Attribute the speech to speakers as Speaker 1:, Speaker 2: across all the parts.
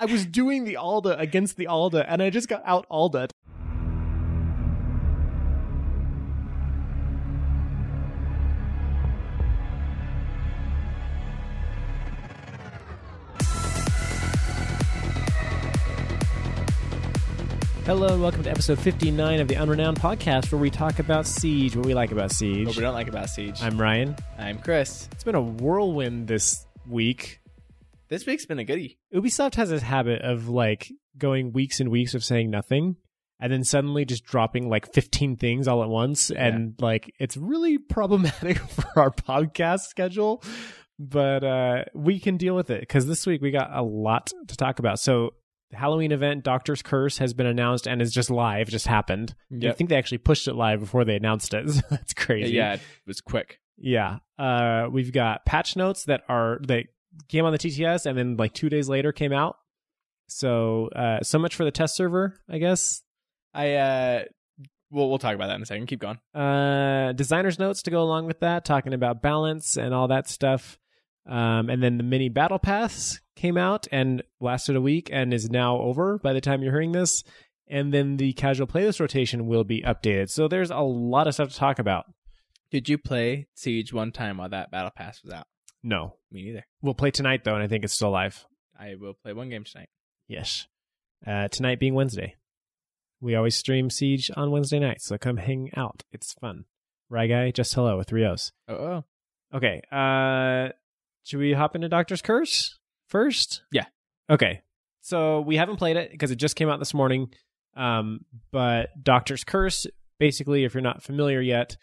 Speaker 1: I was doing the Alda against the Alda, and I just got out Alda.
Speaker 2: Hello and welcome to episode 59 of the Unrenowned Podcast, where we talk about Siege, what we like about
Speaker 3: What
Speaker 2: Siege.
Speaker 3: we don't like about Siege. I'm,
Speaker 2: I'm Ryan.
Speaker 3: Chris.
Speaker 2: It's been a whirlwind this week.
Speaker 3: This week's been a goodie.
Speaker 2: Ubisoft has this habit of like going weeks and weeks of saying nothing and then suddenly just dropping like 15 things all at once. And like it's really problematic for our podcast schedule, but uh, we can deal with it because this week we got a lot to talk about. So, the Halloween event, Doctor's Curse, has been announced and is just live, just happened. I
Speaker 3: Yep.
Speaker 2: think they actually pushed it live before they announced it. So that's crazy.
Speaker 3: Yeah, it was quick.
Speaker 2: Yeah. Uh, we've got patch notes that are that came on the TTS and then like two days later came out. So uh, so much for the test server, I guess.
Speaker 3: I uh well we'll talk about that in a second. Keep going.
Speaker 2: Uh, designers notes to go along with that, talking about balance and all that stuff. Um, and then the mini battle pass came out and lasted a week and is now over by the time you're hearing this. And then the casual playlist rotation will be updated. So there's a lot of stuff to talk about.
Speaker 3: Did you play Siege one time while that battle pass was out?
Speaker 2: No,
Speaker 3: Me neither.
Speaker 2: we'll play tonight though, and I think it's still live.
Speaker 3: I will play one game tonight.
Speaker 2: Yes. Uh, tonight being Wednesday. We always stream Siege on Wednesday nights, so come hang out. It's fun. Right guy, just hello with three O's.
Speaker 3: Oh, oh.
Speaker 2: Okay. Uh should we hop into Doctor's Curse first?
Speaker 3: Yeah.
Speaker 2: Okay. So we haven't played it because it just came out this morning. Um, but Doctor's Curse, basically, if you're not familiar yet,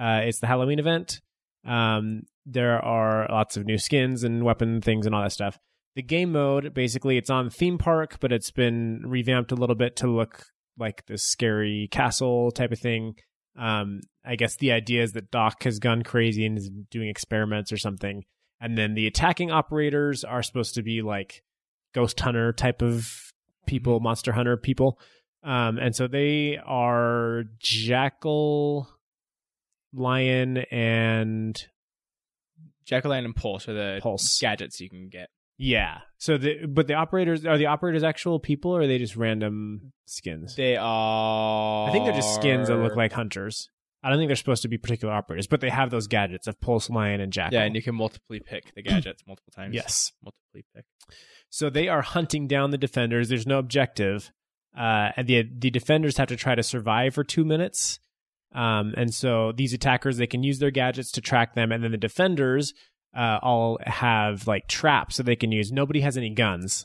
Speaker 2: uh, it's the Halloween event. Um, there are lots of new skins and weapon things and all that stuff. The game mode, basically, it's on theme park, but it's been revamped a little bit to look like this scary castle type of thing um, I guess the idea is that Doc has gone crazy and is doing experiments or something. And then the attacking operators are supposed to be like ghost hunter type of
Speaker 3: Mm-hmm.
Speaker 2: people, monster hunter people. Um, and so they are jackal, lion, and
Speaker 3: Jacqueline and Pulse are the
Speaker 2: pulse.
Speaker 3: gadgets you can get.
Speaker 2: Yeah. So the but the operators are the operators actual people or are they just random skins?
Speaker 3: They are
Speaker 2: I think they're just skins that look like hunters. I don't think they're supposed to be particular operators, but they have those gadgets of pulse, lion, and jackal.
Speaker 3: Yeah, and you can multiply pick the gadgets multiple times.
Speaker 2: Yes.
Speaker 3: Multiply pick.
Speaker 2: So they are hunting down the defenders. There's no objective. Uh, and the the defenders have to try to survive for two minutes. Um, and so these attackers they can use their gadgets to track them, and then the defenders uh, all have like traps that they can use. Nobody has any guns.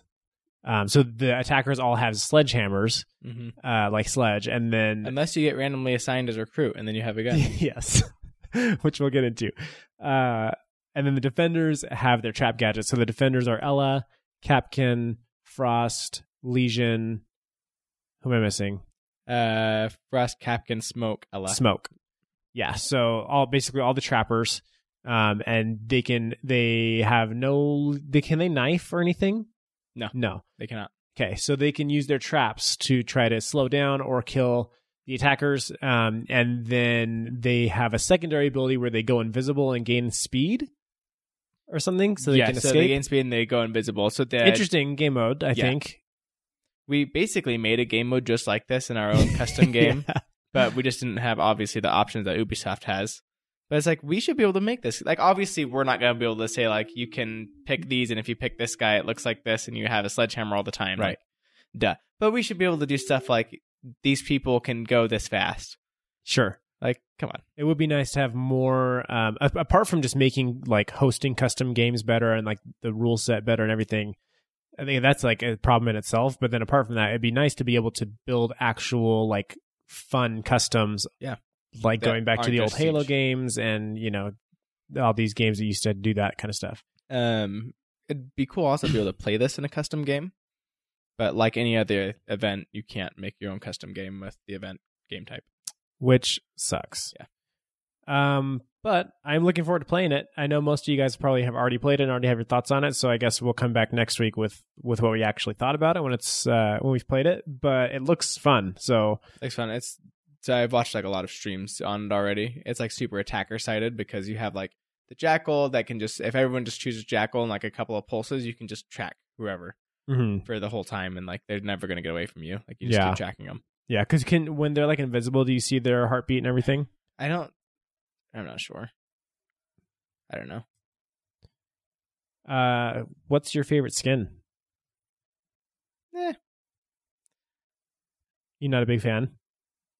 Speaker 2: Um, so the attackers all have sledgehammers,
Speaker 3: hmm
Speaker 2: uh, like sledge, and then
Speaker 3: Unless you get randomly assigned as a recruit and then you have a gun.
Speaker 2: yes, which we'll get into. Uh, and then the defenders have their trap gadgets. So the defenders are Ella, Capkin, Frost, Legion. Who am I missing?
Speaker 3: uh Frost Capkin Smoke a lot.
Speaker 2: Smoke. Yeah. So all basically all the trappers, um, and they can they have no they can they knife or anything?
Speaker 3: No.
Speaker 2: No.
Speaker 3: They cannot.
Speaker 2: Okay, so they can use their traps to try to slow down or kill the attackers, um, and then they have a secondary ability where they go invisible and gain speed or something, so they
Speaker 3: yeah,
Speaker 2: can
Speaker 3: so
Speaker 2: escape.
Speaker 3: they gain speed and they go invisible. So that
Speaker 2: Interesting game mode, I
Speaker 3: Yeah.
Speaker 2: think.
Speaker 3: we basically made a game mode just like this in our own custom game,
Speaker 2: Yeah.
Speaker 3: but we just didn't have obviously the options that Ubisoft has. But it's like we should be able to make this. Like obviously we're not gonna be able to say like you can pick these and if you pick this guy it looks like this and you have a sledgehammer all the time.
Speaker 2: Right.
Speaker 3: Like, duh. But we should be able to do stuff like these people can go this fast.
Speaker 2: Sure.
Speaker 3: Like, come on.
Speaker 2: It would be nice to have more, um, a- apart from just making like hosting custom games better and like the rule set better and everything. I think that's like a problem in itself. But then apart from that, it'd be nice to be able to build actual like fun customs.
Speaker 3: Yeah.
Speaker 2: Like
Speaker 3: That
Speaker 2: going back to
Speaker 3: aren't
Speaker 2: the old
Speaker 3: just
Speaker 2: Halo
Speaker 3: Siege.
Speaker 2: games and, you know, all these games that used to do that kind of stuff.
Speaker 3: Um, it'd be cool also to be able to play this in a custom game, but like any other event, you can't make your own custom game with the event game type.
Speaker 2: which sucks.
Speaker 3: Yeah.
Speaker 2: Um, but I'm looking forward to playing it. I know most of you guys probably have already played it and already have your thoughts on it, so I guess we'll come back next week with with what we actually thought about it when it's uh when we've played it, but it looks fun. So,
Speaker 3: It's fun. It's so I've watched like a lot of streams on it already. It's like super attacker sided because you have like the jackal that can just if everyone just chooses jackal and like a couple of pulses, you can just track whoever.
Speaker 2: Mm-hmm.
Speaker 3: for the whole time, and like they're never gonna get away from you. Like you just
Speaker 2: Yeah.
Speaker 3: keep tracking them.
Speaker 2: Yeah, because can when they're like invisible, do you see their heartbeat and everything?
Speaker 3: I don't. I'm not sure. I don't know.
Speaker 2: Uh, what's your favorite skin?
Speaker 3: Eh.
Speaker 2: You're not a big fan.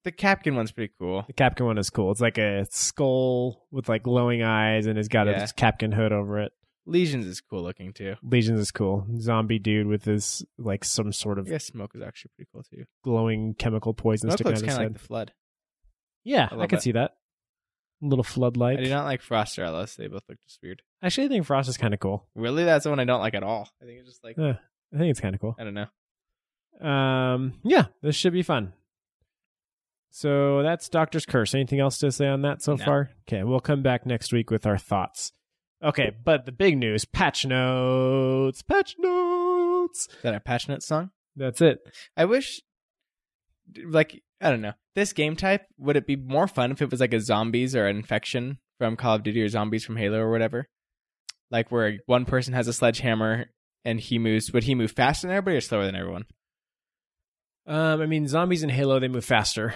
Speaker 3: The Capkin one's pretty cool.
Speaker 2: The Capkin one is cool. It's like a skull with like glowing eyes, and it's got
Speaker 3: Yeah.
Speaker 2: a Capkin hood over it.
Speaker 3: Legions is cool looking too.
Speaker 2: Legions is cool. Zombie dude with his like some sort
Speaker 3: I
Speaker 2: of
Speaker 3: guess Smoke is actually pretty cool too.
Speaker 2: glowing chemical poison
Speaker 3: Smoke
Speaker 2: sticking out
Speaker 3: looks
Speaker 2: of
Speaker 3: kind
Speaker 2: his
Speaker 3: of
Speaker 2: head.
Speaker 3: like the Flood.
Speaker 2: yeah,
Speaker 3: I
Speaker 2: I,
Speaker 3: love
Speaker 2: can
Speaker 3: it.
Speaker 2: see that. Little floodlight.
Speaker 3: I do not like Frost or Ellis. They both look just weird.
Speaker 2: Actually, I think Frost is kind of cool.
Speaker 3: Really, that's the one I don't like at all. I think it's just like
Speaker 2: Yeah. I think it's kind of cool.
Speaker 3: I don't know.
Speaker 2: Um, yeah, this should be fun. So that's Doctor's Curse. Anything else to say on that so
Speaker 3: No.
Speaker 2: far? Okay, we'll come back next week with our thoughts. Okay, but the big news: patch notes, patch notes.
Speaker 3: Is that a patch note song?
Speaker 2: That's it.
Speaker 3: I wish, like, I don't know. This game type, would it be more fun if it was like a zombies or an infection from Call of Duty or zombies from Halo or whatever? Like, where one person has a sledgehammer and he moves, would he move faster than everybody or slower than everyone?
Speaker 2: Um, I mean, zombies in Halo they move faster,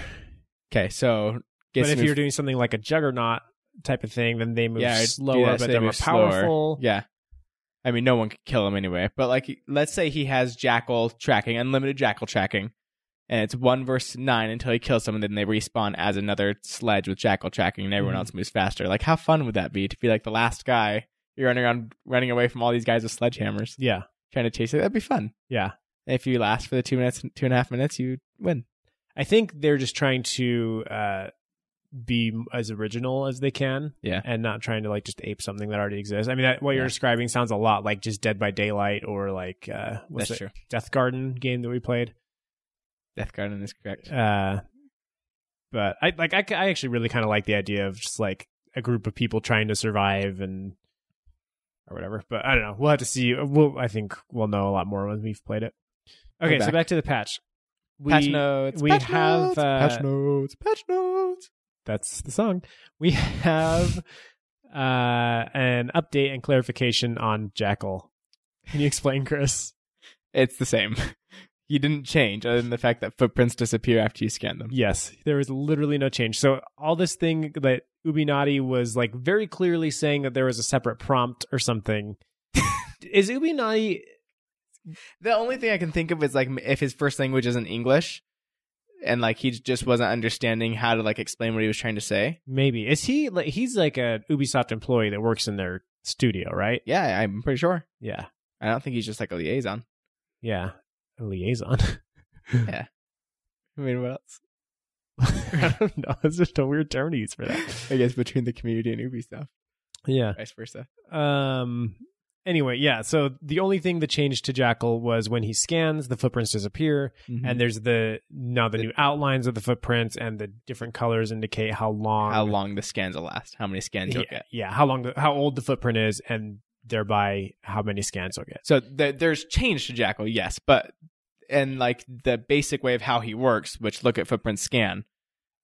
Speaker 3: Okay, so.
Speaker 2: but if you're doing something like a Juggernaut type of thing, then they move
Speaker 3: I'd do
Speaker 2: slower,
Speaker 3: that, so
Speaker 2: but
Speaker 3: they
Speaker 2: they're more
Speaker 3: move slower.
Speaker 2: powerful.
Speaker 3: Yeah. I mean, no one could kill him anyway. But like, let's say he has jackal tracking, unlimited jackal tracking, and it's one versus nine until he kills someone. Then they respawn as another sledge with jackal tracking, and everyone
Speaker 2: Mhm.
Speaker 3: else moves faster. Like, how fun would that be to be like the last guy? You're running around, running away from all these guys with sledgehammers,
Speaker 2: yeah,
Speaker 3: trying to chase it. That'd be fun.
Speaker 2: yeah.
Speaker 3: And if you last for the two minutes, two and a half minutes, you win.
Speaker 2: I think they're just trying to uh, be m- as original as they can,
Speaker 3: Yeah.
Speaker 2: and not trying to like just ape something that already exists. I mean, that, what you're
Speaker 3: Yeah.
Speaker 2: describing sounds a lot like just Dead by Daylight or like uh, what's
Speaker 3: That's
Speaker 2: that
Speaker 3: true.
Speaker 2: Death Garden game that we played.
Speaker 3: Death Garden is correct.
Speaker 2: Uh, but I like I, c- I actually really kind of like the idea of just like a group of people trying to survive and or whatever. But I don't know. We'll have to see. We'll I think we'll know a lot more when we've played it.
Speaker 3: We're
Speaker 2: Okay, so
Speaker 3: back.
Speaker 2: back to the patch. We,
Speaker 3: patch notes.
Speaker 2: we
Speaker 3: patch
Speaker 2: have,
Speaker 3: notes,
Speaker 2: uh,
Speaker 3: patch notes. Patch notes.
Speaker 2: that's the song. We have uh, an update and clarification on Jackal. Can you explain, Chris?
Speaker 3: It's the same. You didn't change other than the fact that footprints disappear after you scan them.
Speaker 2: Yes, there was literally no change. So all this thing that Ubinati was like very clearly saying that there was a separate prompt or something. Is Ubinati?
Speaker 3: The only thing I can think of is like if his first language isn't English and like he just wasn't understanding how to like explain what he was trying to say.
Speaker 2: Maybe is he like he's like a Ubisoft employee that works in their studio, right?
Speaker 3: Yeah, I'm pretty sure.
Speaker 2: Yeah,
Speaker 3: I don't think he's just like a liaison.
Speaker 2: yeah, a liaison.
Speaker 3: I mean, what else?
Speaker 2: I don't know. It's just a weird term to use for that.
Speaker 3: I guess between the community and Ubisoft,
Speaker 2: Yeah.
Speaker 3: vice versa.
Speaker 2: Um. Anyway, yeah. So the only thing that changed to Jackal was when he scans, the footprints disappear,
Speaker 3: Mm-hmm.
Speaker 2: and there's the now the, new outlines of the footprints and the different colors indicate how long,
Speaker 3: how long the scans will last, how many scans
Speaker 2: yeah,
Speaker 3: you'll get.
Speaker 2: yeah, how long, the, how old the footprint is, and thereby how many scans you'll get.
Speaker 3: So th- there's change to Jackal, yes, but and like the basic way of how he works, which look at footprint scan,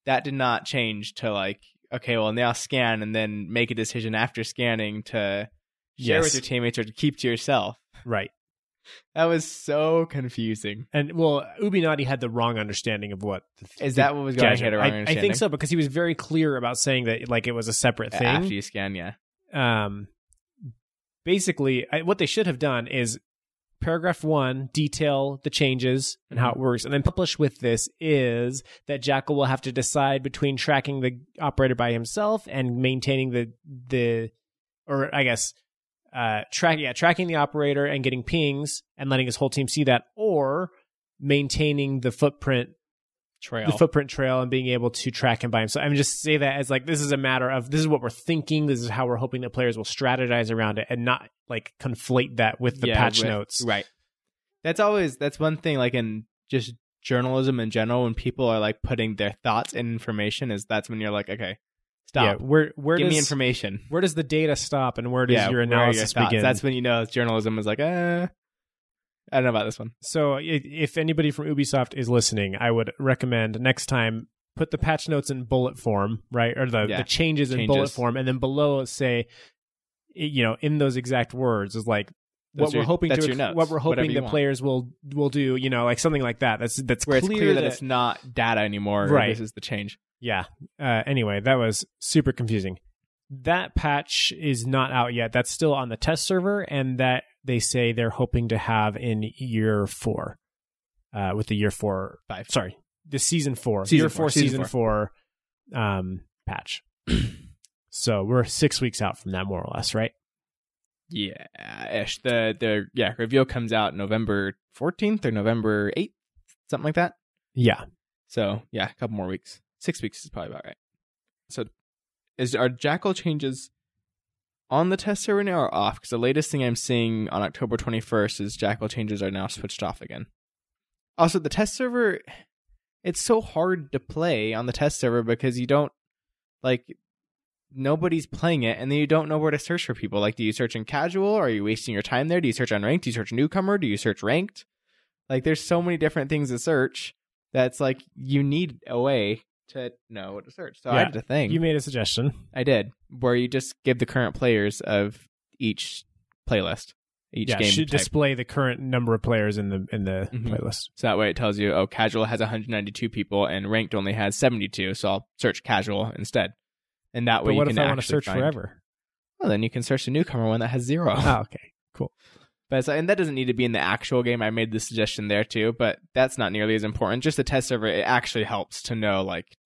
Speaker 3: that did not change to like okay, well now scan and then make a decision after scanning to share
Speaker 2: Yes.
Speaker 3: with your teammates or to keep to yourself.
Speaker 2: Right.
Speaker 3: That was so confusing.
Speaker 2: And well, Ubinati had the wrong understanding of what the th-
Speaker 3: Is that what was going on?
Speaker 2: gadget-
Speaker 3: He had a wrong
Speaker 2: I, I
Speaker 3: understanding?
Speaker 2: think so because he was very clear about saying that like it was a separate thing.
Speaker 3: After you scan, yeah.
Speaker 2: um, basically I, what they should have done is paragraph one detail the changes and how it works and then publish with this is that jackal will have to decide between tracking the operator by himself and maintaining the the or i guess uh track yeah tracking the operator and getting pings and letting his whole team see that or maintaining the footprint
Speaker 3: Trail.
Speaker 2: the footprint trail and being able to track him by himself. I mean, just say that as like this is a matter of this is what we're thinking. This is how we're hoping that players will strategize around it and not like conflate that with the
Speaker 3: Yeah,
Speaker 2: patch
Speaker 3: with-
Speaker 2: notes.
Speaker 3: Right. That's always that's one thing like in just journalism in general when people are like putting their thoughts and information is that's when you're like, okay,
Speaker 2: Yeah,
Speaker 3: stop.
Speaker 2: where where
Speaker 3: Give
Speaker 2: does
Speaker 3: me information.
Speaker 2: where does the data stop and where does
Speaker 3: Yeah,
Speaker 2: your
Speaker 3: where are
Speaker 2: analysis
Speaker 3: thoughts?
Speaker 2: begin?
Speaker 3: That's when you know journalism is like, uh, I don't know about this one.
Speaker 2: So i- if anybody from Ubisoft is listening, I would recommend next time put the patch notes in bullet form, right? Or the,
Speaker 3: Yeah.
Speaker 2: the changes, in bullet
Speaker 3: Changes.
Speaker 2: form, and then below say, i- you know, in those exact words is like what
Speaker 3: Those
Speaker 2: we're
Speaker 3: are-
Speaker 2: hoping
Speaker 3: that's
Speaker 2: to
Speaker 3: your notes,
Speaker 2: what we're
Speaker 3: whatever
Speaker 2: hoping
Speaker 3: you
Speaker 2: the
Speaker 3: want.
Speaker 2: players will will do, you know, like something like that. That's that's
Speaker 3: where it's
Speaker 2: clear,
Speaker 3: clear that,
Speaker 2: that
Speaker 3: it's not data anymore. or
Speaker 2: Right.
Speaker 3: This is the change.
Speaker 2: yeah. Uh, anyway, that was super confusing. That patch is not out yet. That's still on the test server, and that they say they're hoping to have in year four, uh, with the year four,
Speaker 3: Five.
Speaker 2: sorry, the season four,
Speaker 3: Season
Speaker 2: year
Speaker 3: four,
Speaker 2: four,
Speaker 3: season
Speaker 2: season four, um, patch. so we're six weeks out from that, more or less, right?
Speaker 3: Yeah, ish. The the yeah reveal comes out November fourteenth or November eighth, something like that.
Speaker 2: Yeah.
Speaker 3: So yeah, a couple more weeks. Six weeks is probably about right. So, is are Jackal changes on the test server now or off? Because the latest thing I'm seeing on October 21st is Jackal changes are now switched off again. Also, the test server, it's so hard to play on the test server because you don't like nobody's playing it, and then you don't know where to search for people. Like, do you search in casual? Are you wasting your time there? Do you search unranked? Do you search newcomer? Do you search ranked? Like, there's so many different things to search that's like you need a way to know what to search. So I
Speaker 2: Yeah.
Speaker 3: did a thing.
Speaker 2: You made a suggestion.
Speaker 3: I did, where you just give the current players of each playlist, each
Speaker 2: yeah,
Speaker 3: game.
Speaker 2: should
Speaker 3: type.
Speaker 2: display the current number of players in the in the
Speaker 3: Mhm.
Speaker 2: playlist.
Speaker 3: so that way it tells you, oh, casual has 192 people and ranked only has 72, so I'll search casual instead. And that
Speaker 2: But
Speaker 3: way Oh, you
Speaker 2: what
Speaker 3: can
Speaker 2: if I want to
Speaker 3: actually
Speaker 2: search
Speaker 3: find-
Speaker 2: forever?
Speaker 3: Well, then you can search the newcomer one that has zero.
Speaker 2: Oh, okay.
Speaker 3: But it's, and that doesn't need to be in the actual game. I made the suggestion there too, but that's not nearly as important. Just the test server, it actually helps to know like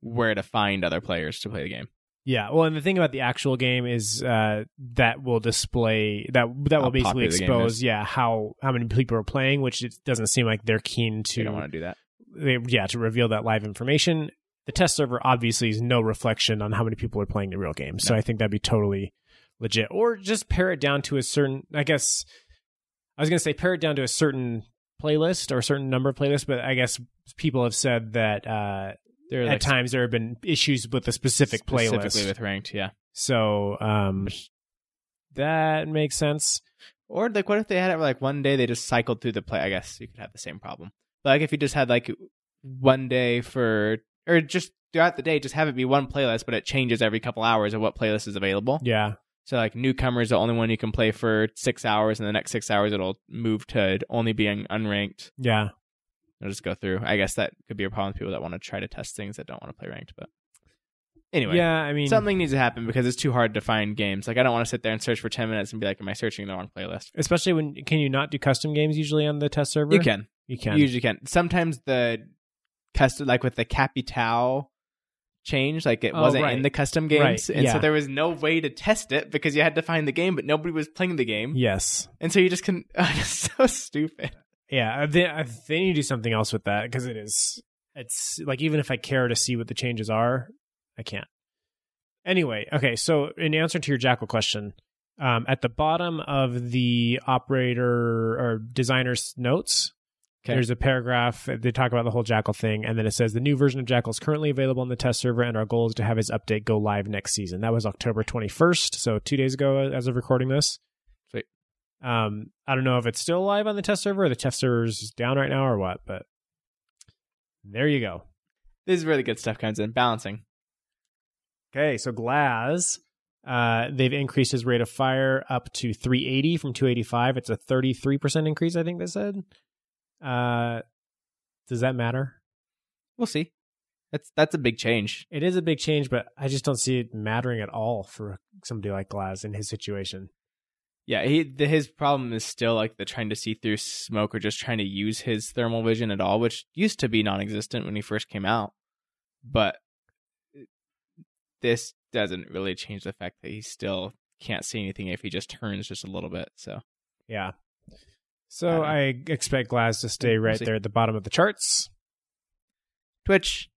Speaker 3: where to find other players to play the game.
Speaker 2: Yeah. Well, and the thing about the actual game is uh, that will display that that
Speaker 3: How
Speaker 2: will basically
Speaker 3: popular the game
Speaker 2: expose
Speaker 3: is.
Speaker 2: yeah how how many people are playing, which it doesn't seem like they're keen
Speaker 3: You
Speaker 2: to
Speaker 3: don't want to do that.
Speaker 2: they, yeah to reveal that live information. The test server obviously is no reflection on how many people are playing the real game, so I think that'd be totally legit. Or just pare it down to a certain. I guess I was gonna say pare it down to a certain playlist or a certain number of playlists, but I guess people have said that uh,
Speaker 3: There are,
Speaker 2: at
Speaker 3: like,
Speaker 2: times there have been issues with a specific
Speaker 3: specifically
Speaker 2: playlist.
Speaker 3: with ranked, yeah.
Speaker 2: So um that makes sense.
Speaker 3: Or like, what if they had it like one day they just cycled through the play? I guess you could have the same problem. But like, if you just had like one day for, or just throughout the day, just have it be one playlist, but it changes every couple hours of what playlist is available.
Speaker 2: Yeah.
Speaker 3: So like, newcomer is the only one you can play for six hours, and the next six hours it'll move to only being unranked.
Speaker 2: Yeah.
Speaker 3: It'll just go through. I guess that could be a problem with people that want to try to test things that don't want to play ranked. But anyway,
Speaker 2: yeah, I mean
Speaker 3: something needs to happen because it's too hard to find games. Like, I don't want to sit there and search for ten minutes and be like, am I searching the wrong playlist?
Speaker 2: especially when can you not do custom games usually on the test server?
Speaker 3: You can.
Speaker 2: You can.
Speaker 3: You usually can. Sometimes the custom, like with the Capitao change, like it
Speaker 2: Oh,
Speaker 3: wasn't
Speaker 2: right.
Speaker 3: in the custom
Speaker 2: Right,
Speaker 3: games, and
Speaker 2: yeah.
Speaker 3: so there was no way to test it because you had to find the game, but nobody was playing the game,
Speaker 2: yes.
Speaker 3: and so you just can. it's so stupid.
Speaker 2: Yeah, they I- they need to do something else with that because it is it's like even if I care to see what the changes are, I can't. Anyway, okay, so in answer to your jackal question, um, at the bottom of the operator or designer's notes,
Speaker 3: Okay.
Speaker 2: There's a paragraph. They talk about the whole Jackal thing, and then it says the new version of Jackal is currently available on the test server, and our goal is to have his update go live next season. That was October 21st, so two days ago uh, as of recording this.
Speaker 3: Sweet.
Speaker 2: Um, I don't know if it's still live on the test server, or the test server's down right now, or what, but there you go.
Speaker 3: This is where the good stuff comes in. Balancing.
Speaker 2: Okay, so Glaz, uh, they've increased his rate of fire up to 380 from 285. It's a 33% increase, I think they said. Uh, does that matter?
Speaker 3: We'll see. That's that's a big change.
Speaker 2: It is a big change, but I just don't see it mattering at all for somebody like Glass in his situation.
Speaker 3: Yeah, he the, his problem is still like the trying to see through smoke or just trying to use his thermal vision at all, which used to be non-existent when he first came out. But this doesn't really change the fact that he still can't see anything if he just turns just a little bit. So
Speaker 2: Yeah. So
Speaker 3: Uh,
Speaker 2: I expect Glass to stay
Speaker 3: we'll
Speaker 2: right
Speaker 3: see.
Speaker 2: there at the bottom of the charts.
Speaker 3: Twitch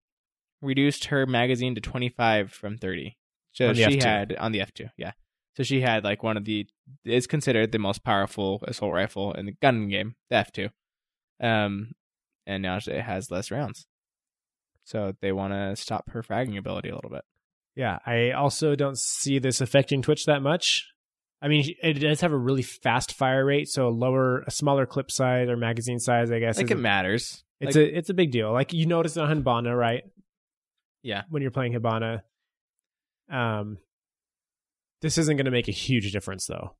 Speaker 3: reduced her magazine to 25 from 30. So
Speaker 2: On the
Speaker 3: she
Speaker 2: F2.
Speaker 3: had on the F2, yeah. So she had like one of the is considered the most powerful assault rifle in the gun game, the F2. Um and now it has less rounds. So they want to stop her fragging ability a little bit.
Speaker 2: Yeah. I also don't see this affecting Twitch that much. I mean, it does have a really fast fire rate, so a lower, a smaller clip size or magazine size, I guess.
Speaker 3: Like it
Speaker 2: is-
Speaker 3: matters.
Speaker 2: it's
Speaker 3: like,
Speaker 2: a it's a big deal. Like you notice it on Hibana, right?
Speaker 3: Yeah.
Speaker 2: When you're playing Hibana, um, this isn't going to make a huge difference though.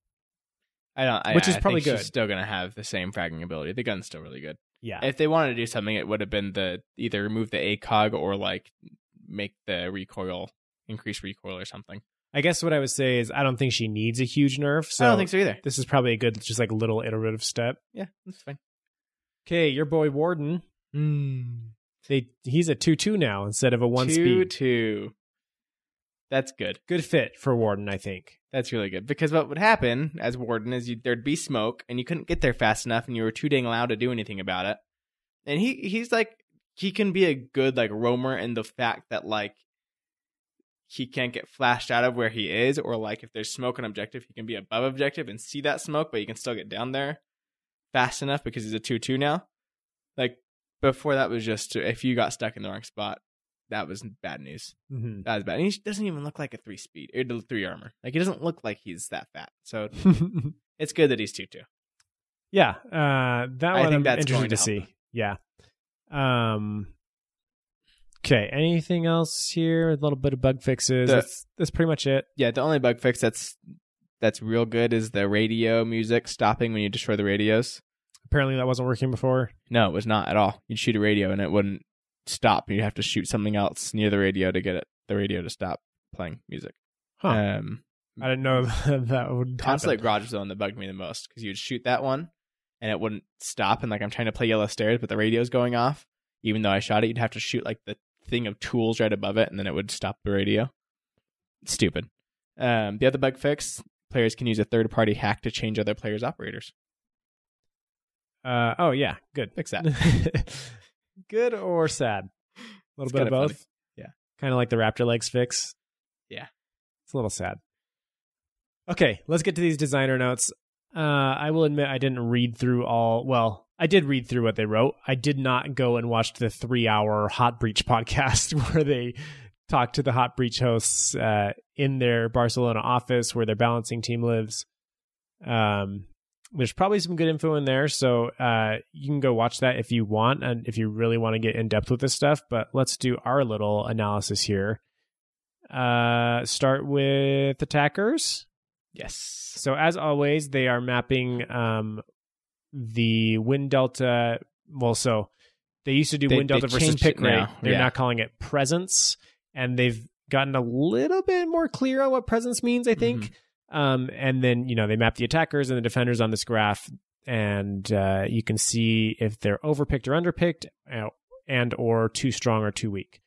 Speaker 3: I don't. I,
Speaker 2: Which is
Speaker 3: I
Speaker 2: probably
Speaker 3: think she's
Speaker 2: good.
Speaker 3: still gonna have the same fragging ability. The gun's still really good.
Speaker 1: Yeah.
Speaker 3: If they wanted to do something, it would have been the either remove the ACOG or like make the recoil increase recoil or something.
Speaker 2: I guess what I would say is I don't think she needs a huge nerf. So
Speaker 3: I don't think so either.
Speaker 2: This is probably a good, just like little iterative step.
Speaker 3: Yeah, that's fine.
Speaker 2: Okay, your boy Warden. They he's a two two now instead of a one
Speaker 3: two,
Speaker 2: speed.
Speaker 3: two. That's good.
Speaker 2: Good fit for Warden, I think.
Speaker 3: That's really good because what would happen as warden is you, there'd be smoke and you couldn't get there fast enough and you were too dang loud to do anything about it. And he he's like he can be a good like roamer in the fact that like he can't get flashed out of where he is or like if there's smoke on objective he can be above objective and see that smoke but you can still get down there fast enough because he's a two two now. Like before that was just if you got stuck in the wrong spot that was bad news
Speaker 2: Mm-hmm.
Speaker 3: that was bad. And he doesn't even look like a three speed or three armor. Like he doesn't look like he's that fat. So it's good that he's two two.
Speaker 2: yeah, uh, that
Speaker 3: I
Speaker 2: one
Speaker 3: think
Speaker 2: I'm
Speaker 3: that's
Speaker 2: interested
Speaker 3: going
Speaker 2: to,
Speaker 3: to
Speaker 2: see.
Speaker 3: help.
Speaker 2: Yeah. Um. Okay. Anything else here? A little bit of bug fixes.
Speaker 3: The-
Speaker 2: that's that's pretty much it.
Speaker 3: Yeah, the only bug fix that's that's real good is the radio music stopping when you destroy the radios.
Speaker 2: Apparently that wasn't working before.
Speaker 3: No, it was not at all. You'd shoot a radio and it wouldn't stop. You'd have to shoot something else near the radio to get it the radio to stop playing music.
Speaker 2: Huh.
Speaker 3: Um,
Speaker 2: I didn't know that would
Speaker 3: Honestly, like
Speaker 2: happen.
Speaker 3: Garage Zone that bugged me the most because you'd shoot that one and it wouldn't stop. And like I'm trying to play Yellow Stairs, but the radio's going off. Even though I shot it, you'd have to shoot like the thing of tools right above it, and then it would stop the radio. Stupid. Um, the other bug fix: players can use a third-party hack to change other players' operators.
Speaker 2: Uh, oh yeah, good.
Speaker 3: Fix that.
Speaker 2: good or sad? A little
Speaker 3: It's
Speaker 2: bit of
Speaker 3: kinda funny.
Speaker 2: both.
Speaker 3: Yeah.
Speaker 2: Kind of like the Raptor legs fix.
Speaker 3: Yeah.
Speaker 2: It's a little sad. Okay, let's get to these designer notes. Uh, I will admit I didn't read through all. Well, I did read through what they wrote. I did not go and watch the three-hour Hot Breach podcast where they talk to the Hot Breach hosts uh, in their Barcelona office where their balancing team lives. Um, there's probably some good info in there, so uh, you can go watch that if you want, and if you really want to get in depth with this stuff. But let's do our little analysis here. Uh, start with attackers.
Speaker 3: Yes.
Speaker 2: So as always, they are mapping um, the wind delta. Well, so they used to do
Speaker 3: They-
Speaker 2: wind delta
Speaker 3: they
Speaker 2: versus
Speaker 3: changed
Speaker 2: pick
Speaker 3: it
Speaker 2: rate.
Speaker 3: now,
Speaker 2: They're
Speaker 3: yeah.
Speaker 2: now calling it presence, and they've gotten a little bit more clear on what presence means. I think.
Speaker 3: Mm-hmm.
Speaker 2: Um, and then you know they map the attackers and the defenders on this graph, and uh, you can see if they're overpicked or underpicked, uh, and or too strong or too weak.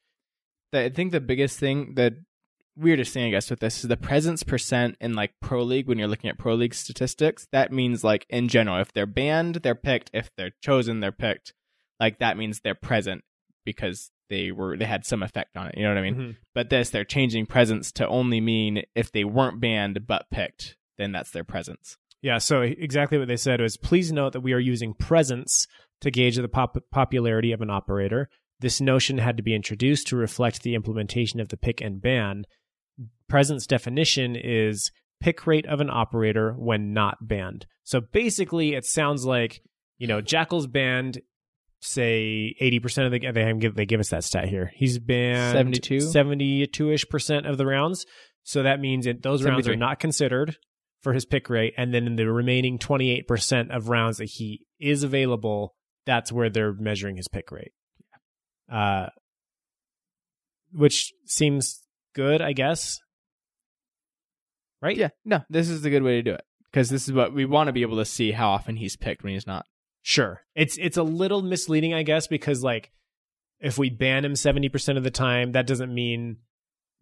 Speaker 3: The- I think the biggest thing, the weirdest thing, I guess, with this is the presence percent in like pro league. When you're looking at pro league statistics, that means like in general, if they're banned, they're picked. If they're chosen, they're picked. Like that means they're present because they were they had some effect on it. You know what I mean?
Speaker 2: Mm-hmm.
Speaker 3: But this, they're changing presence to only mean if they weren't banned but picked, then that's their presence.
Speaker 2: Yeah, so e, exactly what they said was please note that we are using presence to gauge the pop- popularity of an operator. This notion had to be introduced to reflect the implementation of the pick and ban. Presence definition is pick rate of an operator when not banned. So basically, it sounds like, you know, Jackal's banned, say, 80% of the, they, haven't give, they give us that stat here. He's banned
Speaker 3: 72?
Speaker 2: 72 ish percent of the rounds. So that means that those rounds are
Speaker 3: 73.
Speaker 2: not considered for his pick rate, and then in the remaining 28% of rounds that he is available, that's where they're measuring his pick rate. Uh, which seems good, I guess. Right?
Speaker 3: Yeah, no, this is the good way to do it because this is what we want to be able to see how often he's picked when he's not.
Speaker 2: Sure. It's it's a little misleading, I guess, because like if we ban him 70% of the time, that doesn't mean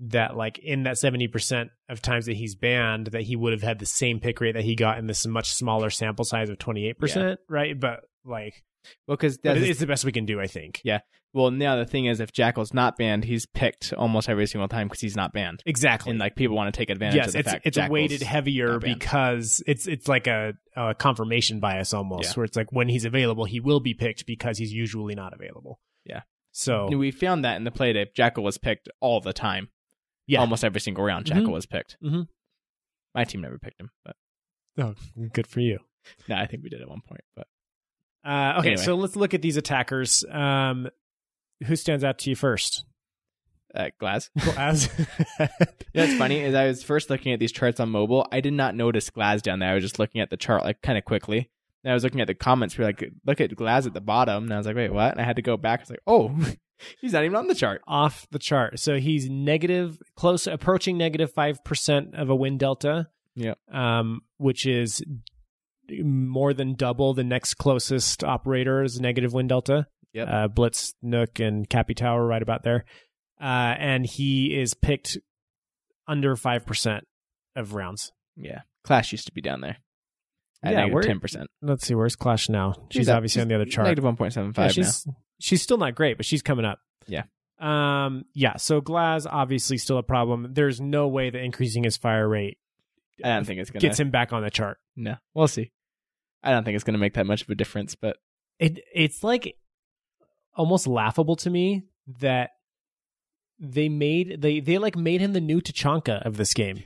Speaker 2: that like in that 70% of times that he's banned that he would have had the same pick rate that he got in this much smaller sample size of 28%, right? But like
Speaker 3: Well, because
Speaker 2: but it's the best we can do, I think.
Speaker 3: Yeah. Well, now the thing is, if Jackal's not banned, he's picked almost every single time because he's not banned,
Speaker 2: Exactly.
Speaker 3: and like people want to take advantage
Speaker 2: yes,
Speaker 3: of the
Speaker 2: it's
Speaker 3: fact
Speaker 2: it's
Speaker 3: Jackal's-
Speaker 2: weighted heavier
Speaker 3: not banned.
Speaker 2: because it's it's like a, a confirmation bias almost,
Speaker 3: Yeah.
Speaker 2: where it's like when he's available, he will be picked because he's usually not available.
Speaker 3: Yeah.
Speaker 2: So
Speaker 3: And we found that in the play day, Jackal was picked all the time.
Speaker 2: Yeah.
Speaker 3: almost every single round,
Speaker 2: Mhm.
Speaker 3: Jackal was picked.
Speaker 2: Mhm.
Speaker 3: My team never picked him, but
Speaker 2: oh, good for you.
Speaker 3: no, I think we did at one point. But
Speaker 2: Uh, okay,
Speaker 3: Anyway.
Speaker 2: so let's look at these attackers. Um, who stands out to you first?
Speaker 3: uh, Glass.
Speaker 2: As
Speaker 3: You know what's funny is I was first looking at these charts on mobile. I did not notice Glass down there. I was just looking at the chart like kind of quickly. And I was looking at the comments. We were like, look at Glass at the bottom. And I was like, wait, what? And I had to go back. I was like, oh, he's not even on the chart.
Speaker 2: off the chart. So he's negative, close, approaching negative five percent of a wind delta.
Speaker 3: Yep.
Speaker 2: Um, which is more than double the next closest operator's negative wind delta.
Speaker 3: Yep.
Speaker 2: Uh, Blitz, Nook, and Cappy Tower, right about there. Uh, and he is picked under five percent of rounds.
Speaker 3: Yeah. Clash used to be down there. At
Speaker 2: Yeah, we're-
Speaker 3: 10%.
Speaker 2: Let's see, where's Clash now? She's
Speaker 3: She's up-
Speaker 2: obviously on the other chart.
Speaker 3: Negative 1.75
Speaker 2: Yeah,
Speaker 3: now.
Speaker 2: she's she's still not great, but she's coming up.
Speaker 3: Yeah.
Speaker 2: Um. Yeah. So Glass obviously still a problem. There's no way that increasing his fire rate
Speaker 3: I don't think it's going to.
Speaker 2: gets him back on the chart.
Speaker 3: No. We'll see. I don't think it's going to make that much of a difference, but
Speaker 2: It it's like almost laughable to me that they made they they like made him the new Tachanka of this game.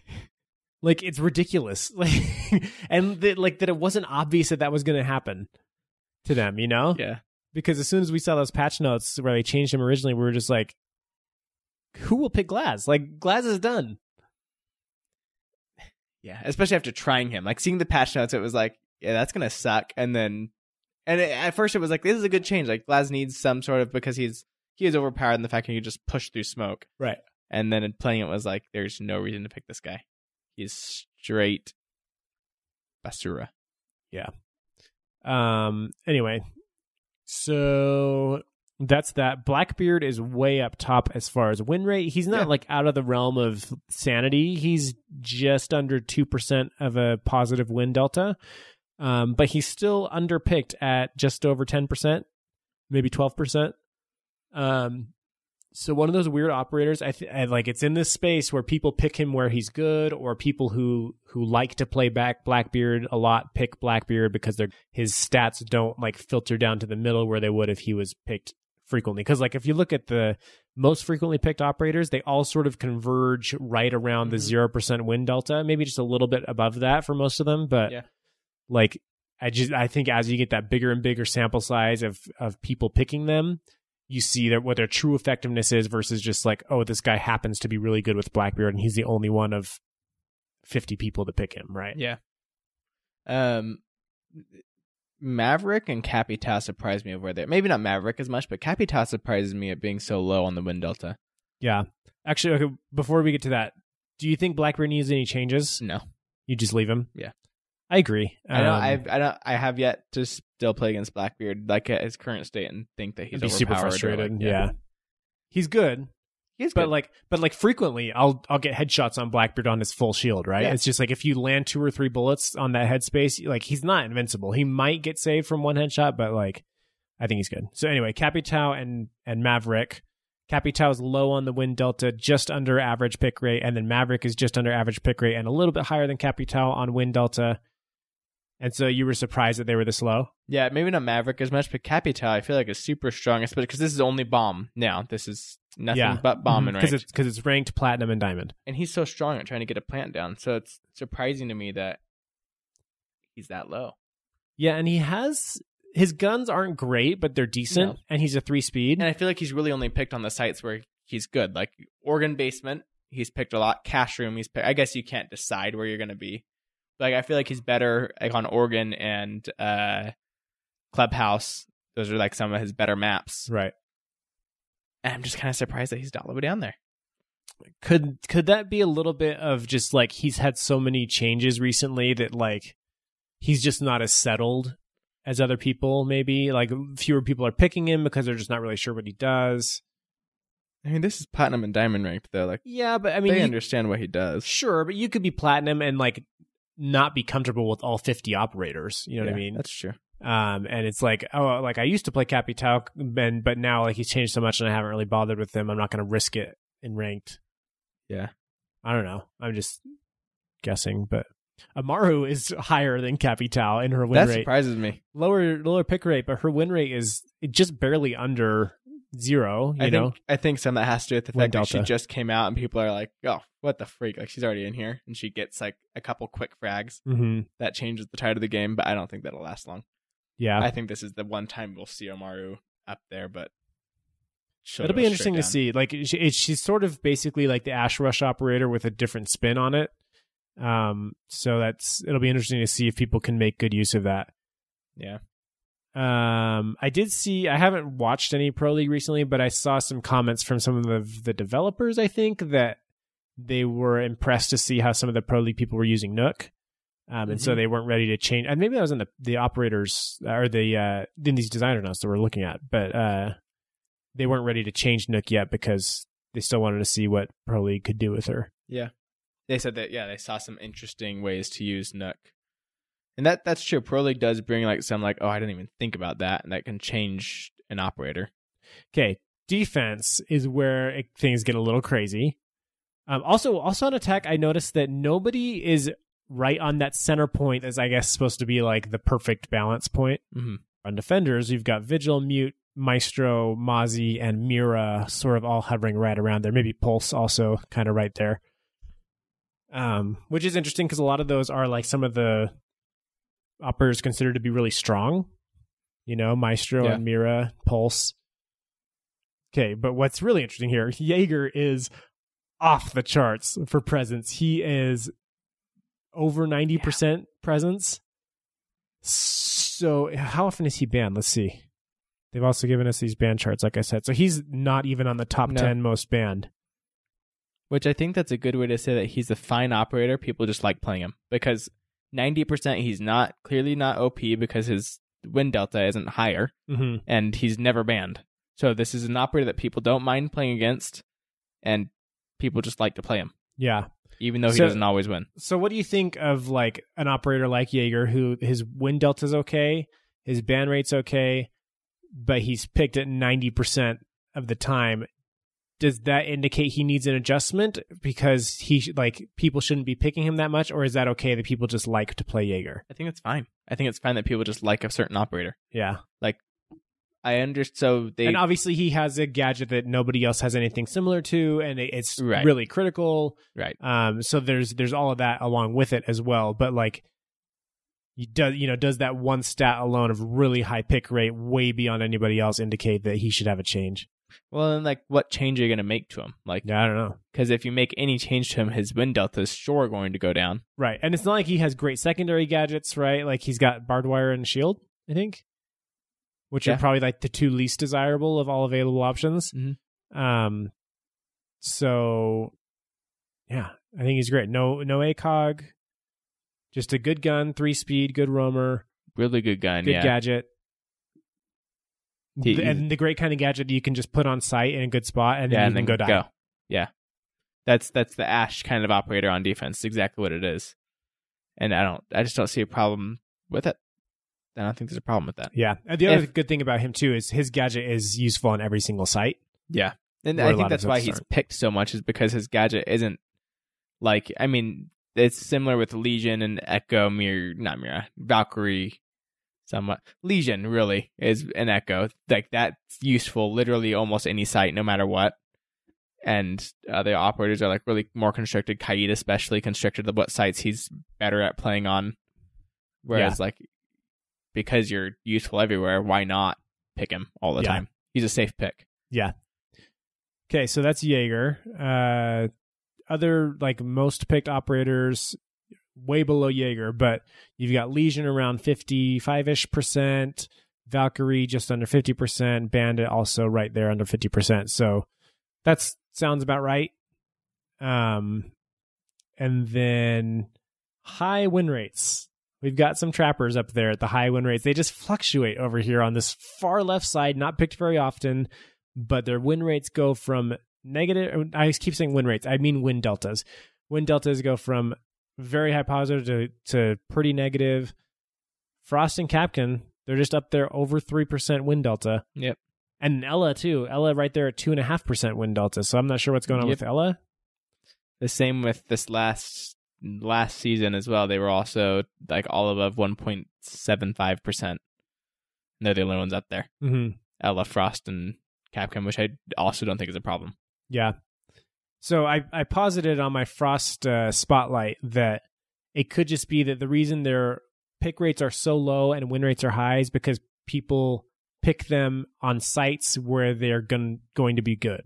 Speaker 2: Like it's ridiculous. Like and that like that it wasn't obvious that that was going to happen to them. You know.
Speaker 3: yeah.
Speaker 2: because as soon as we saw those patch notes where they changed him originally, we were just like, who will pick Glass? Like Glass is done.
Speaker 3: Yeah, especially after trying him, like seeing the patch notes, it was like, yeah, that's gonna suck. And then, and it, at first it was like, this is a good change. Like Glaz needs some sort of because he's he is overpowered in the fact that he can just push through smoke.
Speaker 2: Right.
Speaker 3: And then in playing it was like, there's no reason to pick this guy. He's straight basura.
Speaker 2: Um. Anyway, so that's that. Blackbeard is way up top as far as win rate. He's not
Speaker 3: Yeah.
Speaker 2: like out of the realm of sanity. He's just under two percent of a positive win delta, um, but he's still underpicked at just over ten percent, maybe twelve percent. Um. So one of those weird operators, I, th- I like. It's in this space where people pick him where he's good, or people who who like to play back Blackbeard a lot pick Blackbeard because they're his stats don't like filter down to the middle where they would if he was picked frequently. Because like if you look at the most frequently picked operators, they all sort of converge right around the
Speaker 3: Mhm.
Speaker 2: zero percent win delta, maybe just a little bit above that for most of them. But
Speaker 3: Yeah.
Speaker 2: like I just I think as you get that bigger and bigger sample size of of people picking them, you see their what their true effectiveness is versus just like, oh, this guy happens to be really good with Blackbeard and he's the only one of fifty people to pick him, right?
Speaker 3: Yeah. Um, Maverick and Capita surprised me of where they're maybe not Maverick as much, but Capita surprises me at being so low on the wind delta.
Speaker 2: Actually, okay, before we get to that, do you think Blackbeard needs any changes?
Speaker 3: No.
Speaker 2: You just leave him?
Speaker 3: Yeah.
Speaker 2: I agree.
Speaker 3: I don't.
Speaker 2: Um,
Speaker 3: I've, I don't. I have yet to still play against Blackbeard like at his current state and think that he's
Speaker 2: I'd be super
Speaker 3: overpowered or,
Speaker 2: frustrated.
Speaker 3: like,
Speaker 2: yeah. He's good,
Speaker 3: he's
Speaker 2: but
Speaker 3: good.
Speaker 2: like but like frequently I'll I'll get headshots on Blackbeard on his full shield, right?
Speaker 3: Yeah.
Speaker 2: It's just like if you land two or three bullets on that headspace, like he's not invincible. He might get saved from one headshot, but like I think he's good. So anyway, Capitao and and Maverick. Capitao is low on the win delta, just under average pick rate, and then Maverick is just under average pick rate and a little bit higher than Capitao on win delta. And so you were surprised that they were this low?
Speaker 3: yeah, maybe not Maverick as much, but Capita I feel like is super strong, especially because this is only bomb now. This is nothing
Speaker 2: Yeah.
Speaker 3: but bomb and
Speaker 2: because
Speaker 3: range,
Speaker 2: it's because it's ranked platinum and diamond.
Speaker 3: and he's so strong at trying to get a plant down. So it's surprising to me that he's that low.
Speaker 2: Yeah, and he has his guns aren't great, but they're decent,
Speaker 3: No.
Speaker 2: and he's a three speed.
Speaker 3: And I feel like he's really only picked on the sites where he's good, like Oregon basement. He's picked a lot. Cash room. He's. Picked, I guess you can't decide where you're gonna be. Like I feel like he's better like on Oregon and uh, Clubhouse. Those are like some of his better maps.
Speaker 2: Right?
Speaker 3: And I'm just kind of surprised that he's not all the way down there.
Speaker 2: Could could that be a little bit of just like he's had so many changes recently that like he's just not as settled as other people? Maybe like fewer people are picking him because they're just not really sure what he does.
Speaker 3: I mean, this is platinum and diamond ranked though. Like
Speaker 2: Yeah, but I mean,
Speaker 3: they
Speaker 2: you-
Speaker 3: understand what he does.
Speaker 2: sure, but you could be platinum and like not be comfortable with all fifty operators. You know what I mean?
Speaker 3: That's true.
Speaker 2: um and it's like oh like i used to play capitao and but now like he's changed so much and i haven't really bothered with him i'm not going to risk it in ranked
Speaker 3: Yeah.
Speaker 2: i don't know i'm just guessing but amaru is higher than capitao in her win
Speaker 3: that
Speaker 2: rate
Speaker 3: surprises me.
Speaker 2: lower lower pick rate but her win rate is just barely under zero you
Speaker 3: I
Speaker 2: know
Speaker 3: think I think some of that has to do with the
Speaker 2: Wind
Speaker 3: fact that she
Speaker 2: delta.
Speaker 3: just came out and people are like, "Oh, what the freak!" Like she's already in here, and she gets like a couple quick frags.
Speaker 2: mm-hmm.
Speaker 3: that changes the tide of the game, but I don't think that'll last long.
Speaker 2: yeah
Speaker 3: I think this is the one time we'll see Omaru up there, but she'll
Speaker 2: It'll
Speaker 3: go
Speaker 2: be interesting to see.
Speaker 3: straight
Speaker 2: Like she, it, she's sort of basically like the Ash Rush operator with a different spin on it. Um, so that's it'll be interesting to see if people can make good use of that.
Speaker 3: Yeah.
Speaker 2: Um, I did see. I haven't watched any pro league recently, but I saw some comments from some of the the developers. I think that they were impressed to see how some of the pro league people were using Nook. Um, and so
Speaker 3: Mhm.
Speaker 2: they weren't ready to change. And maybe that was in the, the operators or the uh, in these designer notes that we're looking at, but uh, they weren't ready to change Nook yet because they still wanted to see what Pro League could do with her.
Speaker 3: they said that yeah they saw some interesting ways to use Nook, and that that's true. Pro League does bring like some like oh I didn't even think about that, and that can change an operator.
Speaker 2: Okay, defense is where it, things get a little crazy. Um, also, also on attack, I noticed that nobody is right on that center point that's I guess supposed to be like the perfect balance point.
Speaker 3: Mhm.
Speaker 2: On defenders, you've got Vigil, Mute, Maestro, Mozzie, and Mira sort of all hovering right around there. Maybe Pulse also kind of right there. Um, which is interesting because a lot of those are like some of the operators considered to be really strong. You know, Maestro
Speaker 3: Yeah.
Speaker 2: and Mira, Pulse. Okay, but what's really interesting here, Jaeger is off the charts for presence. He is over 90% presence. So, how often is he banned? Let's see. They've also given us these ban charts, like I said. So, he's not even on the top
Speaker 3: No.
Speaker 2: 10 most banned.
Speaker 3: Which I think that's a good way to say that he's a fine operator. People just like playing him because ninety percent he's not clearly not OP because his win delta isn't higher,
Speaker 2: Mm-hmm.
Speaker 3: and he's never banned. So this is an operator that people don't mind playing against, and people just like to play him,
Speaker 2: Yeah.
Speaker 3: even though he
Speaker 2: So-
Speaker 3: doesn't always win.
Speaker 2: So, what do you think of like an operator like Jaeger who his win delta's okay, his ban rate's okay, but he's picked at 90% of the time? Does that indicate he needs an adjustment because he sh- like people shouldn't be picking him that much, or is that okay that people just like to play Jaeger?
Speaker 3: I think it's fine. I think it's fine that people just like a certain operator.
Speaker 2: Yeah.
Speaker 3: I understand. So they
Speaker 2: and obviously he has a gadget that nobody else has anything similar to and it- it's
Speaker 3: Right.
Speaker 2: really critical
Speaker 3: Right.
Speaker 2: um so there's there's all of that along with it as well but like you does you know does that one stat alone of really high pick rate way beyond anybody else indicate that he should have a change
Speaker 3: Well, then, like, what change are you going to make to him? Like,
Speaker 2: yeah i don't know
Speaker 3: because if you make any change to him, his win delta is sure going to go down.
Speaker 2: right and it's not like he has great secondary gadgets right like he's got barbed wire and shield i think which
Speaker 3: Yeah.
Speaker 2: are probably like the two least desirable of all available options
Speaker 3: Mhm.
Speaker 2: um so yeah i think he's great no no acog just a good gun three speed good roamer
Speaker 3: Really good gun.
Speaker 2: good
Speaker 3: yeah.
Speaker 2: gadget
Speaker 3: He-
Speaker 2: The- and the great kind of gadget you can just put on site in a good spot and then
Speaker 3: yeah,
Speaker 2: you
Speaker 3: and
Speaker 2: can
Speaker 3: then
Speaker 2: go die
Speaker 3: Yeah. That's that's the Ash kind of operator on defense. It's exactly what it is. And I don't. I just don't see a problem with it. I don't think there's a problem with that.
Speaker 2: yeah and the other
Speaker 3: If-
Speaker 2: good thing about him too is his gadget is useful on every single site
Speaker 3: Yeah. And
Speaker 2: Where a
Speaker 3: I
Speaker 2: lot
Speaker 3: think
Speaker 2: of
Speaker 3: that's why
Speaker 2: folks
Speaker 3: he's
Speaker 2: aren't.
Speaker 3: picked so much is because his gadget isn't like I mean, it's similar with Legion and Echo, Mir not Mira, Valkyrie somewhat. Legion really is an Echo. Like that's useful literally almost any site, no matter what. And uh, the operators are like really more constricted. Kaida especially constricted of what sites he's better at playing on. Whereas like because you're useful everywhere, why not pick him all the
Speaker 2: Yeah.
Speaker 3: time? He's a safe pick.
Speaker 2: Okay, so that's Jaeger. Uh, other like most picked operators, way below Jaeger, but you've got Legion around fifty-five ish percent, Valkyrie just under fifty percent, Bandit also right there under fifty percent. So that's sounds about right. Um, and then high win rates. We've got some trappers up there at the high win rates. They just fluctuate over here on this far left side, not picked very often but their win rates go from negative. I keep saying win rates. I mean win deltas. Win deltas go from very high positive to to pretty negative. Frost and Capkin, they're just up there over three percent win delta.
Speaker 3: Yep.
Speaker 2: And Ella too. Ella right there at two and a half percent win delta. So I'm not sure what's going on
Speaker 3: Yep.
Speaker 2: with Ella.
Speaker 3: The same with this last last season as well. They were also like all above one point seven five percent. They're the only ones up there.
Speaker 2: Mm-hmm.
Speaker 3: Ella Frost and Capcom, which I also don't think is a problem.
Speaker 2: Yeah. So I, I posited on my Frost uh, spotlight that it could just be that the reason their pick rates are so low and win rates are high is because people pick them on sites where they're gon- going to be good.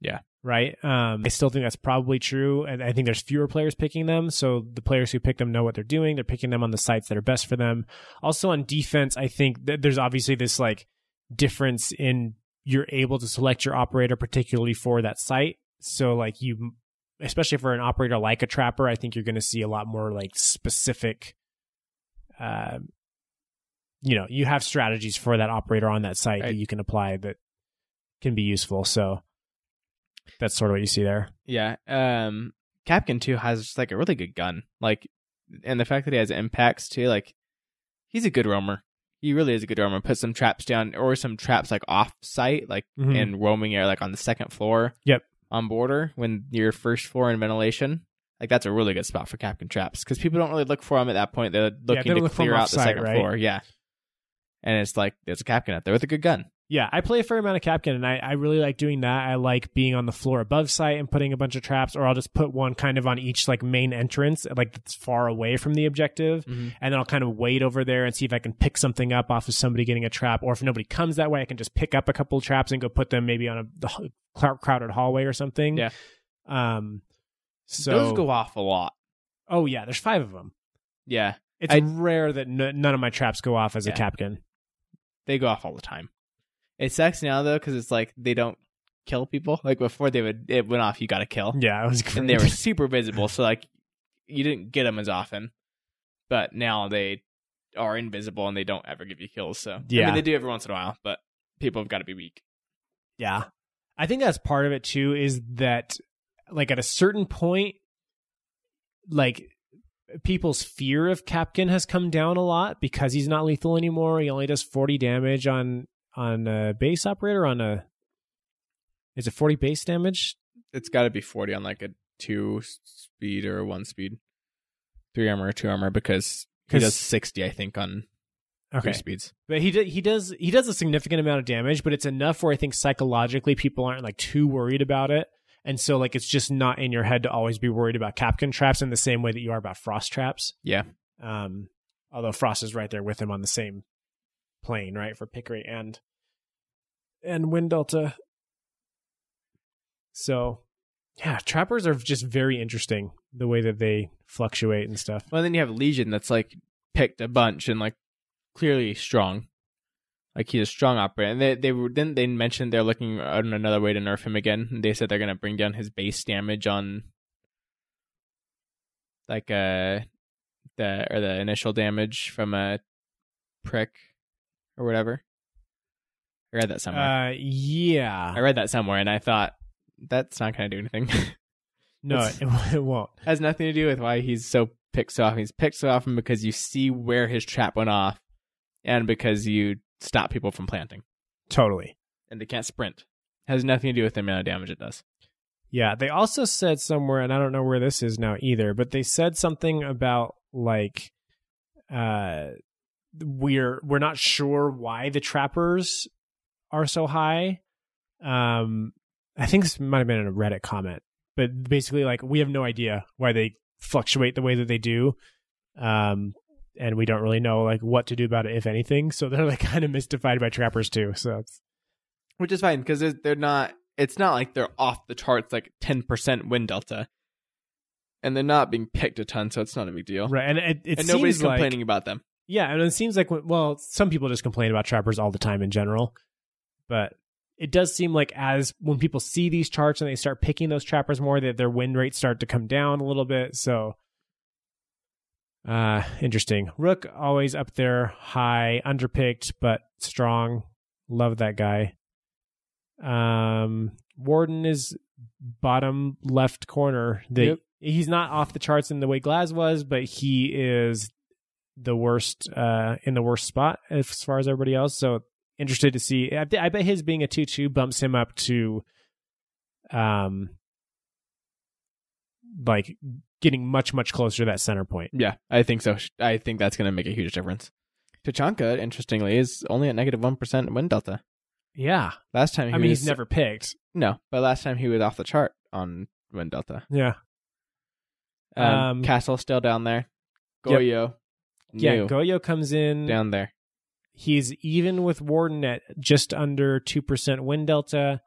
Speaker 3: Yeah.
Speaker 2: Right. Um, I still think that's probably true. And I think there's fewer players picking them. So the players who pick them know what they're doing. They're picking them on the sites that are best for them. Also on defense, I think that there's obviously this like difference in you're able to select your operator particularly for that site. So like you, especially for an operator like a trapper, I think you're going to see a lot more like specific, uh, you know, you have strategies for that operator on that site that
Speaker 3: Right.
Speaker 2: you can apply that can be useful. So that's sort of what you see there.
Speaker 3: Yeah. Um Capkin too has just like a really good gun. Like and the fact that he has impacts too, like he's a good roamer. He really is a good roamer. Put some traps down or some traps like off site, like
Speaker 2: Mhm.
Speaker 3: in roaming area, like on the second floor.
Speaker 2: Yep.
Speaker 3: On border when your first floor in ventilation. Like that's a really good spot for Capkin traps because people don't really look for them at that point. They're
Speaker 2: they
Speaker 3: looking
Speaker 2: don't
Speaker 3: to
Speaker 2: look for 'em
Speaker 3: clear out the
Speaker 2: offsite,
Speaker 3: second
Speaker 2: right?
Speaker 3: floor. Yeah. And it's like there's a Capkin out there with a good gun.
Speaker 2: Yeah, I play a fair amount of Capkin, and I, I really like doing that. I like being on the floor above site and putting a bunch of traps, or I'll just put one kind of on each like main entrance, like that's far away from the objective,
Speaker 3: Mhm.
Speaker 2: and then I'll kind of wait over there and see if I can pick something up off of somebody getting a trap, or if nobody comes that way, I can just pick up a couple of traps and go put them maybe on a the h- clou- crowded hallway or something.
Speaker 3: Yeah.
Speaker 2: Um. So
Speaker 3: Those go off a lot.
Speaker 2: oh yeah, there's five of them.
Speaker 3: Yeah.
Speaker 2: It's
Speaker 3: I-
Speaker 2: rare that n- none of my traps go off as a
Speaker 3: Yeah.
Speaker 2: Capkin.
Speaker 3: they go off all the time. It sucks now though because it's like they don't kill people. Like before, they would it went off. You got to kill,
Speaker 2: Yeah, it was
Speaker 3: and they were super visible. So like you didn't get them as often, but now they are invisible and they don't ever give you kills. So I
Speaker 2: Yeah.
Speaker 3: mean, they do every once in a while, but people have got to be weak.
Speaker 2: Yeah. I think that's part of it too is that like at a certain point like people's fear of Capkin has come down a lot because he's not lethal anymore. He only does 40 damage on on a base operator on a Is it 40 base damage?
Speaker 3: It's got to be forty on like a two speed or one speed, three armor or two armor because he
Speaker 2: 'Cause-
Speaker 3: does sixty, I think, on three
Speaker 2: Okay.
Speaker 3: speeds.
Speaker 2: But he did, he does he does a significant amount of damage, but it's enough where I think psychologically people aren't like too worried about it. And so like it's just not in your head to always be worried about capkin traps in the same way that you are about frost traps.
Speaker 3: Yeah.
Speaker 2: Um although Frost is right there with him on the same plane, right? For Pickery and and Wind Delta. So yeah, trappers are just very interesting the way that they fluctuate and stuff.
Speaker 3: Well, then you have Legion that's like picked a bunch and like clearly strong. Like he's a strong operator. And they they were then they mentioned they're looking on another way to nerf him again. And They said they're gonna bring down his base damage on like uh the or the initial damage from a prick or whatever. I read that somewhere.
Speaker 2: Uh yeah.
Speaker 3: I read that somewhere and I thought that's not gonna do anything.
Speaker 2: No,
Speaker 3: that's-
Speaker 2: it, it won't.
Speaker 3: has nothing to do with why he's so picked so often. He's picked so often because you see where his trap went off and because you stop people from planting
Speaker 2: Totally.
Speaker 3: and they can't sprint. Has nothing to do with the amount of damage it does.
Speaker 2: Yeah, they also said somewhere, and I don't know where this is now either, but they said something about like, uh, we're we're not sure why the trappers are so high. Um, I think this might have been in a Reddit comment, but basically, like, we have no idea why they fluctuate the way that they do. Um, and we don't really know like what to do about it, if anything. So they're like kind of mystified by trappers too. So it's,
Speaker 3: Which is fine because they're not, it's not like they're off the charts like 10% wind delta. And they're not being picked a ton, so it's not a big deal.
Speaker 2: right, and it, it
Speaker 3: and nobody's
Speaker 2: seems like-
Speaker 3: complaining about them.
Speaker 2: Yeah, and it seems like well, some people just complain about trappers all the time in general, but it does seem like as when people see these charts and they start picking those trappers more, that their win rates start to come down a little bit. So, uh, interesting. Rook always up there, high, underpicked but strong. Love that guy. Um, Warden is bottom left corner. The,
Speaker 3: Yep.
Speaker 2: He's not off the charts in the way Glass was, but he is the worst uh, in the worst spot as far as everybody else. So interested to see. I, bet- I bet his being a two two bumps him up to, um, like getting much much closer to that center point.
Speaker 3: Yeah, I think so. I think that's going to make a huge difference. Tachanka, interestingly, is only at negative 1% wind delta.
Speaker 2: Yeah,
Speaker 3: Last time he
Speaker 2: I mean
Speaker 3: was
Speaker 2: he's never picked.
Speaker 3: No, but last time he was off the chart on Wind Delta.
Speaker 2: Yeah,
Speaker 3: Um,
Speaker 2: Um,
Speaker 3: Castle still down there.
Speaker 2: Yep.
Speaker 3: Goyo,
Speaker 2: yeah.
Speaker 3: new,
Speaker 2: Goyo comes in.
Speaker 3: down there.
Speaker 2: He's even with Warden at just under 2% win delta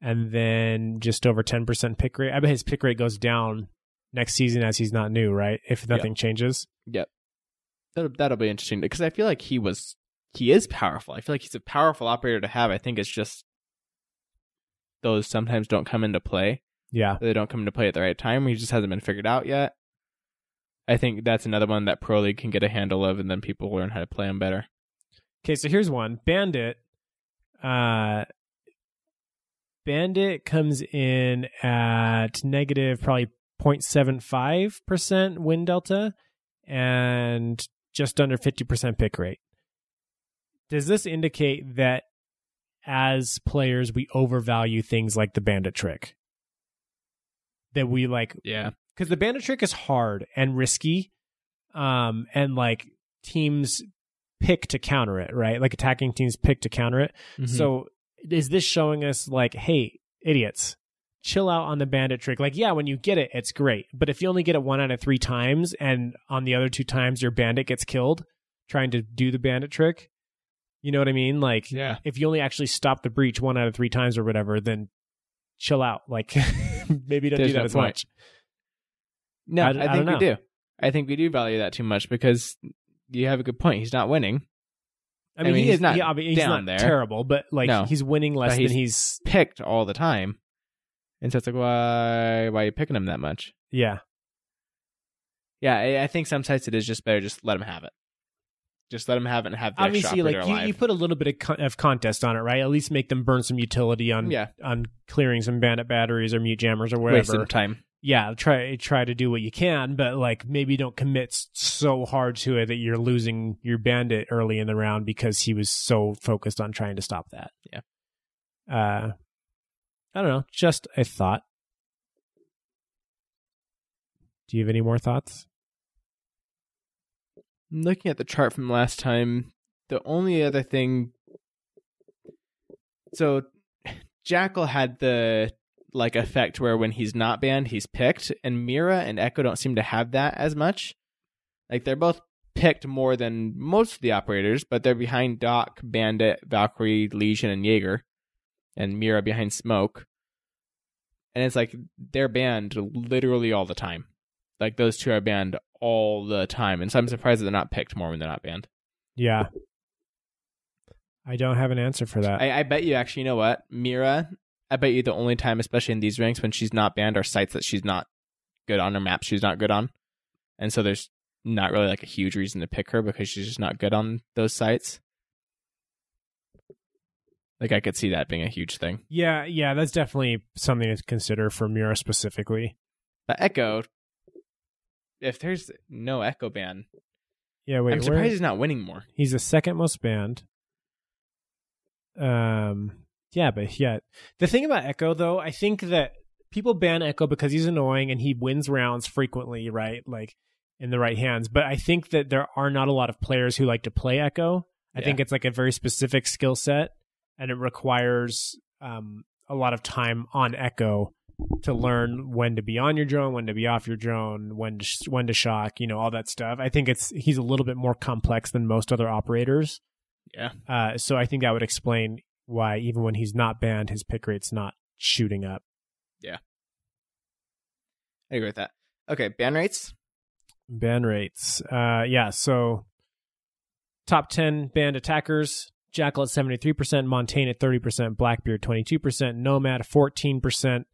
Speaker 2: and then just over 10% pick rate. I bet his pick rate goes down next season as he's not new, right? If nothing changes.
Speaker 3: That'll, that'll be interesting because I feel like he was he is powerful. I feel like he's a powerful operator to have. I think it's just those sometimes don't come into play.
Speaker 2: Yeah.
Speaker 3: They don't come into play at the right time. He just hasn't been figured out yet. I think that's another one that pro league can get a handle of, and then people learn how to play him better.
Speaker 2: Okay, so here's one. Bandit. Uh Bandit comes in at negative probably 0.75% win delta and just under 50% pick rate. Does this indicate that as players we overvalue things like the bandit trick? That we like
Speaker 3: Yeah,
Speaker 2: because the bandit trick is hard and risky um and like teams pick to counter it right like attacking teams pick to counter it
Speaker 3: so
Speaker 2: so is this showing us like hey idiots chill out on the bandit trick like yeah when you get it it's great but if you only get it one out of three times and on the other two times your bandit gets killed trying to do the bandit trick you know what i mean like
Speaker 3: yeah,
Speaker 2: if you only actually stop the breach one out of three times or whatever then chill out like maybe don't
Speaker 3: There's
Speaker 2: do that
Speaker 3: no
Speaker 2: as
Speaker 3: point.
Speaker 2: much
Speaker 3: no,
Speaker 2: I
Speaker 3: I,
Speaker 2: d- I
Speaker 3: think
Speaker 2: don't
Speaker 3: we do. I think we do value that too much because you have a good point. He's not winning.
Speaker 2: I mean, he
Speaker 3: he's
Speaker 2: is
Speaker 3: not
Speaker 2: not. I mean, he's
Speaker 3: down
Speaker 2: not
Speaker 3: there.
Speaker 2: terrible, but like
Speaker 3: No.
Speaker 2: he's winning less
Speaker 3: But he's-
Speaker 2: than he's.
Speaker 3: Picked all the time, and so it's like, why? Why are you picking him that much?
Speaker 2: Yeah,
Speaker 3: Yeah, I, I think sometimes it is just better just let them have it. Just let them have it and have the
Speaker 2: obviously,
Speaker 3: extra
Speaker 2: like
Speaker 3: operator
Speaker 2: you,
Speaker 3: alive.
Speaker 2: you put a little bit of, con- of contest on it, right? At least make them burn some utility on
Speaker 3: yeah,
Speaker 2: on clearing some bandit batteries or mute jammers or
Speaker 3: waste some
Speaker 2: whatever.
Speaker 3: time.
Speaker 2: Yeah, try try to do what you can, but like maybe don't commit s- so hard to it that you're losing your bandit early in the round because he was so focused on trying to stop that.
Speaker 3: Yeah.
Speaker 2: Uh, I don't know. Just a thought. Do you have any more thoughts?
Speaker 3: Looking at the chart from last time, the only other thing. So, Jackal had the like effect where when he's not banned, he's picked, and Mira and Echo don't seem to have that as much. Like they're both picked more than most of the operators, but they're behind Doc, Bandit, Valkyrie, Legion, and Jaeger, and Mira behind Smoke. And it's like they're banned literally all the time. Like those two are banned all the time, and so I'm surprised that they're not picked more when they're not banned.
Speaker 2: Yeah. I don't have an answer for that.
Speaker 3: I, I bet you actually, you know what, Mira? I bet you the only time, especially in these ranks, when she's not banned, are sites that she's not good on or maps she's not good on, and so there's not really like a huge reason to pick her because she's just not good on those sites. Like I could see that being a huge thing.
Speaker 2: yeah, yeah, that's definitely something to consider for Mira specifically.
Speaker 3: But Echo, if there's no Echo ban,
Speaker 2: Yeah, wait,
Speaker 3: I'm
Speaker 2: where-
Speaker 3: surprised he's not winning more.
Speaker 2: he's the second most banned. Um, yeah, but yeah, the thing about Echo though, I think that people ban Echo because he's annoying and he wins rounds frequently, right? Like in the right hands. But I think that there are not a lot of players who like to play Echo. I
Speaker 3: Yeah.
Speaker 2: think it's like a very specific skill set, and it requires um, a lot of time on Echo to learn when to be on your drone, when to be off your drone, when to sh- when to shock, you know, all that stuff. I think it's he's a little bit more complex than most other operators.
Speaker 3: Yeah.
Speaker 2: Uh, so I think that would explain why even when he's not banned, his pick rate's not shooting up.
Speaker 3: I agree with that. Okay, ban rates.
Speaker 2: ban rates. Uh, yeah, so top 10 banned attackers Jackal at 73%, Montaigne at 30%, Blackbeard 22%, Nomad 14%,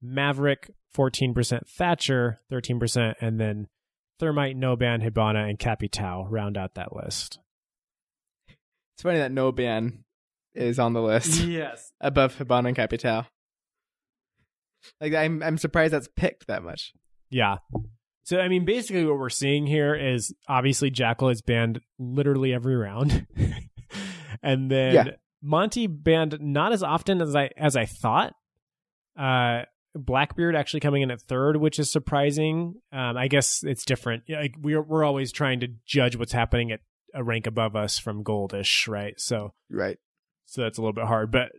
Speaker 2: Maverick 14%, Thatcher 13%, and then Thermite, No Ban, Hibana, and Cappy Tau round out that list.
Speaker 3: It's funny that no ban is on the list.
Speaker 2: Yes.
Speaker 3: above Hibana and Capital. Like I'm I'm surprised that's picked that much.
Speaker 2: Yeah. So, I mean, basically, what we're seeing here is obviously Jackal is banned literally every round. and then
Speaker 3: Yeah.
Speaker 2: Monty banned not as often as I as I thought. Uh, Blackbeard actually coming in at third, which is surprising. Um, I guess it's different. Yeah, Like we're we're always trying to judge what's happening at a rank above us from goldish, right? So
Speaker 3: Right.
Speaker 2: so that's a little bit hard but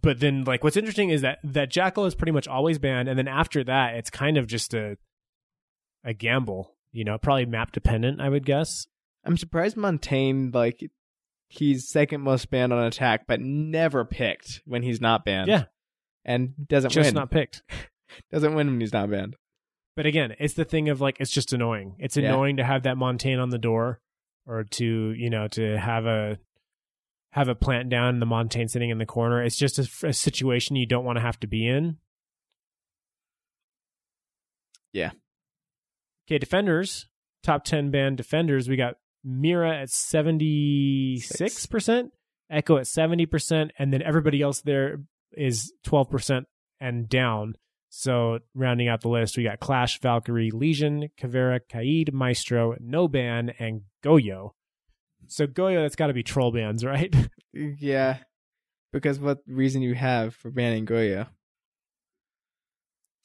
Speaker 2: but then like what's interesting is that that jackal is pretty much always banned and then after that it's kind of just a a gamble you know probably map dependent i would guess
Speaker 3: I'm surprised Montaigne like he's second most banned on attack, but never picked when he's not banned.
Speaker 2: Yeah.
Speaker 3: and doesn't
Speaker 2: just
Speaker 3: win.
Speaker 2: not picked.
Speaker 3: doesn't win when he's not banned.
Speaker 2: But again, it's the thing of like it's just annoying. It's
Speaker 3: Yeah.
Speaker 2: annoying to have that montane on the door, or to you know to have a have a plant down and the montane sitting in the corner. It's just a, a situation you don't want to have to be in.
Speaker 3: Yeah.
Speaker 2: Okay, defenders. Top ten band defenders. We got Mira at seventy six percent, Echo at seventy percent, and then everybody else there is twelve percent and down. So rounding out the list, we got Clash, Valkyrie, Legion, Kavera, Kaid, Maestro, No Ban, and Goyo. So Goyo, that's got to be troll bans, right?
Speaker 3: Yeah, because what reason you have for banning Goya?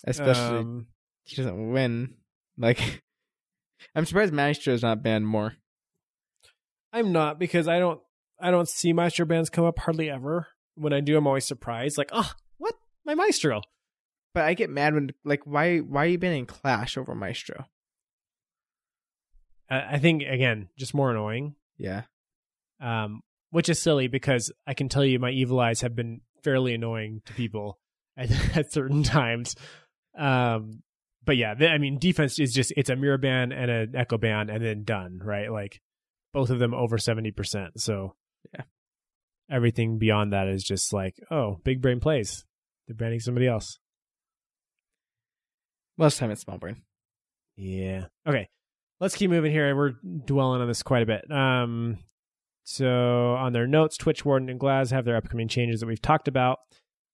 Speaker 3: Especially
Speaker 2: Um,
Speaker 3: he doesn't win. Like, I'm surprised Maestro's not banned more.
Speaker 2: I'm not because I don't I don't see Maestro bans come up hardly ever. When I do, I'm always surprised, like, oh, what my Maestro?
Speaker 3: But I get mad when like why why are you banning Clash over Maestro?
Speaker 2: I, I think again, just more annoying.
Speaker 3: Yeah,
Speaker 2: um, which is silly because I can tell you my evil eyes have been fairly annoying to people at, at certain times. Um, but yeah, th- I mean, defense is just it's a mirror ban and an echo ban, and then done, right? Like both of them over seventy percent. So
Speaker 3: Yeah.
Speaker 2: everything beyond that is just like oh, big brain plays. They're banning somebody else.
Speaker 3: most time it's small brain.
Speaker 2: Yeah. Okay. Let's keep moving here. We're dwelling on this quite a bit. Um, so on their notes, Twitch Warden and Glaz have their upcoming changes that we've talked about.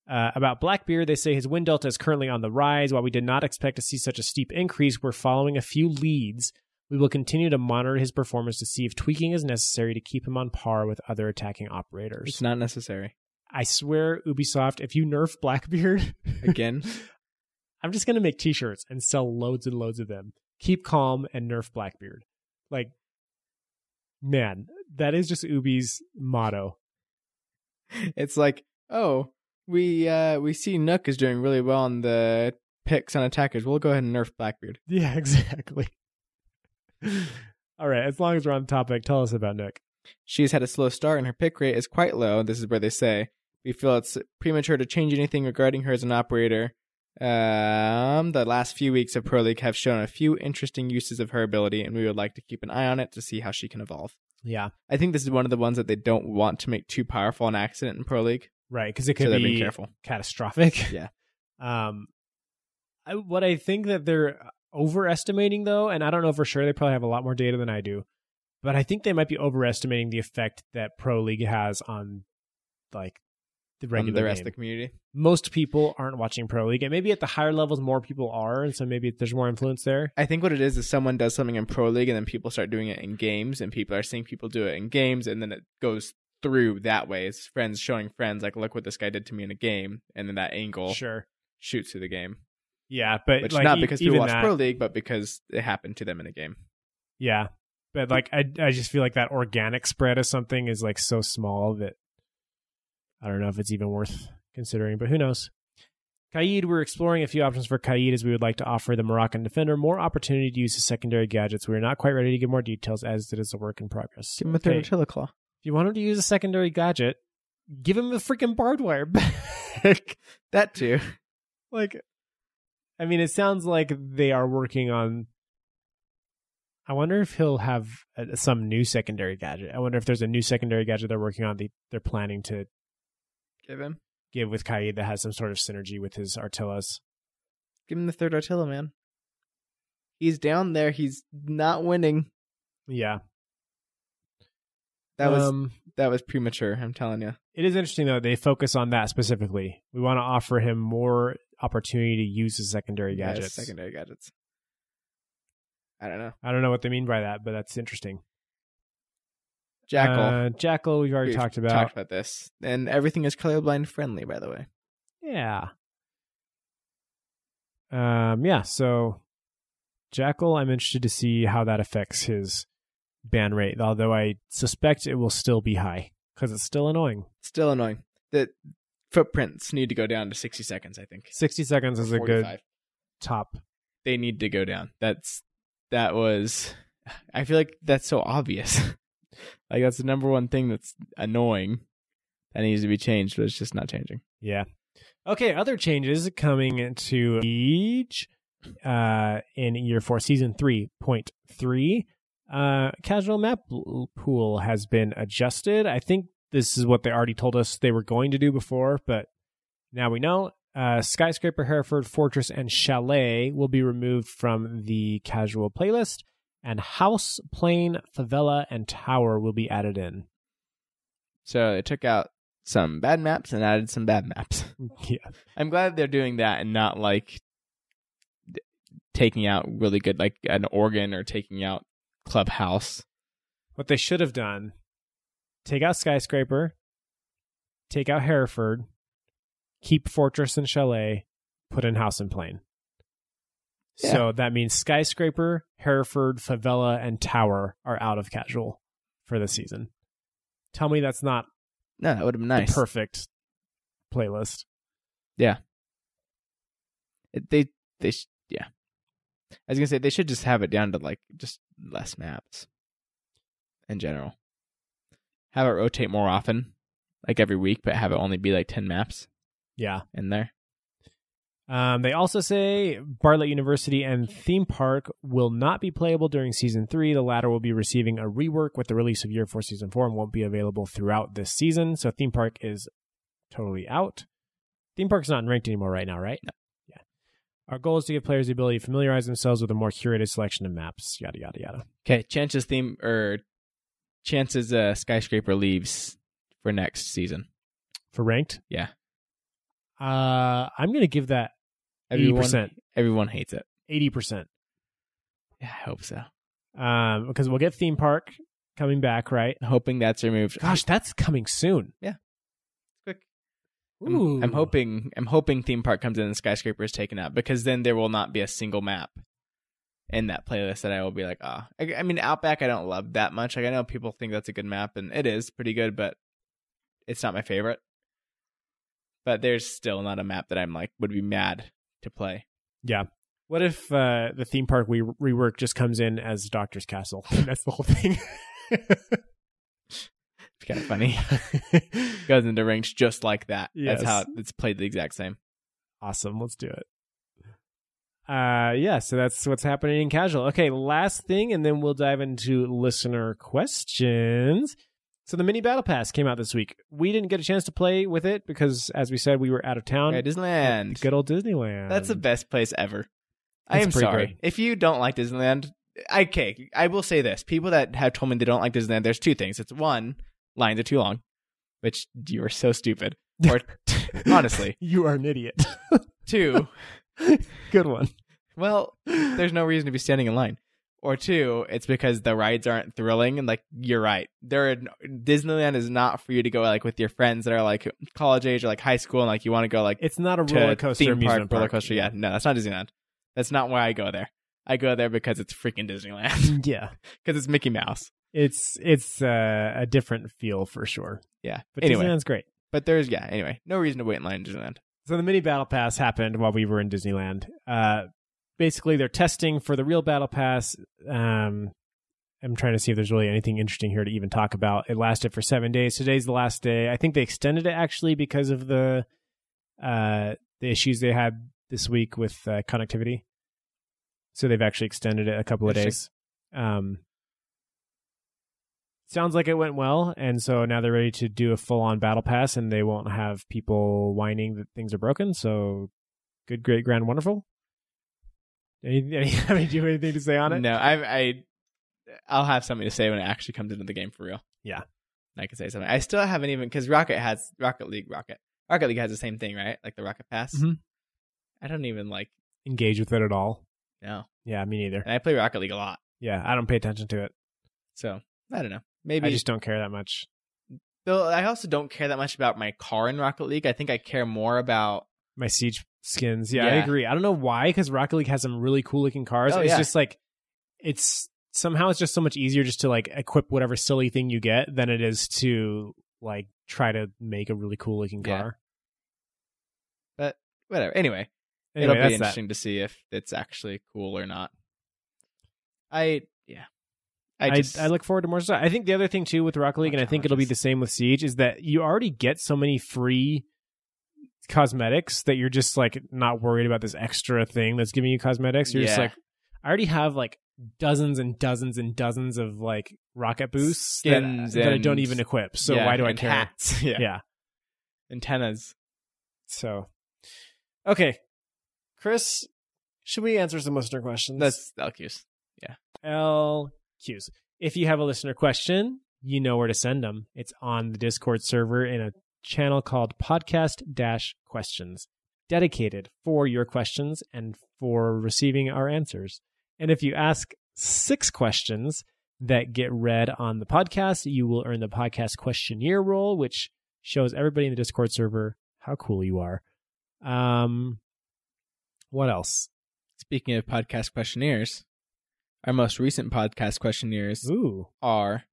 Speaker 2: Uh, about Blackbeard, they say his wind delta is currently on the rise. While we did not expect to see such a steep increase, we're following a few leads. We will continue to monitor his performance to see if tweaking is necessary to keep him on par with other attacking
Speaker 3: It's
Speaker 2: operators.
Speaker 3: not necessary.
Speaker 2: I swear, Ubisoft, if you nerf Blackbeard,
Speaker 3: Again,
Speaker 2: I'm just gonna make t-shirts and sell loads and loads of them. Keep calm and nerf Blackbeard. Like, man, that is just Ubi's motto.
Speaker 3: it's like oh we uh we see Nook is doing really well on the picks on attackers. We'll go ahead and nerf Blackbeard.
Speaker 2: Yeah, exactly. All right, as long as we're on topic, tell us about Nook.
Speaker 3: She's had a slow start and her pick rate is quite low. This is where they say we feel it's premature to change anything regarding her as an operator. Um, the last few weeks of Pro League have shown a few interesting uses of her ability, and we would like to keep an eye on it to see how she can evolve.
Speaker 2: Yeah,
Speaker 3: I think this is one of the ones that they don't want to make too powerful an accident in Pro League,
Speaker 2: right, because it
Speaker 3: so
Speaker 2: could
Speaker 3: they're being
Speaker 2: be
Speaker 3: careful.
Speaker 2: catastrophic.
Speaker 3: Yeah.
Speaker 2: Um, I, what I think that they're uh, overestimating, though, and I don't know for sure, they probably have a lot more data than I do, but I think they might be overestimating the effect that Pro League has on like the
Speaker 3: from
Speaker 2: regular
Speaker 3: the rest
Speaker 2: game.
Speaker 3: of the community.
Speaker 2: Most people aren't watching Pro League, and maybe at the higher levels, more people are, and so maybe there's more influence there.
Speaker 3: I think what it is is someone does something in Pro League, and then people start doing it in games, and people are seeing people do it in games, and then it goes through that way. It's friends showing friends, like, look what this guy did to me in a game, and then that angle
Speaker 2: Sure.
Speaker 3: shoots through the game.
Speaker 2: Yeah, but
Speaker 3: Which
Speaker 2: like,
Speaker 3: not
Speaker 2: e-
Speaker 3: because
Speaker 2: even
Speaker 3: people watch
Speaker 2: that-
Speaker 3: Pro League, but because it happened to them in a game.
Speaker 2: Yeah. But like I I just feel like that organic spread of something is like so small that I don't know if it's even worth considering, but who knows. Kaid, we're exploring a few options for Kaid as we would like to offer the Moroccan defender more opportunity to use his secondary gadgets. We are not quite ready to give more details as it is a work in progress. Okay. If
Speaker 3: Attila Claw.
Speaker 2: you want him to use a secondary gadget, give him the freaking barbed wire back.
Speaker 3: That too.
Speaker 2: like i mean it sounds like they are working on i wonder if he'll have uh some new secondary gadget i wonder if there's a new secondary gadget they're working on that they're planning to
Speaker 3: Give him.
Speaker 2: give with kaid that has some sort of synergy with his artillas
Speaker 3: Give him the third Attila, man. He's down there. He's not winning.
Speaker 2: yeah
Speaker 3: That was
Speaker 2: Um,
Speaker 3: that was premature. I'm telling you.
Speaker 2: it is interesting though they focus on that specifically we want to offer him more opportunity to use his secondary
Speaker 3: Yeah, it's
Speaker 2: gadgets
Speaker 3: secondary gadgets. I don't know.
Speaker 2: i don't know what they mean by that but that's interesting
Speaker 3: Jackal.
Speaker 2: Uh, jackal we've already
Speaker 3: We've
Speaker 2: talked about
Speaker 3: talked about this. And everything is colorblind friendly, by the way.
Speaker 2: Yeah. Um. Yeah. So, Jackal, I'm interested to see how that affects his ban rate. Although I suspect it will still be high because it's still annoying.
Speaker 3: Still annoying. The footprints need to go down to 60 seconds, I think.
Speaker 2: Sixty seconds is a good
Speaker 3: 45.
Speaker 2: top.
Speaker 3: They need to go down. That's that was I feel like that's so obvious. Like that's the number one thing that's annoying that needs to be changed, but it's just not changing.
Speaker 2: Yeah. Okay, other changes coming to Beach uh, in year four, season 3.3. Uh, casual map l- pool has been adjusted. I think this is what they already told us they were going to do before, but now we know. Uh, Skyscraper, Hereford, Fortress, and Chalet will be removed from the casual playlist, and House, Plane, Favela, and Tower will be added in.
Speaker 3: So they took out some bad maps and added some bad maps.
Speaker 2: Yeah.
Speaker 3: I'm glad they're doing that and not like d- taking out really good like an organ or taking out clubhouse.
Speaker 2: What they should have done: take out skyscraper, take out Hereford, keep fortress and chalet, put in house and plane. So that means skyscraper, Hereford, favela, and tower are out of casual for this season. Tell me that's not
Speaker 3: No, that would have been
Speaker 2: the
Speaker 3: nice.
Speaker 2: perfect playlist.
Speaker 3: It- they they sh- yeah. I was gonna say they should just have it down to like just less maps in general. Have it rotate more often, like every week, but have it only be like ten maps
Speaker 2: Yeah.
Speaker 3: in there.
Speaker 2: Um, they also say Bartlett University and Theme Park will not be playable during season three. The latter will be receiving a rework with the release of Year Four, Season Four, and won't be available throughout this season. So Theme Park is totally out. Theme Park's not ranked anymore right now, right? No. Yeah. Our goal is to give players the ability to familiarize themselves with a more curated selection of maps. Yada yada yada.
Speaker 3: Okay, chances theme or chances uh skyscraper leaves for next season.
Speaker 2: For ranked,
Speaker 3: Yeah.
Speaker 2: Uh, I'm gonna give that eighty percent,
Speaker 3: everyone hates it.
Speaker 2: eighty percent,
Speaker 3: Yeah, I hope so.
Speaker 2: um, because we'll get Theme Park coming back, right?
Speaker 3: Hoping that's removed.
Speaker 2: Gosh, that's coming soon.
Speaker 3: quick. I'm, I'm hoping I'm hoping theme park comes in and skyscraper is taken out because then there will not be a single map in that playlist that I will be like, ah. I, I mean, Outback I don't love that much. Like I know people think that's a good map and it is pretty good, but it's not my favorite. But there's still not a map that I'm like would be mad to play.
Speaker 2: What if uh, the theme park we rework just comes in as Doctor's Castle? That's the whole thing.
Speaker 3: It's kind of funny. Goes into ranks just like that.
Speaker 2: Yes.
Speaker 3: That's how it- it's played the exact same.
Speaker 2: awesome. Let's do it. Uh, yeah. So that's what's happening in casual. Okay. Last thing, and then we'll dive into listener questions. So the mini battle pass came out this week. We didn't get a chance to play with it because, as we said, we were out of town.
Speaker 3: Right,
Speaker 2: at
Speaker 3: Disneyland.
Speaker 2: Good old Disneyland.
Speaker 3: That's the best place ever. I
Speaker 2: That's
Speaker 3: am
Speaker 2: pretty
Speaker 3: sorry.
Speaker 2: good.
Speaker 3: If you don't like Disneyland, I- okay, I will say this. People that have told me they don't like Disneyland, there's two things. It's one, lines are too long, which you are so stupid. Or honestly,
Speaker 2: you are an idiot.
Speaker 3: two,
Speaker 2: Good one.
Speaker 3: well, there's no reason to be standing in line. Or two, it's because the rides aren't thrilling and like you're right. There are, Disneyland is not for you to go like with your friends that are like college age or like high school and like you want to go like
Speaker 2: It's not a
Speaker 3: to
Speaker 2: roller coaster.
Speaker 3: theme park,
Speaker 2: amusement
Speaker 3: roller coaster. Yeah, no, that's not Disneyland. That's not why I go there. I go there because it's freaking Disneyland
Speaker 2: Yeah.
Speaker 3: because it's Mickey Mouse.
Speaker 2: it's it's uh, a different feel for sure.
Speaker 3: Yeah.
Speaker 2: But
Speaker 3: anyway,
Speaker 2: Disneyland's great.
Speaker 3: but there's yeah. Anyway, no reason to wait in line in Disneyland.
Speaker 2: So the mini battle pass happened while we were in Disneyland. Uh, basically, they're testing for the real battle pass. Um, I'm trying to see if there's really anything interesting here to even talk about. It lasted for seven days. Today's the last day. I think they extended it actually because of the uh, the issues they had this week with uh, connectivity. So they've actually extended it a couple of days.
Speaker 3: Interesting.
Speaker 2: Um, sounds like it went well, and so now they're ready to do a full on battle pass, and they won't have people whining that things are broken. So good, great, grand, wonderful. Any, any, have you have anything to say on it?
Speaker 3: No, I, I, I'll have something to say when it actually comes into the game for real.
Speaker 2: Yeah.
Speaker 3: And I can say something. I still haven't even because Rocket has Rocket League. Rocket Rocket League has the same thing, right? Like the Rocket Pass.
Speaker 2: Mhm.
Speaker 3: I don't even like
Speaker 2: Engage with it at all?
Speaker 3: no,
Speaker 2: Yeah, me neither.
Speaker 3: and I play Rocket League a lot,
Speaker 2: Yeah, I don't pay attention to it.
Speaker 3: so I don't know. Maybe
Speaker 2: I just don't care that much.
Speaker 3: Though I also don't care that much about my car in Rocket League. I think I care more about
Speaker 2: My siege skins. Yeah, I
Speaker 3: Yeah.
Speaker 2: agree. I don't know why, because Rocket League has some really cool looking cars.
Speaker 3: Oh,
Speaker 2: it's
Speaker 3: yeah.
Speaker 2: just like it's somehow it's just so much easier just to like equip whatever silly thing you get than it is to like try to make a really cool looking
Speaker 3: Yeah.
Speaker 2: car.
Speaker 3: whatever. Anyway,
Speaker 2: Anyway,
Speaker 3: it'll be
Speaker 2: that's that.
Speaker 3: interesting to see if it's actually cool or not. I yeah, I just
Speaker 2: I, look forward to more stuff. I think the other thing too with Rocket League, and I think it'll be the same with Siege, is that you already get so many free cosmetics that you're just like not worried about this extra thing that's giving you cosmetics. You're just
Speaker 3: Yeah.
Speaker 2: like, I already have like dozens and dozens and dozens of like rocket boosts that,
Speaker 3: Skins
Speaker 2: that I don't
Speaker 3: and-
Speaker 2: even equip. So
Speaker 3: yeah,
Speaker 2: why do I
Speaker 3: and
Speaker 2: care?
Speaker 3: Hats. yeah.
Speaker 2: Yeah.
Speaker 3: Antennas.
Speaker 2: So okay, Chris, should we answer some listener questions?
Speaker 3: That's LQs.
Speaker 2: LQs. If you have a listener question, you know where to send them. It's on the Discord server in a channel called Podcast Dash Questions, dedicated for your questions and for receiving our answers. And if you ask six questions that get read on the podcast, you will earn the podcast questionnaire role, which shows everybody in the Discord server how cool you are. Um, what else?
Speaker 3: Speaking of podcast questionnaires, our most recent podcast questionnaires
Speaker 2: Ooh,
Speaker 3: are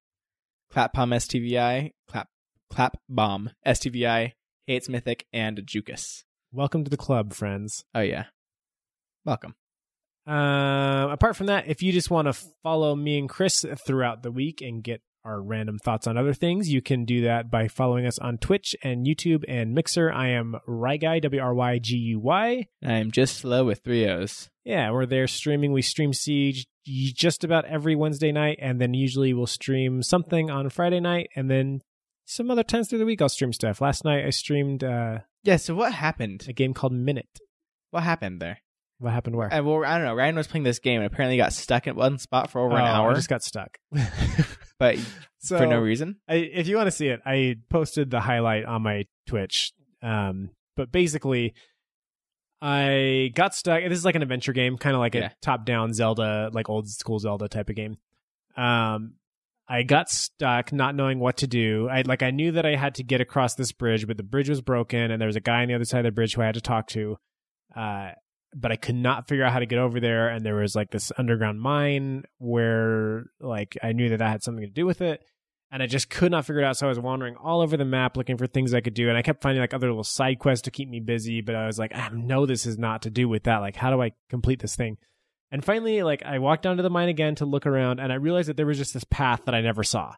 Speaker 3: Clap Bomb STVI, Clap Clap Bomb STVI, Hates Mythic, and Jukas.
Speaker 2: welcome to the club, friends.
Speaker 3: Oh yeah, welcome.
Speaker 2: Um, apart from that, if you just want to follow me and Chris throughout the week and get our random thoughts on other things, you can do that by following us on Twitch and YouTube and Mixer. I am Ryguy, W R Y G U Y.
Speaker 3: I am just slow with three O's.
Speaker 2: Yeah, we're there streaming. We stream Siege just about every Wednesday night, and then usually we'll stream something on Friday night, and then some other times through the week I'll stream stuff. Last night I streamed uh,
Speaker 3: Yeah. So what happened?
Speaker 2: a game called Minute.
Speaker 3: What happened there?
Speaker 2: What happened where?
Speaker 3: I, Uh, well, I don't know. Ryan was playing this game and apparently got stuck in one spot for over
Speaker 2: Oh,
Speaker 3: an
Speaker 2: I
Speaker 3: hour,
Speaker 2: just got stuck.
Speaker 3: but
Speaker 2: so,
Speaker 3: for no reason.
Speaker 2: I, if you want to see it, I posted the highlight on my Twitch. Um, but basically, I got stuck. This is like an adventure game, kind of like
Speaker 3: Yeah.
Speaker 2: a top-down Zelda, like old school Zelda type of game. Um, I got stuck, not knowing what to do. I like I knew that I had to get across this bridge, but the bridge was broken, and there was a guy on the other side of the bridge who I had to talk to. Uh, but I could not figure out how to get over there, and there was like this underground mine where like I knew that that had something to do with it and I just could not figure it out. So I was wandering all over the map looking for things I could do, and I kept finding like other little side quests to keep me busy. But I was like, I know this is not to do with that. Like, how do I complete this thing? And finally, like I walked down to the mine again to look around, and I realized that there was just this path that I never saw.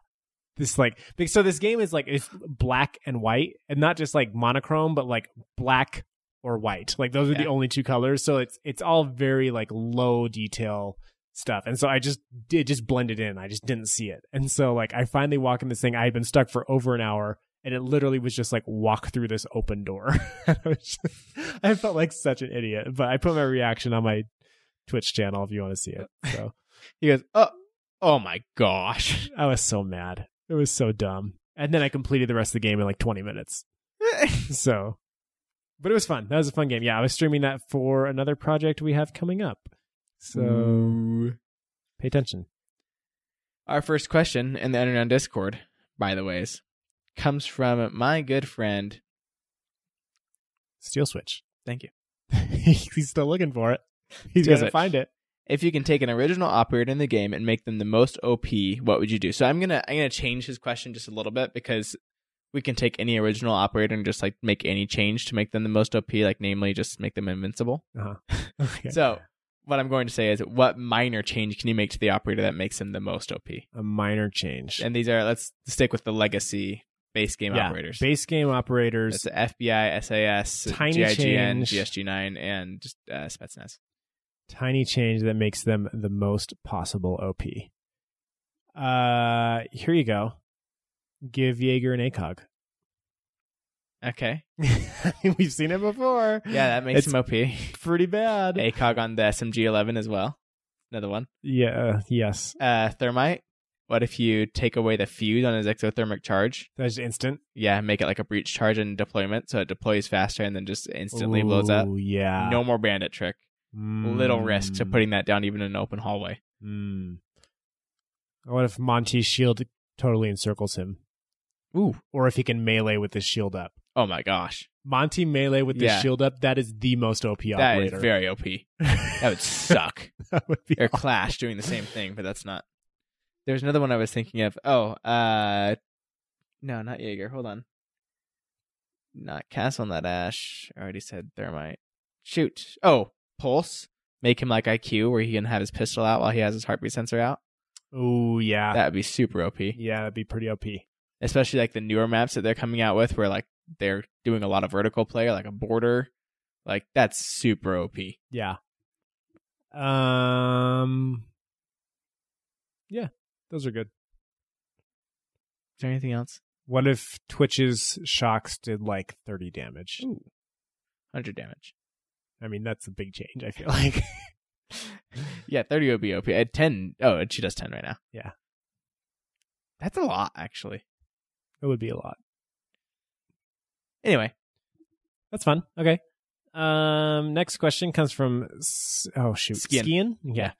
Speaker 2: This like big- so this game is like it's black and white, and not just like monochrome, but like black or white. Like those are the
Speaker 3: Yeah.
Speaker 2: only two colors. So it's it's all very like low detail stuff. And so I just did just blended in. I just didn't see it. And so like I finally walk in this thing. I had been stuck for over an hour and it literally was just like walk through this open door. I, was just- I felt like such an idiot, but I put my reaction on my Twitch channel if you want to see it. So
Speaker 3: He goes, "Oh, oh my gosh."
Speaker 2: I was so mad. It was so dumb. And then I completed the rest of the game in like 20 minutes. So but it was fun. That was a fun game. Yeah, I was streaming that for another project we have coming up. So
Speaker 3: Mm.
Speaker 2: pay attention.
Speaker 3: Our first question in the underground Discord, by the ways, comes from my good friend.
Speaker 2: Steel Switch.
Speaker 3: Thank you.
Speaker 2: he's still looking for it. He's
Speaker 3: Steel
Speaker 2: gonna
Speaker 3: Switch.
Speaker 2: find it.
Speaker 3: If you can take an original operator in the game and make them the most OP, what would you do? So I'm gonna I'm gonna change his question just a little bit because we can take any original operator and just like make any change to make them the most OP, like namely just make them invincible.
Speaker 2: Okay.
Speaker 3: So what I'm going to say is, what minor change can you make to the operator that makes him the most OP?
Speaker 2: a minor change.
Speaker 3: And these are let's stick with the legacy base game
Speaker 2: yeah,
Speaker 3: operators.
Speaker 2: base game
Speaker 3: It's
Speaker 2: operators.
Speaker 3: the FBI, SAS,
Speaker 2: Tiny
Speaker 3: GIGN,
Speaker 2: change.
Speaker 3: GSG9, and uh, Spetsnaz.
Speaker 2: tiny change that makes them the most possible OP. Uh, here you go. Give Jaeger an ACOG.
Speaker 3: Okay.
Speaker 2: We've seen it before.
Speaker 3: Yeah, that
Speaker 2: It's
Speaker 3: makes him OP.
Speaker 2: pretty bad.
Speaker 3: ACOG on the SMG11 as well. Another one.
Speaker 2: yeah. Yes.
Speaker 3: Uh, thermite. What if you take away the fuse on his exothermic charge?
Speaker 2: That's instant.
Speaker 3: Yeah, make it like a breach charge and deployment so it deploys faster and then just instantly blows up.
Speaker 2: Ooh, Yeah.
Speaker 3: No more bandit trick. Little risk to
Speaker 2: Mm.
Speaker 3: putting that down even in an open hallway.
Speaker 2: Mm. What if Monty's shield totally encircles him?
Speaker 3: Ooh.
Speaker 2: Or if he can melee with his shield up.
Speaker 3: Oh my gosh.
Speaker 2: Monty melee with the
Speaker 3: Yeah.
Speaker 2: shield up, that is the most OP
Speaker 3: That is
Speaker 2: operator.
Speaker 3: very OP. That would suck.
Speaker 2: that would be
Speaker 3: or Clash doing the same thing, but that's not. There's another one I was thinking of. Oh, uh, no, not Jaeger. Hold on. Not Castle Nut Ash. I already said Thermite. Shoot. Oh, Pulse. Make him like IQ, where he can have his pistol out while he has his heartbeat sensor out.
Speaker 2: Oh yeah,
Speaker 3: That would be super OP.
Speaker 2: yeah, that'd be pretty OP.
Speaker 3: Especially like the newer maps that they're coming out with where like they're doing a lot of vertical play, like a border. Like that's super OP.
Speaker 2: Yeah. Um. Yeah, those are good.
Speaker 3: Is there anything else?
Speaker 2: What if Twitch's shocks did like thirty damage?
Speaker 3: Ooh. 100 damage.
Speaker 2: I mean, that's a big change. I feel like.
Speaker 3: Yeah, 30 would be OP. At 10, oh, she does 10 right now.
Speaker 2: Yeah.
Speaker 3: That's a lot, actually.
Speaker 2: It would be a lot.
Speaker 3: Anyway,
Speaker 2: That's fun. Okay. Um. Next question comes from S- oh shoot
Speaker 3: Skian.
Speaker 2: Skian? yeah.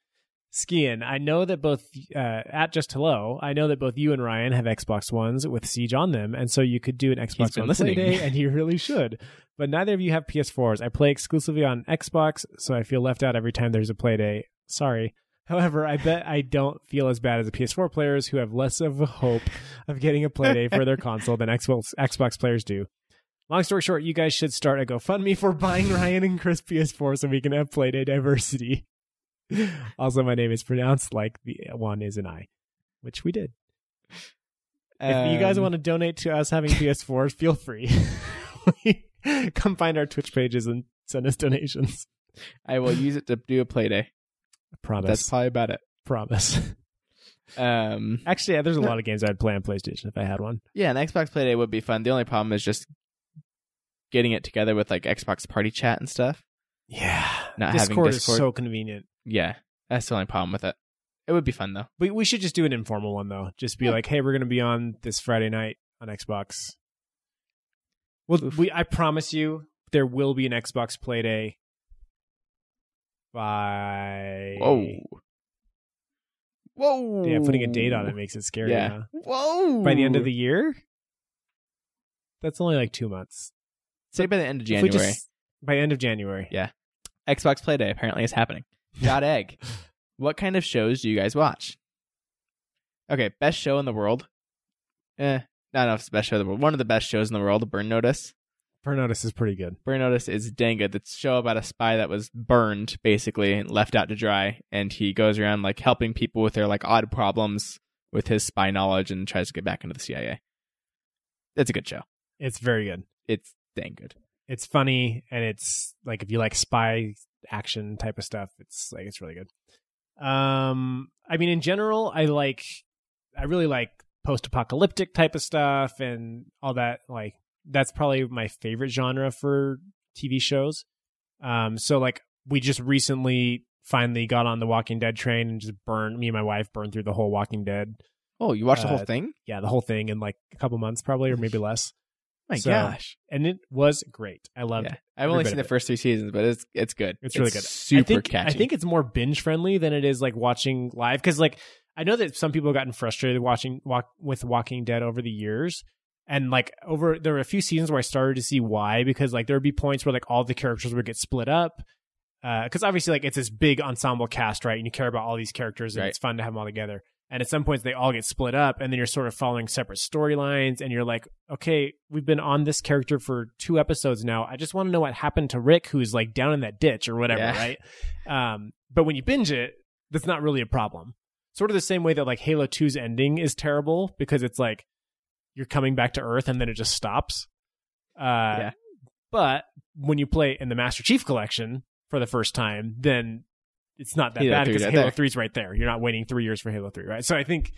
Speaker 2: Skian, I know that both uh, at just hello. I know that both you and Ryan have Xbox Ones with Siege on them, and so you could do an Xbox
Speaker 3: been
Speaker 2: One
Speaker 3: listening.
Speaker 2: play day, and you really should. But neither of you have PS4s. I play exclusively on Xbox, so I feel left out every time there's a play day. Sorry. However, I bet I don't feel as bad as the PS4 players who have less of a hope of getting a play day for their console than Xbox Xbox players do. Long story short, you guys should start a GoFundMe for buying Ryan and Chris PS4 so we can have play day diversity. also, my name is pronounced like the one is an I, which we did. if you guys
Speaker 3: um,
Speaker 2: want to donate to us having PS4s, feel free. Come find our Twitch pages and send us donations.
Speaker 3: I will use it to do a play day.
Speaker 2: Promise.
Speaker 3: That's probably about it.
Speaker 2: promise.
Speaker 3: Um,
Speaker 2: Actually, yeah, there's a lot of games I'd play on PlayStation if I had one.
Speaker 3: yeah, an Xbox play day would be fun. The only problem is just getting it together with like Xbox party chat and stuff.
Speaker 2: Yeah.
Speaker 3: Not having
Speaker 2: Discord is
Speaker 3: Discord.
Speaker 2: so convenient.
Speaker 3: Yeah, that's the only problem with it. It would be fun though.
Speaker 2: We we should just do an informal one though. Just be
Speaker 3: Yeah.
Speaker 2: like, hey, we're gonna be on this Friday night on Xbox. Well,
Speaker 3: Oof.
Speaker 2: we I promise you, there will be an Xbox Play Day by.
Speaker 3: Whoa. Whoa.
Speaker 2: Yeah, putting a date on it makes it scary.
Speaker 3: Yeah.
Speaker 2: huh?
Speaker 3: Whoa.
Speaker 2: By the end of the year, that's only like two months.
Speaker 3: say by the end of
Speaker 2: If we
Speaker 3: January,
Speaker 2: just- by end of January.
Speaker 3: Yeah. Xbox play day apparently is happening. Got egg. What kind of shows do you guys watch? Okay, best show in the world. Eh, not enough. It's the best show in the world. One of the best shows in the world, Burn Notice.
Speaker 2: Burn Notice is pretty good.
Speaker 3: Burn Notice is dang good. It's a show about a spy that was burned, basically, and left out to dry. And he goes around, like, helping people with their, like, odd problems with his spy knowledge and tries to get back into the CIA. It's a good show.
Speaker 2: It's very good.
Speaker 3: It's dang good.
Speaker 2: It's funny and it's like if you like spy action type of stuff, it's like it's really good. Um I mean in general, I like I really like post-apocalyptic type of stuff and all that like that's probably my favorite genre for TV shows. Um so like we just recently finally got on the Walking Dead train and just burned me and my wife burned through the whole Walking Dead.
Speaker 3: Oh, you watched the whole
Speaker 2: Uh,
Speaker 3: thing?
Speaker 2: Yeah, the whole thing in like a couple months probably or maybe less.
Speaker 3: My
Speaker 2: so-
Speaker 3: gosh.
Speaker 2: And it was great. I loved
Speaker 3: Yeah.
Speaker 2: it.
Speaker 3: I've only
Speaker 2: bit
Speaker 3: seen
Speaker 2: of
Speaker 3: the
Speaker 2: it.
Speaker 3: first three seasons, but it's it's good.
Speaker 2: It's really good.
Speaker 3: Super
Speaker 2: I think,
Speaker 3: catchy.
Speaker 2: I think it's more binge friendly than it is like watching live because like I know that some people have gotten frustrated watching walk with Walking Dead over the years. And like over there were a few seasons where I started to see why, because like there would be points where like all the characters would get split up. because Uh, obviously like it's this big ensemble cast, right? And you care about all these characters and
Speaker 3: Right.
Speaker 2: it's fun to have them all together. And at some points they all get split up and then you're sort of following separate storylines and you're like, okay, we've been on this character for two episodes now. I just want to know what happened to Rick who's like down in that ditch or whatever,
Speaker 3: Yeah.
Speaker 2: right? Um, but when you binge it, that's not really a problem. Sort of the same way that like Halo 2's ending is terrible because it's like you're coming back to Earth and then it just stops. Uh,
Speaker 3: Yeah.
Speaker 2: But when you play in the Master Chief Collection for the first time, then it's not that
Speaker 3: Halo
Speaker 2: bad
Speaker 3: 3 's
Speaker 2: because
Speaker 3: right
Speaker 2: Halo
Speaker 3: there.
Speaker 2: 3's right there. You're not waiting three years for Halo 3, right? So I think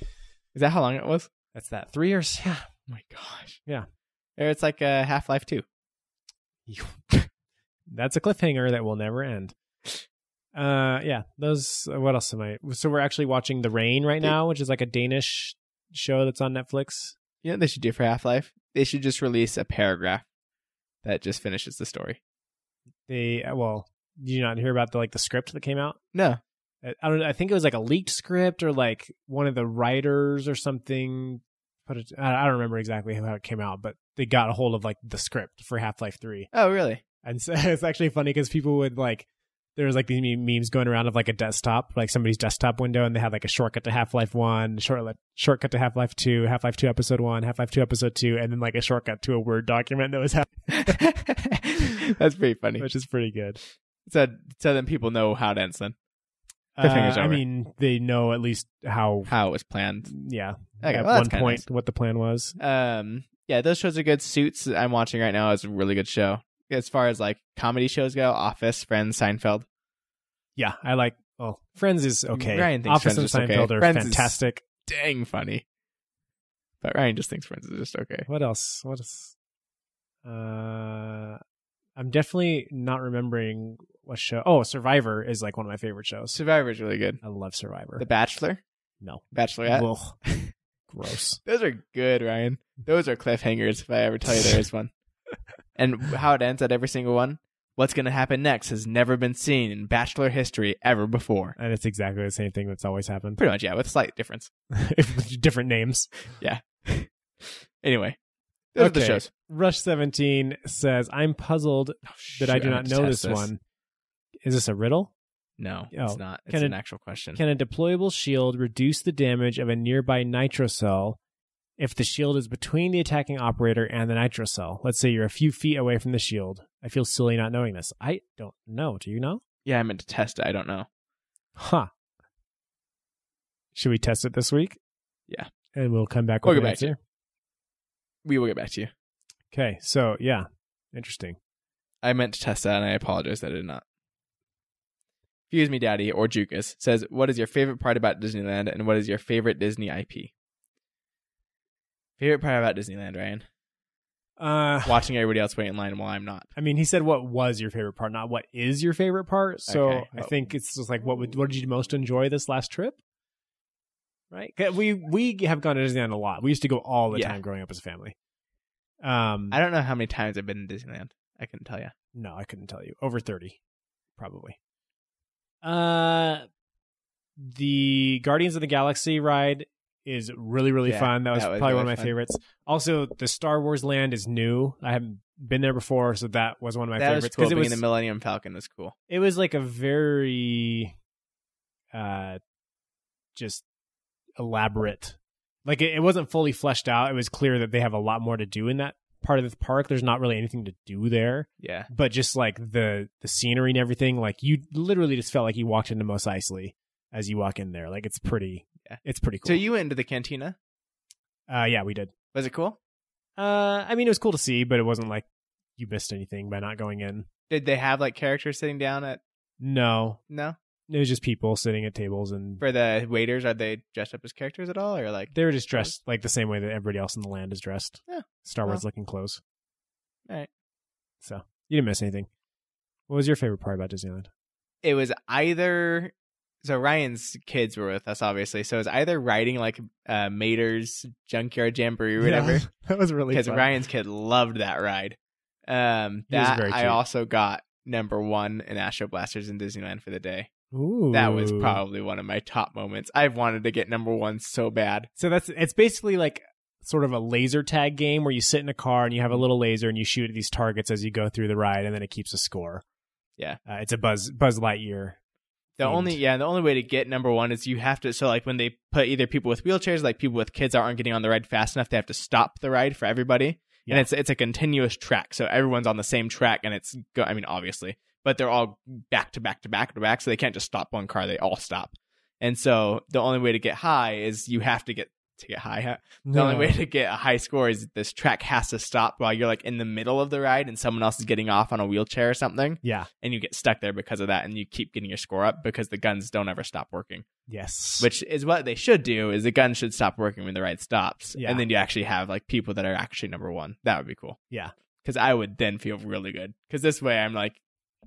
Speaker 3: Is that how long it was?
Speaker 2: that's that. Three years? Yeah.
Speaker 3: Oh my gosh.
Speaker 2: Yeah.
Speaker 3: Or it's like uh, Half Life 2.
Speaker 2: that's a cliffhanger that will never end. Uh, yeah. Those. What else am I? So we're actually watching The Rain right now, which is like a Danish show that's on Netflix.
Speaker 3: You know what they should do for Half Life? They should just release a paragraph that just finishes the story.
Speaker 2: They uh, well, did you not hear about the like the script that came out?
Speaker 3: No.
Speaker 2: I I don't. know. I think it was like a leaked script or like one of the writers or something. Put it. I I don't remember exactly how it came out, but they got a hold of like the script for Half Life Three.
Speaker 3: Oh, really?
Speaker 2: And so it's actually funny because people would like there was like these meme- memes going around of like a desktop, like somebody's desktop window, and they had like a shortcut to Half Life One, short shortcut to Half Life Two, Half Life Two Episode One, Half Life Two Episode Two, and then like a shortcut to a Word document that was, half-
Speaker 3: That's pretty funny.
Speaker 2: which is pretty good.
Speaker 3: So, so then people know how it ends then.
Speaker 2: Uh,
Speaker 3: Cliffhanger's
Speaker 2: I
Speaker 3: over.
Speaker 2: mean, they know at least how.
Speaker 3: How it was planned.
Speaker 2: Yeah,
Speaker 3: Okay,
Speaker 2: at
Speaker 3: well, that's
Speaker 2: one
Speaker 3: kinda
Speaker 2: point, what the plan was.
Speaker 3: nice. Um, yeah, those shows are good. Suits I'm watching right now is a really good show. As far as like comedy shows go, Office, Friends, Seinfeld.
Speaker 2: Yeah, I like. Well, Friends is okay.
Speaker 3: Ryan thinks
Speaker 2: Office
Speaker 3: Friends is
Speaker 2: and
Speaker 3: okay.
Speaker 2: Seinfeld are
Speaker 3: Friends is-
Speaker 2: fantastic.
Speaker 3: Dang funny. But Ryan just thinks Friends is just okay.
Speaker 2: What else? What else? Uh, I'm definitely not remembering what show. Oh, Survivor is like one of my favorite shows.
Speaker 3: Survivor's really good.
Speaker 2: I love Survivor.
Speaker 3: The Bachelor,
Speaker 2: no,
Speaker 3: Bachelorette.
Speaker 2: Ugh. gross.
Speaker 3: Those are good, Ryan. Those are cliffhangers if I ever tell you there is one. And how it ends at every single one. What's going to happen next has never been seen in Bachelor history ever before.
Speaker 2: And it's exactly the same thing that's always happened.
Speaker 3: Pretty much, yeah, with slight difference.
Speaker 2: With Different names.
Speaker 3: Anyway, those are the
Speaker 2: Okay.
Speaker 3: shows.
Speaker 2: Rush 17 says, I'm puzzled
Speaker 3: Oh,
Speaker 2: that I do not know this, one. Is this a riddle?
Speaker 3: No,
Speaker 2: Oh,
Speaker 3: it's not. It's
Speaker 2: can
Speaker 3: an
Speaker 2: it-
Speaker 3: actual question.
Speaker 2: Can a deployable shield reduce the damage of a nearby nitro cell if the shield is between the attacking operator and the nitro cell? Let's say you're a few feet away from the shield. I feel silly not knowing this. I don't know. Do you know?
Speaker 3: yeah, I meant to test it. I don't know.
Speaker 2: Huh. Should we test it this week?
Speaker 3: Yeah.
Speaker 2: And we'll come back
Speaker 3: We'll
Speaker 2: with
Speaker 3: get
Speaker 2: an
Speaker 3: back to you.
Speaker 2: answer.
Speaker 3: We will get back to you.
Speaker 2: Okay. So, yeah. Interesting.
Speaker 3: I meant to test that, and I apologize that I did not. Fuse Me Daddy or Jukas says, "What is your favorite part about Disneyland, and what is your favorite Disney IP?" Favorite part about Disneyland, Ryan?
Speaker 2: Uh,
Speaker 3: Watching everybody else wait in line while I'm not.
Speaker 2: I mean, he said what was your favorite part, not what is your favorite part. So
Speaker 3: Okay.
Speaker 2: I think it's just like what would what did you most enjoy this last trip? Right? 'Cause We we have gone to Disneyland a lot. We used to go all the
Speaker 3: Yeah.
Speaker 2: time growing up as a family. Um,
Speaker 3: I don't know how many times I've been to Disneyland. I can tell you.
Speaker 2: no, I couldn't tell you. Over thirty, probably. Uh, the Guardians of the Galaxy ride is really really
Speaker 3: Yeah,
Speaker 2: fun. That was
Speaker 3: that was
Speaker 2: probably one
Speaker 3: really
Speaker 2: of my
Speaker 3: fun.
Speaker 2: favorites. Also, the Star Wars Land is new. I haven't been there before, so that was one of my
Speaker 3: that was
Speaker 2: favorites
Speaker 3: cool.
Speaker 2: it
Speaker 3: Being
Speaker 2: was
Speaker 3: in the Millennium Falcon was cool.
Speaker 2: it was like a very uh just elaborate like it, it wasn't fully fleshed out it was clear that they have a lot more to do in that part of the park there's not really anything to do there
Speaker 3: Yeah,
Speaker 2: but just like the the scenery and everything like you literally just felt like you walked into Mos Eisley as you walk in there like it's pretty
Speaker 3: Yeah.
Speaker 2: it's pretty cool
Speaker 3: So you went into the cantina.
Speaker 2: uh yeah we did
Speaker 3: Was it cool?
Speaker 2: uh i mean it was cool to see but it wasn't like you missed anything by not going in
Speaker 3: Did they have like characters sitting down at?
Speaker 2: no
Speaker 3: No,
Speaker 2: it was just people sitting at tables and
Speaker 3: for the waiters, are they dressed up as characters at all, or like?
Speaker 2: They were just dressed like the same way that everybody else in the land is dressed.
Speaker 3: Yeah.
Speaker 2: Star Wars looking clothes.
Speaker 3: Alright.
Speaker 2: So you didn't miss anything. What was your favorite part about Disneyland?
Speaker 3: it was either so Ryan's kids were with us obviously, so it was either riding like uh Mater's Junkyard Jamboree or whatever
Speaker 2: that was really
Speaker 3: because
Speaker 2: fun.
Speaker 3: Ryan's kid loved that ride. Um,
Speaker 2: He was
Speaker 3: that
Speaker 2: very
Speaker 3: I
Speaker 2: cute.
Speaker 3: also got number one in Astro Blasters in Disneyland for the day.
Speaker 2: Ooh.
Speaker 3: That was probably one of my top moments. I've wanted to get number one so bad.
Speaker 2: So that's it's basically like sort of a laser tag game where you sit in a car and you have a little laser and you shoot at these targets as you go through the ride and then it keeps a score.
Speaker 3: Yeah.
Speaker 2: Uh, it's a Buzz Buzz Lightyear.
Speaker 3: The
Speaker 2: Themed.
Speaker 3: only yeah, the only way to get number one is you have to so like when they put either people with wheelchairs, like people with kids that aren't getting on the ride fast enough, they have to stop the ride for everybody.
Speaker 2: Yeah.
Speaker 3: And it's it's a continuous track, so everyone's on the same track, and it's go- I mean obviously, but they're all back to back to back to back, so they can't just stop one car; they all stop. And so the only way to get high is you have to get to get high. huh? The only
Speaker 2: Uh,
Speaker 3: way to get a high score is this track has to stop while you're like in the middle of the ride, and someone else is getting off on a wheelchair or something
Speaker 2: Yeah.
Speaker 3: and you get stuck there because of that and you keep getting your score up because the guns don't ever stop working
Speaker 2: Yes.
Speaker 3: which is what they should do is the gun should stop working when the ride stops
Speaker 2: Yeah.
Speaker 3: and then you actually have like people that are actually number one that would be cool
Speaker 2: Yeah.
Speaker 3: because i would then feel really good because this way i'm like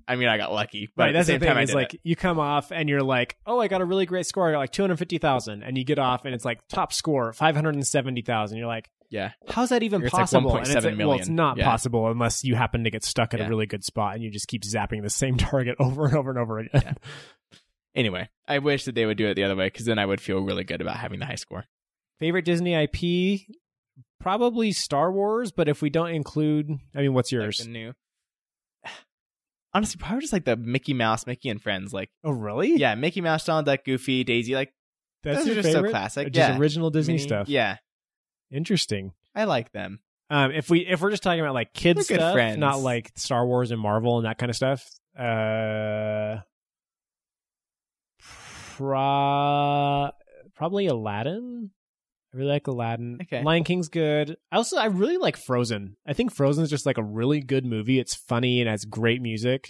Speaker 3: i mean i got lucky but
Speaker 2: right,
Speaker 3: at
Speaker 2: that's
Speaker 3: the same
Speaker 2: the thing
Speaker 3: time I
Speaker 2: is
Speaker 3: did
Speaker 2: like
Speaker 3: it.
Speaker 2: you come off and you're like, oh, I got a really great score. I got like two hundred fifty thousand, and you get off and it's like top score five hundred and seventy thousand. You're like,
Speaker 3: yeah
Speaker 2: how's that even
Speaker 3: It's like
Speaker 2: possible? And
Speaker 3: 1.7
Speaker 2: it's like, well, it's
Speaker 3: million.
Speaker 2: not
Speaker 3: Yeah.
Speaker 2: possible unless you happen to get stuck at
Speaker 3: Yeah.
Speaker 2: a really good spot and you just keep zapping the same target over and over and over again.
Speaker 3: anyway i wish that they would do it the other way because then i would feel really good about having the high score
Speaker 2: Favorite Disney IP? Probably Star Wars, but if we don't include, I mean, what's yours?
Speaker 3: Like the new honestly probably just like the mickey mouse mickey and friends like
Speaker 2: oh, really?
Speaker 3: yeah mickey mouse donald duck goofy daisy like
Speaker 2: that's
Speaker 3: those
Speaker 2: your
Speaker 3: are just
Speaker 2: favorite.
Speaker 3: so classic
Speaker 2: Just
Speaker 3: yeah
Speaker 2: original Disney
Speaker 3: Mini-
Speaker 2: stuff.
Speaker 3: yeah
Speaker 2: Interesting.
Speaker 3: I like them.
Speaker 2: Um, if we if we're just talking about like kids
Speaker 3: We're good
Speaker 2: stuff,
Speaker 3: friends.
Speaker 2: not like Star Wars and Marvel and that kind of stuff, uh, pro probably Aladdin. I really like Aladdin.
Speaker 3: Okay.
Speaker 2: Lion King's good. I also I really like Frozen. I think Frozen's just like a really good movie. It's funny and has great music.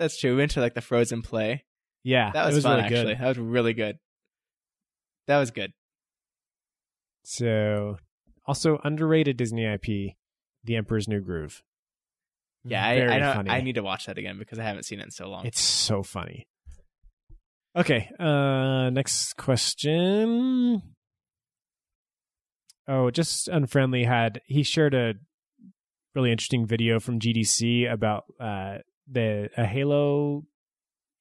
Speaker 3: That's true. We went to like the Frozen play.
Speaker 2: Yeah,
Speaker 3: That was,
Speaker 2: it was
Speaker 3: fun
Speaker 2: really
Speaker 3: actually.
Speaker 2: good.
Speaker 3: That was really good. That was good.
Speaker 2: So also underrated Disney IP, The Emperor's New Groove.
Speaker 3: Yeah, I,
Speaker 2: Very
Speaker 3: I know.
Speaker 2: funny.
Speaker 3: I need to watch that again because I haven't seen it in so long.
Speaker 2: It's so funny. Okay, uh next question. Oh, just unfriendly had he shared a really interesting video from GDC about uh the a Halo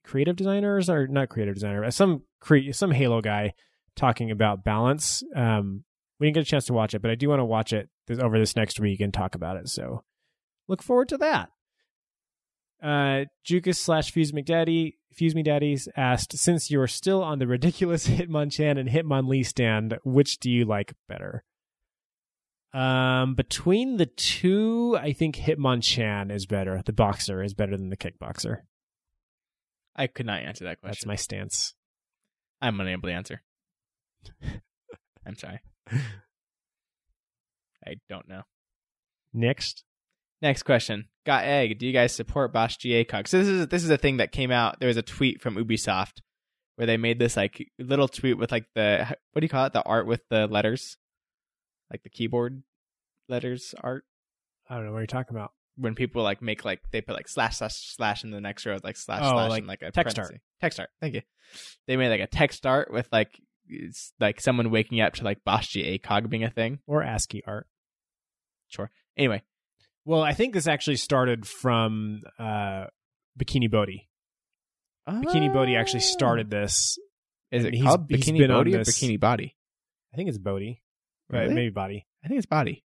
Speaker 2: creative designers or not creative designer, some cre- some Halo guy talking about balance. Um we didn't get a chance to watch it, but I do want to watch it this, over this next week and talk about it. So look forward to that. Uh, Jukas slash Fuse McDaddy, Fuse Me Daddies asked, since you're still on the ridiculous Hitmonchan and Hitmonlee stand, which do you like better? Um, between the two, I think Hitmonchan is better. The boxer is better than the kickboxer.
Speaker 3: I could not answer that
Speaker 2: That's
Speaker 3: question.
Speaker 2: my stance.
Speaker 3: I'm unable to answer. I'm sorry. I don't know.
Speaker 2: Next.
Speaker 3: Next question. Got egg. Do you guys support Bosch GACOG? So this is this is a thing that came out. There was a tweet from Ubisoft where they made this like little tweet with like the what do you call it? The art with the letters, like the keyboard letters art.
Speaker 2: I don't know what you're talking about.
Speaker 3: When people like make like they put like slash slash slash in the next row, like slash
Speaker 2: Oh,
Speaker 3: slash
Speaker 2: like
Speaker 3: and like a
Speaker 2: text
Speaker 3: parenthesis. Text art. Thank you. They made like a text art with like it's like someone waking up to like Bosch GACOG being a thing.
Speaker 2: Or ASCII art.
Speaker 3: Anyway,
Speaker 2: Well, I think this actually started from uh, Bikini Bodhi. Bikini Bodhi actually started this.
Speaker 3: Is it
Speaker 2: and he's-
Speaker 3: called
Speaker 2: he's
Speaker 3: Bikini
Speaker 2: been on
Speaker 3: Body or
Speaker 2: this-
Speaker 3: Bikini Body?
Speaker 2: I think it's Bodhi, but
Speaker 3: Really?
Speaker 2: maybe Bodhi.
Speaker 3: I think it's Body.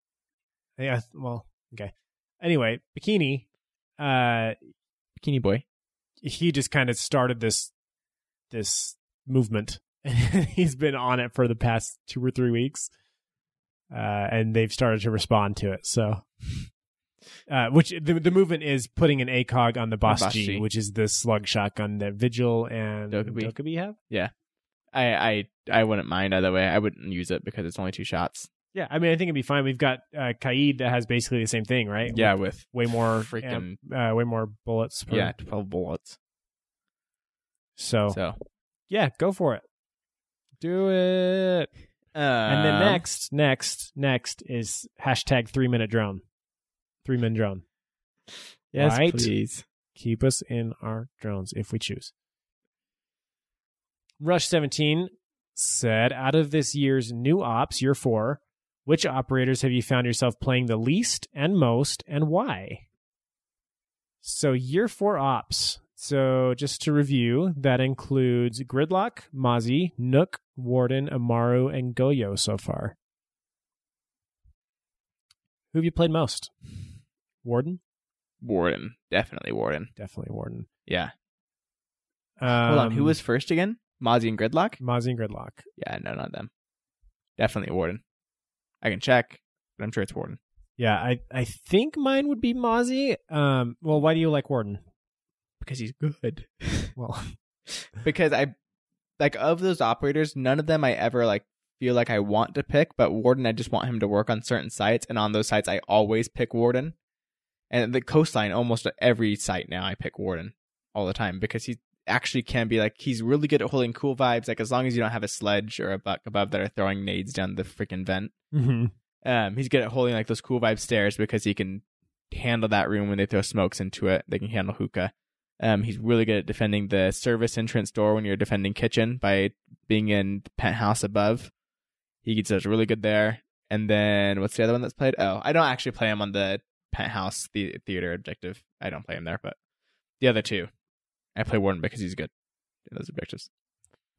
Speaker 2: Yeah. Well, okay. Anyway, bikini. Uh,
Speaker 3: Bikini Boy.
Speaker 2: he just kind of started this this movement. He's been on it for the past two or three weeks, uh, and they've started to respond to it. So, uh, which the the movement is putting an ACOG on the Boss,
Speaker 3: Boss
Speaker 2: G,
Speaker 3: G.
Speaker 2: which is the slug shotgun that Vigil and
Speaker 3: Dokubi.
Speaker 2: Dokubi have.
Speaker 3: I, I I wouldn't mind either way. I wouldn't use it because it's only two shots.
Speaker 2: Yeah, I mean, I think it'd be fine. We've got uh, Kaid that has basically the same thing, right?
Speaker 3: Yeah, with
Speaker 2: way more
Speaker 3: freaking
Speaker 2: amp- uh, way more bullets. Per,
Speaker 3: yeah, twelve bullets.
Speaker 2: So
Speaker 3: So
Speaker 2: yeah, go for it. Do it.
Speaker 3: um,
Speaker 2: And then next, next, next is hashtag three minute drone. Three minute drone.
Speaker 3: yes,
Speaker 2: right?
Speaker 3: please.
Speaker 2: Keep us in our drones if we choose. Rush 17 said, out of this year's new ops, year four, which operators have you found yourself playing the least and most and why? So, year four ops. So, just to review, that includes Gridlock, Mozzie, Nook, Warden, Amaru, and Goyo so far. Who have you played most? Warden?
Speaker 3: Warden, definitely Warden.
Speaker 2: Definitely Warden.
Speaker 3: Yeah.
Speaker 2: Um,
Speaker 3: Hold on, who was first again? Mozzie and Gridlock.
Speaker 2: Mozzie and Gridlock?
Speaker 3: Yeah, no, not them. Definitely Warden. I can check, but I'm sure it's Warden.
Speaker 2: Yeah, I I think mine would be Mozzie. Um, well, why do you like Warden?
Speaker 3: because he's good.
Speaker 2: Well.
Speaker 3: because I like of those operators, none of them I ever like feel like I want to pick, but Warden I just want him to work on certain sites and on those sites I always pick Warden. And the coastline almost at every site now I pick Warden all the time because he actually can be like he's really good at holding cool vibes like as long as you don't have a sledge or a buck above that are throwing nades down the freaking vent.
Speaker 2: Mm-hmm.
Speaker 3: Um, he's good at holding like those cool vibe stairs because he can handle that room when they throw smokes into it. They can handle hookah. Um, he's really good at defending the service entrance door when you're defending kitchen by being in the penthouse above. He gets us really good there. And then what's the other one that's played? Oh, I don't actually play him on the penthouse the- theater objective. I don't play him there, but the other two, I play Warden because he's good in those objectives.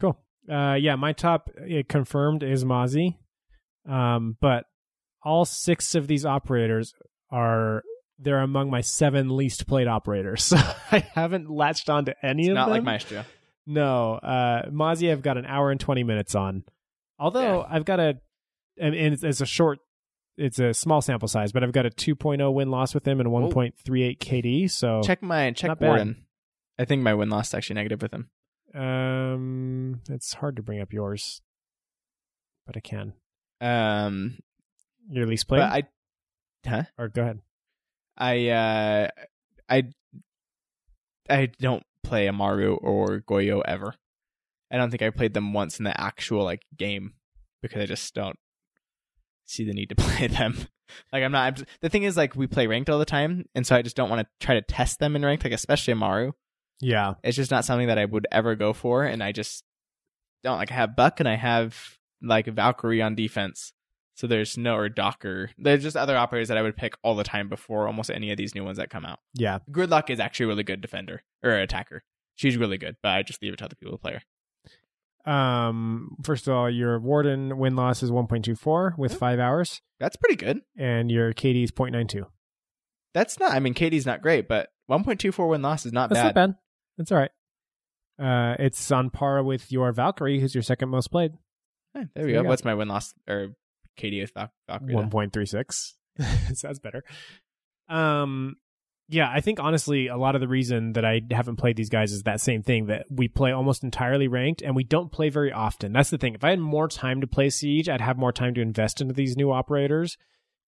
Speaker 2: Cool. Uh, yeah, my top uh, confirmed is Mozzie. Um, but all six of these operators are they're among my seven least played operators. So I haven't latched on to any
Speaker 3: It's
Speaker 2: of
Speaker 3: not
Speaker 2: them.
Speaker 3: like Maestro.
Speaker 2: No, uh, Mozzie, I've got an hour and twenty minutes on. Although I've got a, and, and it's, it's a short, it's a small sample size, but I've got a 2.0 win loss with him and 1.38 KD. So
Speaker 3: Check my check
Speaker 2: Not bad.
Speaker 3: Warden. I think my win loss is actually negative with him.
Speaker 2: Um, it's hard to bring up yours, but I can.
Speaker 3: Um,
Speaker 2: Your least
Speaker 3: but
Speaker 2: played,
Speaker 3: I
Speaker 2: or go ahead.
Speaker 3: I uh I I don't play Amaru or Goyo ever. I don't think I played them once in the actual like game because I just don't see the need to play them. Like I'm not the thing is like we play ranked all the time and so I just don't want to try to test them in ranked like especially Amaru.
Speaker 2: Yeah,
Speaker 3: It's just not something that I would ever go for and I just don't like I have Buck and I have like Valkyrie on defense. So there's no or Docker. There's just other operators that I would pick all the time before almost any of these new ones that come out.
Speaker 2: yeah.
Speaker 3: Gridlock is actually a really good defender or attacker. She's really good, but I just leave it to other people to play her.
Speaker 2: Um, first of all, your warden win loss is one point two four with five hours,
Speaker 3: That's pretty good.
Speaker 2: and your KD is 0.92.
Speaker 3: That's not. I mean, Katie's not great, but 1.24 win loss is not
Speaker 2: That's
Speaker 3: bad.
Speaker 2: not bad. That's all right. Uh, it's on par with your Valkyrie, who's your second most played,
Speaker 3: Hey,
Speaker 2: There
Speaker 3: there we go.
Speaker 2: you go.
Speaker 3: What's my win loss or Katie with Val- Valkyrie?
Speaker 2: one
Speaker 3: One
Speaker 2: point three six. so that's better. Um, yeah, I think honestly, a lot of the reason that I haven't played these guys is that same thing that we play almost entirely ranked, and we don't play very often. That's the thing. If I had more time to play Siege, I'd have more time to invest into these new operators.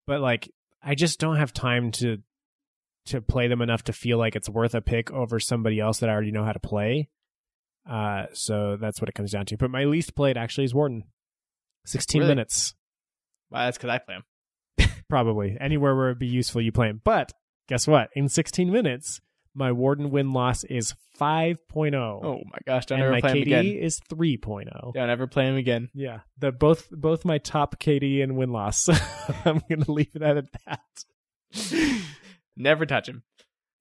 Speaker 2: But like, I just don't have time to to play them enough to feel like it's worth a pick over somebody else that I already know how to play. Uh, so that's what it comes down to. But my least played actually is Warden. Sixteen
Speaker 3: Really?
Speaker 2: minutes
Speaker 3: Wow, that's because I play him.
Speaker 2: probably anywhere where it'd be useful you play him. But guess what? In 16 minutes, my warden win loss is 5.0.
Speaker 3: Oh my gosh! Don't
Speaker 2: and
Speaker 3: ever
Speaker 2: my
Speaker 3: play him
Speaker 2: KD
Speaker 3: again.
Speaker 2: is 3.0.
Speaker 3: Don't ever play him again.
Speaker 2: Yeah, the both both my top KD and win loss. I'm gonna leave that at that.
Speaker 3: Never touch him.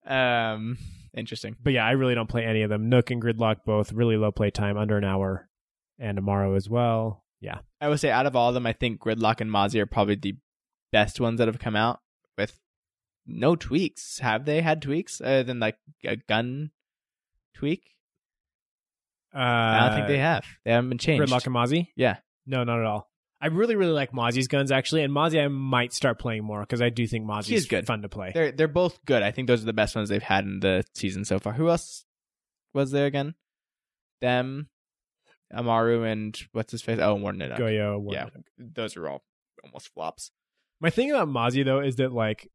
Speaker 3: Um, interesting.
Speaker 2: but yeah, I really don't play any of them. Nook and Gridlock both really low play time, under an hour, and Amaro as well. Yeah,
Speaker 3: I would say out of all of them, I think Gridlock and Mozzie are probably the best ones that have come out with no tweaks. Have they had tweaks other than like a gun tweak?
Speaker 2: uh,
Speaker 3: I don't think they have. They haven't been changed.
Speaker 2: Gridlock and Mozzie?
Speaker 3: Yeah.
Speaker 2: No, not at all. I really, really like Mozzie's guns actually, and Mozzie I might start playing more because I do think Mozzie's
Speaker 3: good.
Speaker 2: fun to play.
Speaker 3: They're they're both good. I think those are the best ones they've had in the season so far. Who else was there again? Them, Amaru, and what's his face? Oh, Warden. and Up.
Speaker 2: Goyo. Warden.
Speaker 3: Yeah, those are all almost flops.
Speaker 2: My thing about Mozzie though is that like,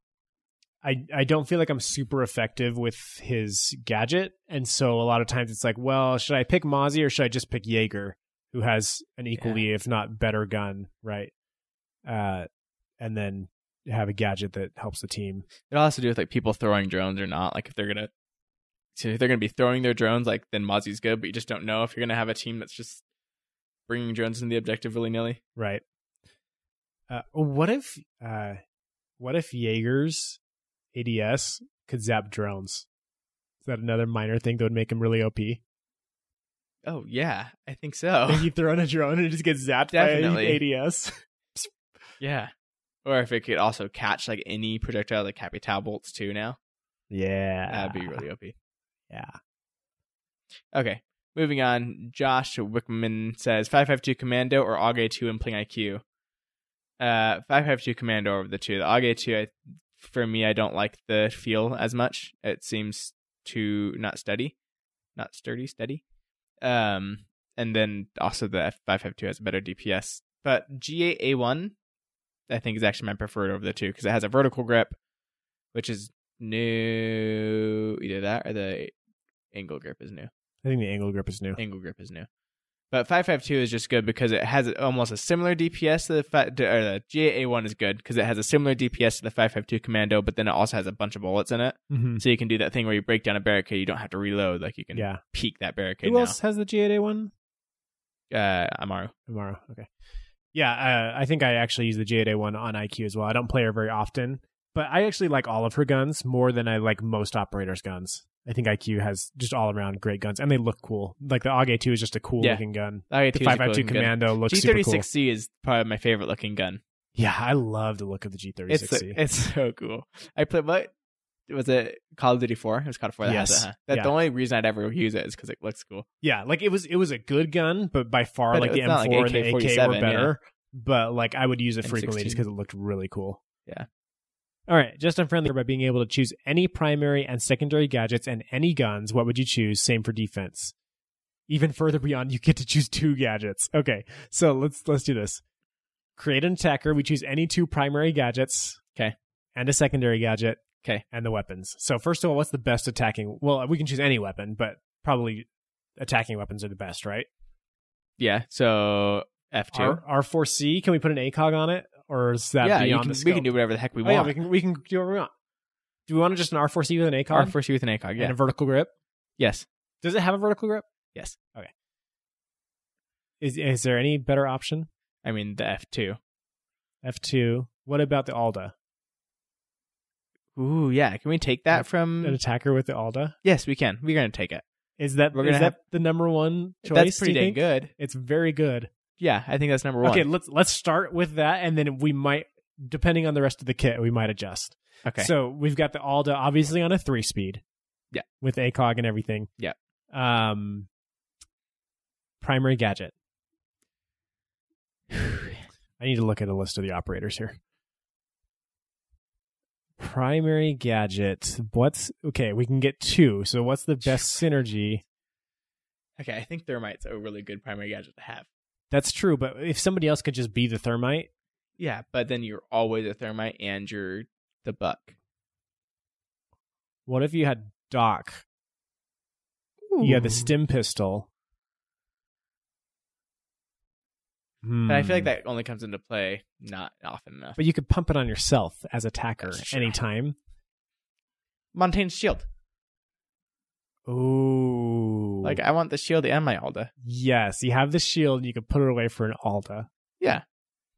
Speaker 2: I I don't feel like I'm super effective with his gadget, and so a lot of times it's like, well, should I pick Mozzie or should I just pick Jaeger, who has an equally if not better gun, right? Uh, and then have a gadget that helps the team.
Speaker 3: It all has to do with like people throwing drones or not. Like if they're gonna, so if they're gonna be throwing their drones, like then Mozzie's good. But you just don't know if you're gonna have a team that's just bringing drones in the objective willy nilly.
Speaker 2: Right. Uh, what if uh, what if Jaeger's ADS could zap drones? Is that another minor thing that would make him really OP?
Speaker 3: Oh yeah, I think so.
Speaker 2: Like you throw in a drone and it just gets zapped
Speaker 3: Oh. Definitely.
Speaker 2: by ADS.
Speaker 3: yeah, or if it could also catch like any projectile, like Capital bolts too. Now
Speaker 2: Yeah.
Speaker 3: that'd be really OP.
Speaker 2: Yeah.
Speaker 3: Okay, moving on. Josh Wickman says five five two Commando or Auge two and Pling IQ. Uh, five five two Commando over the two. The Auge two, I, for me, I don't like the feel as much. It seems too not steady, not sturdy, steady. Um, and then also the five five two has a better DPS, but GA A one, I think is actually my preferred over the two because it has a vertical grip, which is new. Either that or the angle grip is new
Speaker 2: I think the angle grip is new.
Speaker 3: angle grip is new. But 552 is just good because it has almost a similar DPS to the fi- to, or the GA1 is good because it has a similar DPS to the 552 commando, but then it also has a bunch of bullets in it.
Speaker 2: Mm-hmm.
Speaker 3: So you can do that thing where you break down a barricade, you don't have to reload, like you can
Speaker 2: Yeah.
Speaker 3: peek that barricade
Speaker 2: Who
Speaker 3: now.
Speaker 2: else has the GADA one?
Speaker 3: Uh Amaru.
Speaker 2: Tomorrow. Okay. Yeah, uh, I think I actually use the GADA one on IQ as well. I don't play her very often, but I actually like all of her guns more than I like most operators' guns. I think IQ has just all around great guns, and they look cool. Like the AUG 2 is just a cool
Speaker 3: Yeah.
Speaker 2: looking gun.
Speaker 3: Okay,
Speaker 2: The 552 Commando looks super cool.
Speaker 3: G36C is probably my favorite looking gun.
Speaker 2: Yeah, I love the look of the G36C.
Speaker 3: It's so, it's so cool. I played what was it Call of Duty 4? It was Call of Duty 4 that has
Speaker 2: Yes.
Speaker 3: it, huh? That's
Speaker 2: Yeah.
Speaker 3: the only reason I'd ever use it is because it looks cool.
Speaker 2: Yeah, like it was it was a good gun, but by far
Speaker 3: But
Speaker 2: like
Speaker 3: it
Speaker 2: the
Speaker 3: was not
Speaker 2: M4
Speaker 3: like
Speaker 2: and the AK were
Speaker 3: AK-47,
Speaker 2: better. But like I would use it frequently just
Speaker 3: M16.
Speaker 2: because it looked really cool.
Speaker 3: Yeah.
Speaker 2: All right, just unfriendly by being able to choose any primary and secondary gadgets and any guns. What would you choose? Same for defense. even further beyond, you get to choose two gadgets. Okay, so let's let's do this. Create an attacker. We choose any two primary gadgets.
Speaker 3: 'Kay.
Speaker 2: And a secondary gadget.
Speaker 3: 'Kay.
Speaker 2: And the weapons. So first of all, what's the best attacking? Well, we can choose any weapon, but probably attacking weapons are the best, right?
Speaker 3: Yeah. So F two.
Speaker 2: R R four C. Can we put an ACOG on it, or is that
Speaker 3: yeah, you
Speaker 2: beyond
Speaker 3: can,
Speaker 2: the scope?
Speaker 3: we can do whatever the heck we
Speaker 2: Oh, yeah,
Speaker 3: want.
Speaker 2: we can we can do whatever we want. Do we want to just an R four C with an ACOG
Speaker 3: R four C with an ACOG. Yeah.
Speaker 2: and a vertical grip?
Speaker 3: yes.
Speaker 2: Does it have a vertical grip?
Speaker 3: Yes.
Speaker 2: Okay. Is is there any better option?
Speaker 3: I mean the F two.
Speaker 2: F two. What about the Alda?
Speaker 3: Ooh, yeah. Can we take that
Speaker 2: An
Speaker 3: from?
Speaker 2: attacker with the Alda?
Speaker 3: Yes, we can. We're gonna take it.
Speaker 2: Is that
Speaker 3: We're
Speaker 2: is
Speaker 3: gonna
Speaker 2: that the number one choice?
Speaker 3: that's
Speaker 2: do
Speaker 3: pretty
Speaker 2: you
Speaker 3: dang
Speaker 2: think?
Speaker 3: good.
Speaker 2: It's very good.
Speaker 3: Yeah, I think that's number one.
Speaker 2: Okay, let's let's start with that, and then we might, depending on the rest of the kit, we might adjust.
Speaker 3: Okay.
Speaker 2: So we've got the Alda, obviously on a three speed.
Speaker 3: Yeah.
Speaker 2: With ACOG and everything.
Speaker 3: Yeah.
Speaker 2: Um. Primary gadget. I need to look at a list of the operators here. Primary gadget. What's okay? We can get two. So what's the best synergy?
Speaker 3: okay, I think thermite's a really good primary gadget to have.
Speaker 2: That's true, but if somebody else could just be the thermite,
Speaker 3: Yeah, but then you're always a thermite and you're the buck.
Speaker 2: what if you had Doc? You had the stim pistol.
Speaker 3: But I feel like
Speaker 2: Hmm.
Speaker 3: that only comes into play not often enough.
Speaker 2: But you could pump it on yourself as attacker
Speaker 3: That's true.
Speaker 2: anytime.
Speaker 3: Montaigne's shield.
Speaker 2: Ooh.
Speaker 3: Like I want the shield and my Alda.
Speaker 2: yes, you have the shield. You could put it away for an Alda.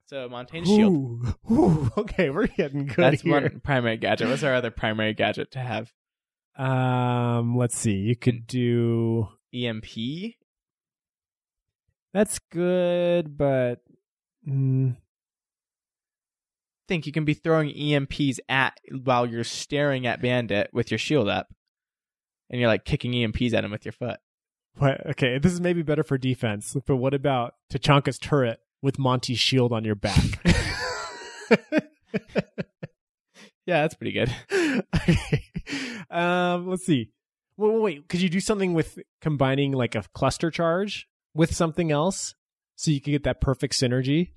Speaker 3: So Montaigne's shield.
Speaker 2: Ooh. Ooh. Okay, we're getting good
Speaker 3: That's
Speaker 2: here.
Speaker 3: one primary gadget. What's our other primary gadget to have?
Speaker 2: Um, let's see. You
Speaker 3: Mm.
Speaker 2: could do.
Speaker 3: E EMP.
Speaker 2: That's good, but mm,
Speaker 3: Think you can be throwing EMPs at while you're staring at Bandit with your shield up, and you're like kicking EMPs at him with your foot.
Speaker 2: what? Okay, this is maybe better for defense. But what about Tachanka's turret with Monty's shield on your back?
Speaker 3: Yeah, that's pretty good.
Speaker 2: okay. Um, let's see. Wait, wait, wait. Could you do something with combining like a cluster charge with something else so you could get that perfect synergy?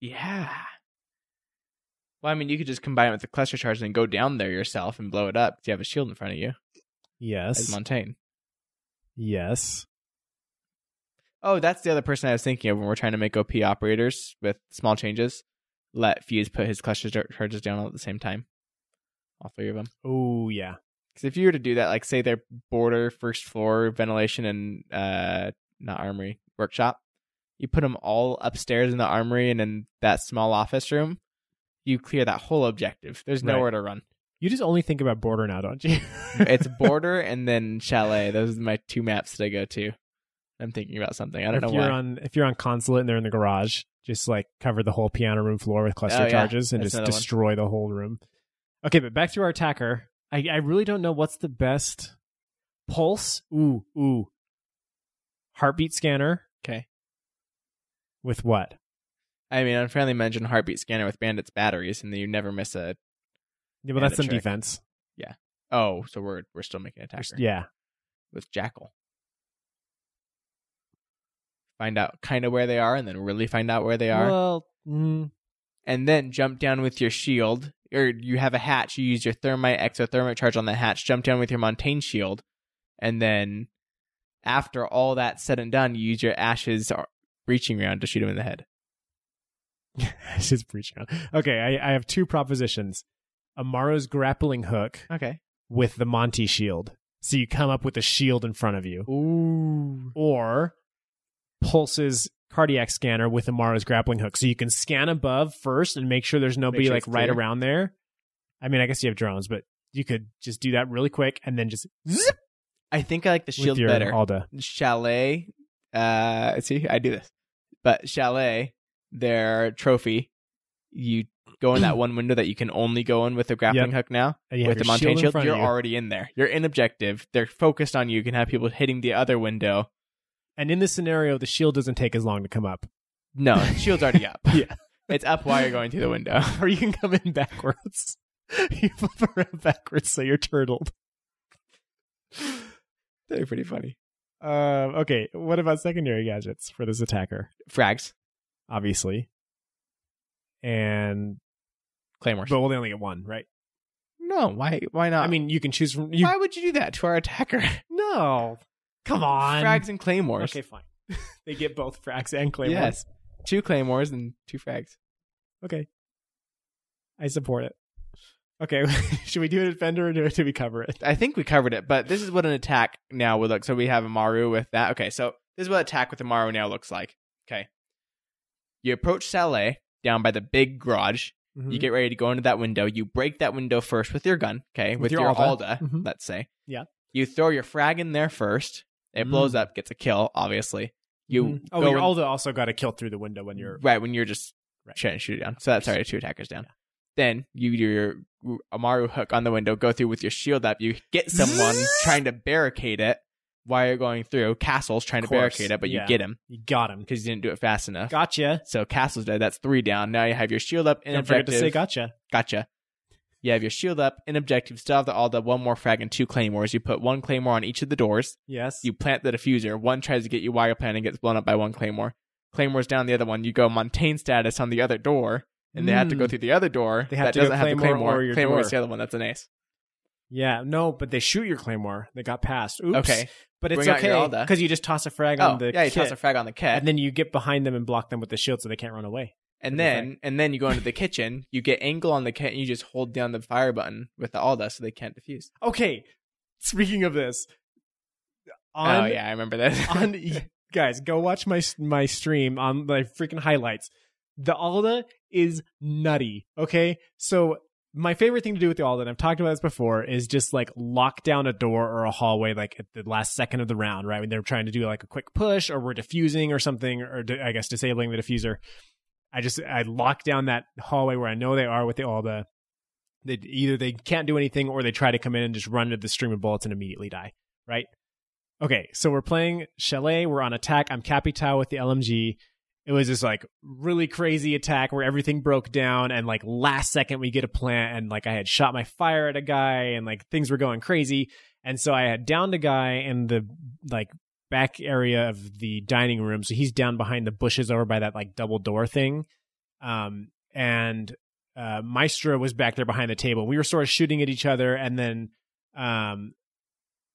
Speaker 3: Yeah. Well, I mean, you could just combine it with the cluster charge and go down there yourself and blow it up. 'cause You have a shield in front of you as
Speaker 2: Yes.
Speaker 3: Montaigne.
Speaker 2: yes.
Speaker 3: Oh, that's the other person I was thinking of when we're trying to make OP operators with small changes. Let Fuse put his cluster char- charges down all at the same time. All three of them.
Speaker 2: Oh yeah.
Speaker 3: Because if you were to do that, like say their border, first floor, ventilation, and uh, not armory, workshop, you put them all upstairs in the armory and in that small office room, you clear that whole objective. There's
Speaker 2: Right.
Speaker 3: nowhere to run.
Speaker 2: You just only think about border now, don't you?
Speaker 3: it's border and then chalet. Those are my two maps that I go to. I'm thinking about something. I don't
Speaker 2: if
Speaker 3: know
Speaker 2: you're
Speaker 3: why.
Speaker 2: on if you're on consulate and they're in the garage, just like cover the whole piano room floor with cluster
Speaker 3: Oh, yeah.
Speaker 2: charges and
Speaker 3: That's
Speaker 2: just
Speaker 3: another one.
Speaker 2: destroy the whole room. Okay, but back to our attacker. I, I really don't know what's the best pulse. Ooh, ooh. Heartbeat scanner
Speaker 3: okay.
Speaker 2: with what?
Speaker 3: I mean, unfriendly mentioned heartbeat scanner with bandits batteries, and then you never miss a.
Speaker 2: Yeah, but
Speaker 3: and
Speaker 2: that's
Speaker 3: a
Speaker 2: some
Speaker 3: trick.
Speaker 2: defense.
Speaker 3: Oh, so we're we're still making attacker
Speaker 2: Yeah.
Speaker 3: with jackal. Find out kind of where they are, and then really find out where they are,
Speaker 2: Well, mm,
Speaker 3: and then jump down with your shield. Or you have a hatch. You use your thermite exothermic charge on the hatch. Jump down with your montane shield, and then after all that's said and done, you use your ashes ar- reaching round to shoot him in the head.
Speaker 2: it's just preaching on. Okay, I, I have two propositions. Amaro's grappling hook
Speaker 3: Okay.
Speaker 2: with the Monty shield. So you come up with a shield in front of you.
Speaker 3: Ooh.
Speaker 2: Or Pulse's cardiac scanner with Amaro's grappling hook. So you can scan above first and make sure there's nobody
Speaker 3: sure
Speaker 2: like
Speaker 3: it's
Speaker 2: right
Speaker 3: clear.
Speaker 2: around there. I mean, I guess you have drones, but you could just do that really quick and then just zip
Speaker 3: I think I like the
Speaker 2: with
Speaker 3: shield
Speaker 2: your uh,
Speaker 3: better.
Speaker 2: Alda.
Speaker 3: chalet uh see i do this but chalet their trophy you go in that one window that you can only go in with a grappling hook now
Speaker 2: And you
Speaker 3: with the
Speaker 2: have your shield
Speaker 3: montane
Speaker 2: in
Speaker 3: shield,
Speaker 2: front of
Speaker 3: you're
Speaker 2: you.
Speaker 3: already in there you're in objective they're focused on you you can have people hitting the other window
Speaker 2: And in this scenario, the shield doesn't take as long to come up.
Speaker 3: no shield's already up
Speaker 2: Yeah.
Speaker 3: it's up while you're going through the window
Speaker 2: or you can come in backwards. you flip around backwards so you're turtled.
Speaker 3: they're pretty funny
Speaker 2: Um, okay, what about secondary gadgets for this attacker?
Speaker 3: Frags,
Speaker 2: Obviously, and
Speaker 3: claymores.
Speaker 2: but we'll only get one, right?
Speaker 3: no, why? Why not?
Speaker 2: I mean, you can choose from. You,
Speaker 3: why would you do that to our attacker?
Speaker 2: no, come on.
Speaker 3: frags and claymores.
Speaker 2: Okay, fine. they get both frags and claymores.
Speaker 3: Yes. Two claymores and two frags.
Speaker 2: Okay. I support it. Okay, should we do an defender or do, do we cover it?
Speaker 3: I think we covered it, but this is what an attack now would look. So we have Amaru with that. Okay, so this is what attack with Amaru now looks like. Okay. You approach Saleh down by the big garage.
Speaker 2: Mm-hmm.
Speaker 3: You get ready to go into that window. You break that window first with your gun, okay? With, your, Alda,
Speaker 2: Mhm.
Speaker 3: let's say.
Speaker 2: Yeah.
Speaker 3: You throw your frag in there first. It
Speaker 2: Mm.
Speaker 3: blows up, gets a kill, obviously. You
Speaker 2: Mhm. oh,
Speaker 3: go
Speaker 2: your
Speaker 3: in-
Speaker 2: Alda also got a kill through the window when you're
Speaker 3: right when you're just
Speaker 2: Right.
Speaker 3: trying to shoot it down. So that's already two attackers down. Then you do your Amaru hook on the window, go through with your shield up. You get someone trying to barricade it while you're going through. Castle's trying to
Speaker 2: Course.
Speaker 3: barricade it, but
Speaker 2: Yeah.
Speaker 3: you get him
Speaker 2: you got him.
Speaker 3: because you didn't do it fast enough.
Speaker 2: Gotcha.
Speaker 3: so Castle's dead. That's three down. Now you have your shield up and
Speaker 2: Don't forget to
Speaker 3: objective.
Speaker 2: say gotcha.
Speaker 3: Gotcha. You have your shield up, in objective, still have the all the one more frag and two claymores. You put one claymore on each of the doors.
Speaker 2: Yes.
Speaker 3: You plant the diffuser. One tries to get you while you're planting, gets blown up by one claymore. Claymore's down the other one. You go Montaigne status on the other door, and they have to go
Speaker 2: Mm.
Speaker 3: through the other door.
Speaker 2: They have
Speaker 3: that
Speaker 2: to go
Speaker 3: doesn't have the
Speaker 2: claymore
Speaker 3: claymore.
Speaker 2: or your
Speaker 3: claymore
Speaker 2: door.
Speaker 3: is the other one. That's an ace.
Speaker 2: Yeah, no, but they shoot your claymore. They got past. Oops.
Speaker 3: Okay.
Speaker 2: But it's
Speaker 3: Bring out
Speaker 2: okay
Speaker 3: your Alda.
Speaker 2: because you just toss a frag
Speaker 3: Oh,
Speaker 2: on the
Speaker 3: yeah. You
Speaker 2: kit,
Speaker 3: toss a frag on the cat,
Speaker 2: and then you get behind them and block them with the shield so they can't run away.
Speaker 3: and
Speaker 2: the
Speaker 3: then and then you go into the kitchen. You get angle on the cat, and you just hold down the fire button with the Alda so they can't defuse.
Speaker 2: Okay. Speaking of this,
Speaker 3: oh
Speaker 2: on
Speaker 3: yeah, I remember that.
Speaker 2: on guys, go watch my my stream on my freaking highlights. The Alda is nutty. Okay, so my favorite thing to do with the Alda, and I've talked about this before, is just like lock down a door or a hallway like at the last second of the round, right? When they're trying to do like a quick push or we're diffusing or something, or di- I guess disabling the diffuser. I just I lock down that hallway where I know they are with the Alda. They either they can't do anything or they try to come in and just run into the stream of bullets and immediately die. Right? Okay, so we're playing Chalet. We're on attack. I'm Capitao with the LMG. It was this like really crazy attack where everything broke down and like last second we get a plant and like I had shot my fire at a guy and like things were going crazy. And so I had downed a guy in the like back area of the dining room. So he's down behind the bushes over by that like double door thing. Um, and uh, Maestro was back there behind the table. We were sort of shooting at each other and then um,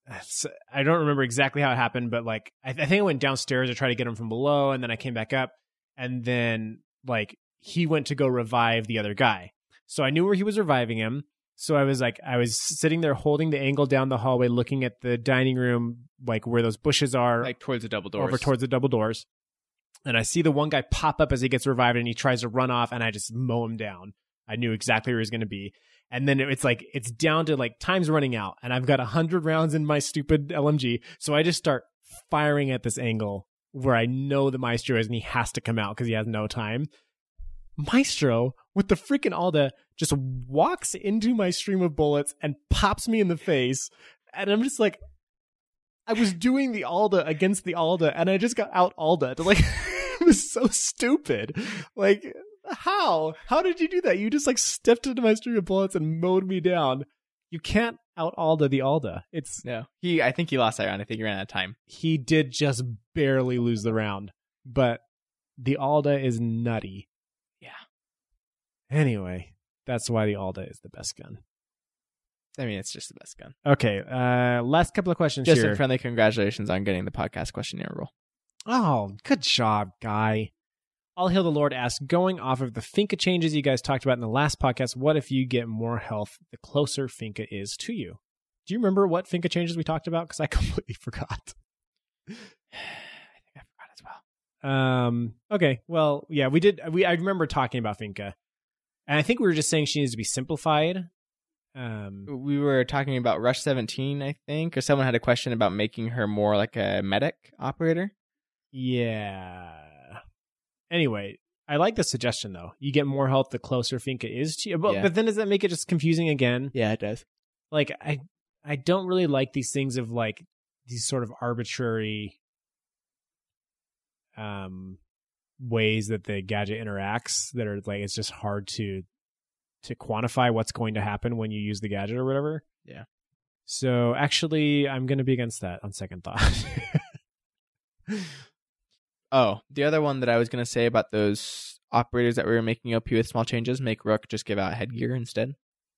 Speaker 2: s- I don't remember exactly how it happened, but like I, th- I think I went downstairs to try to get him from below, and then I came back up, and then like he went to go revive the other guy. So I knew where he was reviving him. So I was like, I was sitting there holding the angle down the hallway, looking at the dining room, like where those bushes are,
Speaker 3: like towards the double doors.
Speaker 2: over towards the double doors. And I see the one guy pop up as he gets revived and he tries to run off and I just mow him down. I knew exactly where he was going to be. And then it- it's like, it's down to like time's running out and I've got 100 rounds in my stupid LMG. So I just start firing at this angle where I know the maestro is and he has to come out because he has no time. Maestro with the freaking Alda just walks into my stream of bullets and pops me in the face. And I'm just like, I was doing the Alda against the Alda, and I just got out Alda. Like, it was so stupid. Like, how? How did you do that? You just like stepped into my stream of bullets and mowed me down. You can't out Alda the Alda. It's
Speaker 3: No, he. I think he lost that round. I think he ran out of time.
Speaker 2: he did just barely lose the round, but the Alda is nutty.
Speaker 3: Yeah.
Speaker 2: Anyway, that's why the Alda is the best gun.
Speaker 3: I mean, it's just the best gun.
Speaker 2: Okay, uh last couple of questions
Speaker 3: Just
Speaker 2: here.
Speaker 3: a friendly congratulations on getting the podcast questionnaire role.
Speaker 2: Oh, good job, guy. All Hail the Lord asks, going off of the Finca changes you guys talked about in the last podcast, what if you get more health the closer Finca is to you? Do you remember what Finca changes we talked about? Because I completely forgot.
Speaker 3: I think I forgot as well.
Speaker 2: Um, okay. Well, yeah, we did. We I remember talking about Finca. And I think we were just saying she needs to be simplified. Um,
Speaker 3: We were talking about Rush 17, I think, or someone had a question about making her more like a medic operator.
Speaker 2: yeah. Anyway, I like the suggestion, though. You get more health the closer Finca is to you. But,
Speaker 3: Yeah.
Speaker 2: but then does that make it just confusing again?
Speaker 3: Yeah, it does.
Speaker 2: like i i don't really like these things of like these sort of arbitrary um ways that the gadget interacts that are like it's just hard to to quantify what's going to happen when you use the gadget or whatever
Speaker 3: Yeah.
Speaker 2: so actually i'm going to be against that on second thought
Speaker 3: Oh, the other one that I was gonna say about those operators that we were making OP with small changes, make Rook just give out headgear instead.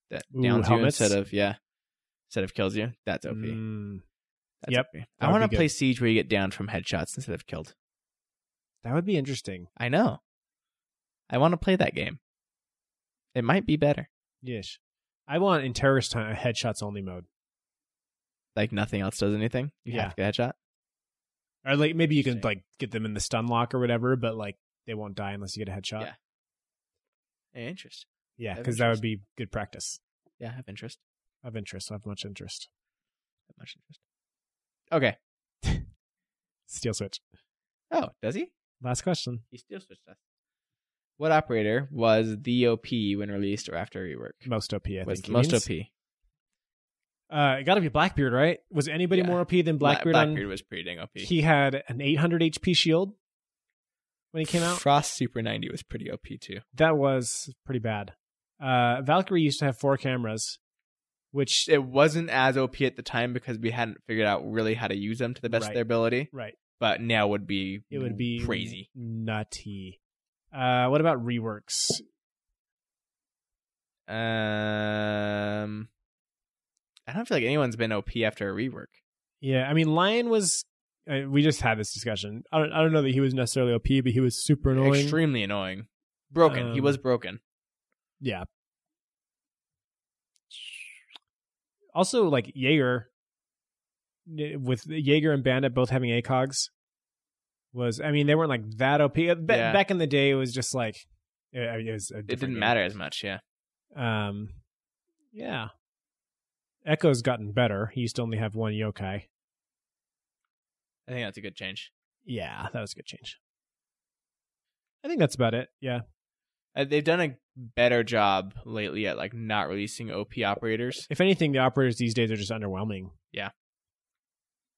Speaker 3: That
Speaker 2: Ooh,
Speaker 3: downs
Speaker 2: helmets?
Speaker 3: you instead of yeah, instead of kills you. That's OP.
Speaker 2: Mm,
Speaker 3: That's
Speaker 2: yep.
Speaker 3: OP.
Speaker 2: would
Speaker 3: I want
Speaker 2: be
Speaker 3: to
Speaker 2: good.
Speaker 3: play Siege where you get down from headshots instead of killed.
Speaker 2: that would be interesting.
Speaker 3: I know. I want to play that game. It might be better.
Speaker 2: Yes. I want in terrorist time a headshots only mode.
Speaker 3: Like nothing else does anything. You have to get a headshot.
Speaker 2: Or like maybe you can
Speaker 3: Interesting.
Speaker 2: like get them in the stun lock or whatever, but like they won't die unless you get a headshot.
Speaker 3: Yeah. Interest.
Speaker 2: Yeah,
Speaker 3: That'd
Speaker 2: because
Speaker 3: be
Speaker 2: that would be good practice.
Speaker 3: Yeah, I have interest.
Speaker 2: Of interest. I have much interest.
Speaker 3: That much interest. Okay.
Speaker 2: Steel switch.
Speaker 3: Oh, does he?
Speaker 2: Last question.
Speaker 3: He still switched us. What operator was the OP when released or after rework?
Speaker 2: Most OP, I
Speaker 3: was
Speaker 2: think.
Speaker 3: the
Speaker 2: he
Speaker 3: most
Speaker 2: means.
Speaker 3: OP. Bla-
Speaker 2: Uh, it got to be Blackbeard, right? Was anybody
Speaker 3: Yeah.
Speaker 2: more OP than Blackbeard? on-
Speaker 3: Blackbeard was pretty dang OP.
Speaker 2: He had an 800 HP shield when he came out.
Speaker 3: Frost Super 90 was pretty OP too.
Speaker 2: That was pretty bad. Uh, Valkyrie used to have four cameras, which
Speaker 3: It wasn't as OP at the time because we hadn't figured out really how to use them to the best
Speaker 2: Right.
Speaker 3: of their ability.
Speaker 2: right,
Speaker 3: But now would be
Speaker 2: it would be
Speaker 3: crazy.
Speaker 2: nutty. Uh, what about reworks?
Speaker 3: Um, I don't feel like anyone's been OP after a rework.
Speaker 2: Yeah, I mean Lion was. Uh, we just had this discussion. I don't. I don't know that he was necessarily OP, but he was super annoying.
Speaker 3: Extremely annoying. Broken. he
Speaker 2: Um,
Speaker 3: was broken.
Speaker 2: Yeah. Also, like Jaeger, with Jaeger and Bandit both having ACOGs, was I mean they weren't like that OP. Ba-
Speaker 3: Yeah.
Speaker 2: Back in the day, it was just like it, it was. A
Speaker 3: It
Speaker 2: different
Speaker 3: didn't
Speaker 2: game.
Speaker 3: matter as much. Yeah.
Speaker 2: Um, yeah. Echo's gotten better. He used to only have one yokai.
Speaker 3: I think that's a good change.
Speaker 2: Yeah, that was a good change. I think that's about it. Yeah.
Speaker 3: Uh, They've done a better job lately at like not releasing OP operators.
Speaker 2: If anything, the operators these days are just underwhelming.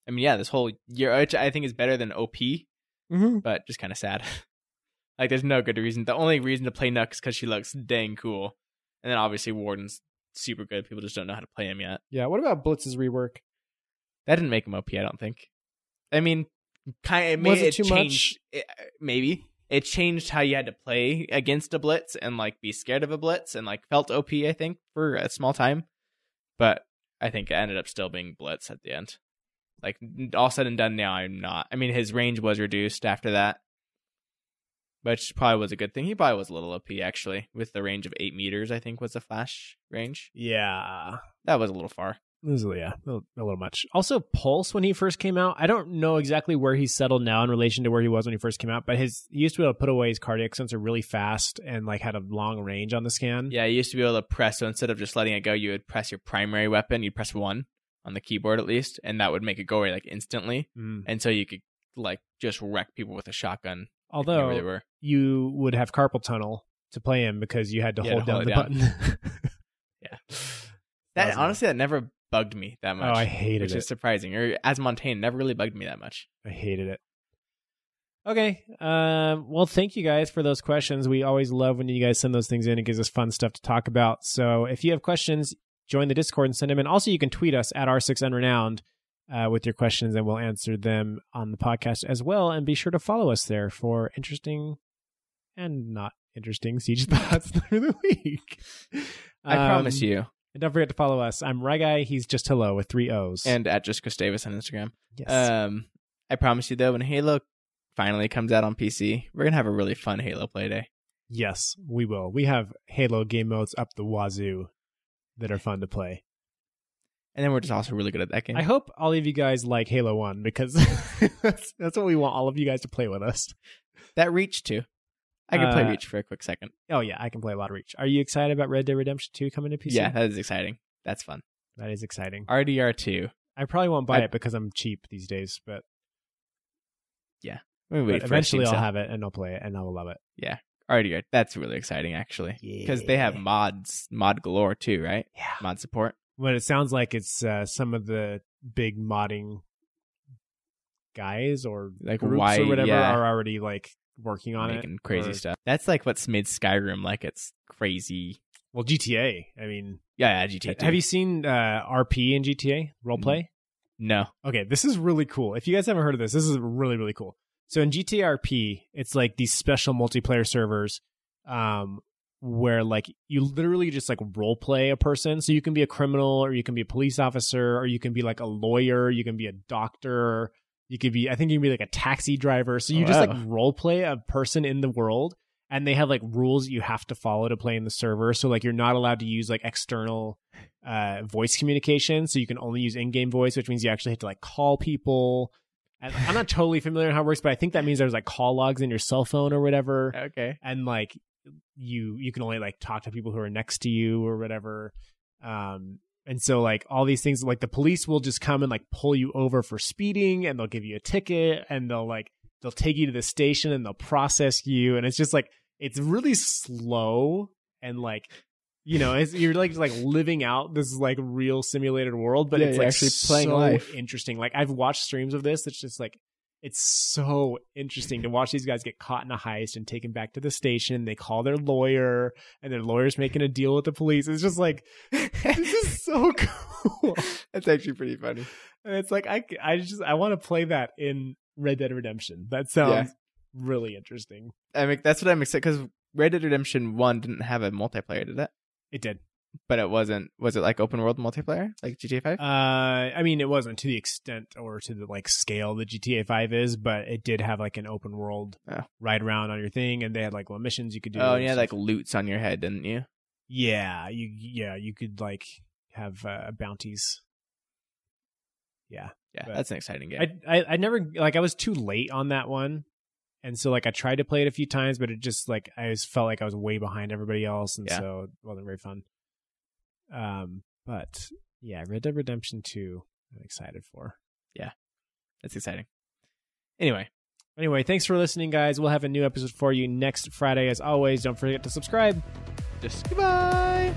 Speaker 3: I mean, yeah, this whole year which I think is better than OP,
Speaker 2: Mm-hmm.
Speaker 3: but just kind of sad. like, there's no good reason. The only reason to play Nook is because she looks dang cool, and then obviously Warden's super good. People just don't know how to play him yet.
Speaker 2: Yeah. What about Blitz's rework?
Speaker 3: That didn't make him OP, I don't think. I mean, kind it, made,
Speaker 2: Was it
Speaker 3: it,
Speaker 2: too
Speaker 3: changed, it- maybe it changed how you had to play against a blitz and like be scared of a blitz and like felt OP. I think for a small time, but I think it ended up still being blitz at the end. Like all said and done, now I'm not. I mean, his range was reduced after that, which probably was a good thing. He probably was a little OP actually, with the range of eight meters. I think was the flash range.
Speaker 2: Yeah.
Speaker 3: That was a little far.
Speaker 2: It was, yeah, a little, a little much. Also, Pulse when he first came out, I don't know exactly where he's settled now in relation to where he was when he first came out, but his he used to be able to put away his cardiac sensor really fast and like had a long range on the scan.
Speaker 3: Yeah, you used to be able to press. So instead of just letting it go, you would press your primary weapon. You'd press one on the keyboard at least, and that would make it go away like instantly.
Speaker 2: Mm.
Speaker 3: And so you could like just wreck people with a shotgun. if you knew where they
Speaker 2: Although
Speaker 3: were.
Speaker 2: you would have carpal tunnel to play him because you had to
Speaker 3: You had
Speaker 2: hold
Speaker 3: to
Speaker 2: down
Speaker 3: hold
Speaker 2: the
Speaker 3: it
Speaker 2: button.
Speaker 3: Yeah.
Speaker 2: That
Speaker 3: That,
Speaker 2: was
Speaker 3: honestly, that never bugged me that
Speaker 2: oh,
Speaker 3: much,
Speaker 2: I hated
Speaker 3: which
Speaker 2: it.
Speaker 3: is surprising. Or as Montaigne, never really bugged me that much.
Speaker 2: I hated it. Okay. Um, well, thank you guys for those questions. We always love when you guys send those things in. It gives us fun stuff to talk about. So if you have questions, join the Discord and send them in. Also, you can tweet us at R6Unrenowned uh, with your questions, and we'll answer them on the podcast as well. And be sure to follow us there for interesting and not interesting siege thoughts through the week.
Speaker 3: I promise
Speaker 2: Um,
Speaker 3: you.
Speaker 2: And don't forget to follow us. I'm Ryguy. He's just hello with three O's.
Speaker 3: And at just Chris Davis on Instagram.
Speaker 2: yes.
Speaker 3: Um, I promise you though, when Halo finally comes out on PC, we're gonna have a really fun Halo play day.
Speaker 2: Yes, we will. We have Halo game modes up the wazoo that are fun to play.
Speaker 3: And then we're just also really good at that game.
Speaker 2: I hope all of you guys like Halo 1 because that's, that's what we want all of you guys to play with us.
Speaker 3: That Reach too. I can play
Speaker 2: Uh,
Speaker 3: Reach for a quick second.
Speaker 2: Oh, yeah, I can play a lot of Reach. Are you excited about Red Dead Redemption 2 coming to PC?
Speaker 3: Yeah, that is exciting. That's fun.
Speaker 2: That is exciting.
Speaker 3: RDR two.
Speaker 2: I probably won't buy
Speaker 3: I-
Speaker 2: it because I'm cheap these days, but,
Speaker 3: Let me
Speaker 2: but
Speaker 3: wait for
Speaker 2: eventually
Speaker 3: a
Speaker 2: I'll
Speaker 3: Steam sale.
Speaker 2: have it and I'll play it and I will love it.
Speaker 3: RDR. That's really exciting actually,
Speaker 2: Yeah.
Speaker 3: because they have mods, mod galore too, right?
Speaker 2: Yeah.
Speaker 3: Mod support.
Speaker 2: What it sounds like it's uh, some of the big modding guys or
Speaker 3: Like
Speaker 2: groups
Speaker 3: why?
Speaker 2: or whatever
Speaker 3: yeah,
Speaker 2: are already like working on it.
Speaker 3: making crazy
Speaker 2: or-
Speaker 3: stuff. That's like what's made Skyrim like it's crazy.
Speaker 2: Well, GTA. I mean,
Speaker 3: Yeah, yeah GTA.
Speaker 2: have you seen uh, RP in GTA role play?
Speaker 3: No.
Speaker 2: Okay, this is really cool. If you guys haven't heard of this, this is really really cool. So in GTRP, it's like these special multiplayer servers um where like you literally just like role play a person. So you can be a criminal or you can be a police officer or you can be like a lawyer, you can be a doctor, you could be I think you can be like a taxi driver. So you just like
Speaker 3: Wow.
Speaker 2: role play a person in the world and they have like rules you have to follow to play in the server. So like you're not allowed to use like external uh voice communication. So you can only use in-game voice, which means you actually have to like call people. And I'm not totally familiar on how it works, but I think that means there's like call logs in your cell phone or whatever
Speaker 3: Okay.
Speaker 2: and like you you can only like talk to people who are next to you or whatever um and so like all these things like the police will just come and like pull you over for speeding and they'll give you a ticket and they'll like they'll take you to the station and they'll process you and it's just like it's really slow and like you know it's, you're like like living out this like real simulated world but
Speaker 3: Yeah,
Speaker 2: it's
Speaker 3: you're
Speaker 2: like
Speaker 3: actually playing
Speaker 2: so
Speaker 3: life.
Speaker 2: interesting like i've watched streams of this it's just like it's so interesting to watch these guys get caught in a heist and taken back to the station. They call their lawyer, and their lawyer's making a deal with the police. It's just like this is so cool.
Speaker 3: That's actually pretty funny.
Speaker 2: And it's like I, I just I want to play that in Red Dead Redemption. That sounds really interesting.
Speaker 3: I mean, that's what I'm excited because Red Dead Redemption One didn't have a multiplayer, did it?
Speaker 2: It did.
Speaker 3: But it wasn't. Was it like open world multiplayer, like GTA Five? Oh,
Speaker 2: Uh, I mean, it wasn't to the extent or to the like scale that GTA Five is, but it did have like an open world
Speaker 3: Yeah.
Speaker 2: ride around on your thing, and they had like little missions you could do.
Speaker 3: oh,
Speaker 2: and
Speaker 3: yeah,
Speaker 2: stuff
Speaker 3: like loots on your head, didn't you?
Speaker 2: Yeah, you yeah, you could like have uh, bounties.
Speaker 3: Yeah,
Speaker 2: But-
Speaker 3: that's an exciting game.
Speaker 2: I, I I never like I was too late on that one. And so like I tried to play it a few times but it just like I just felt like I was way behind everybody else and
Speaker 3: Yeah.
Speaker 2: so it wasn't very fun. Um but yeah, Red Dead Redemption 2 I'm excited for.
Speaker 3: that's exciting. Anyway,
Speaker 2: Anyway, thanks for listening guys. We'll have a new episode for you next Friday as always. Don't forget to subscribe.
Speaker 3: just goodbye.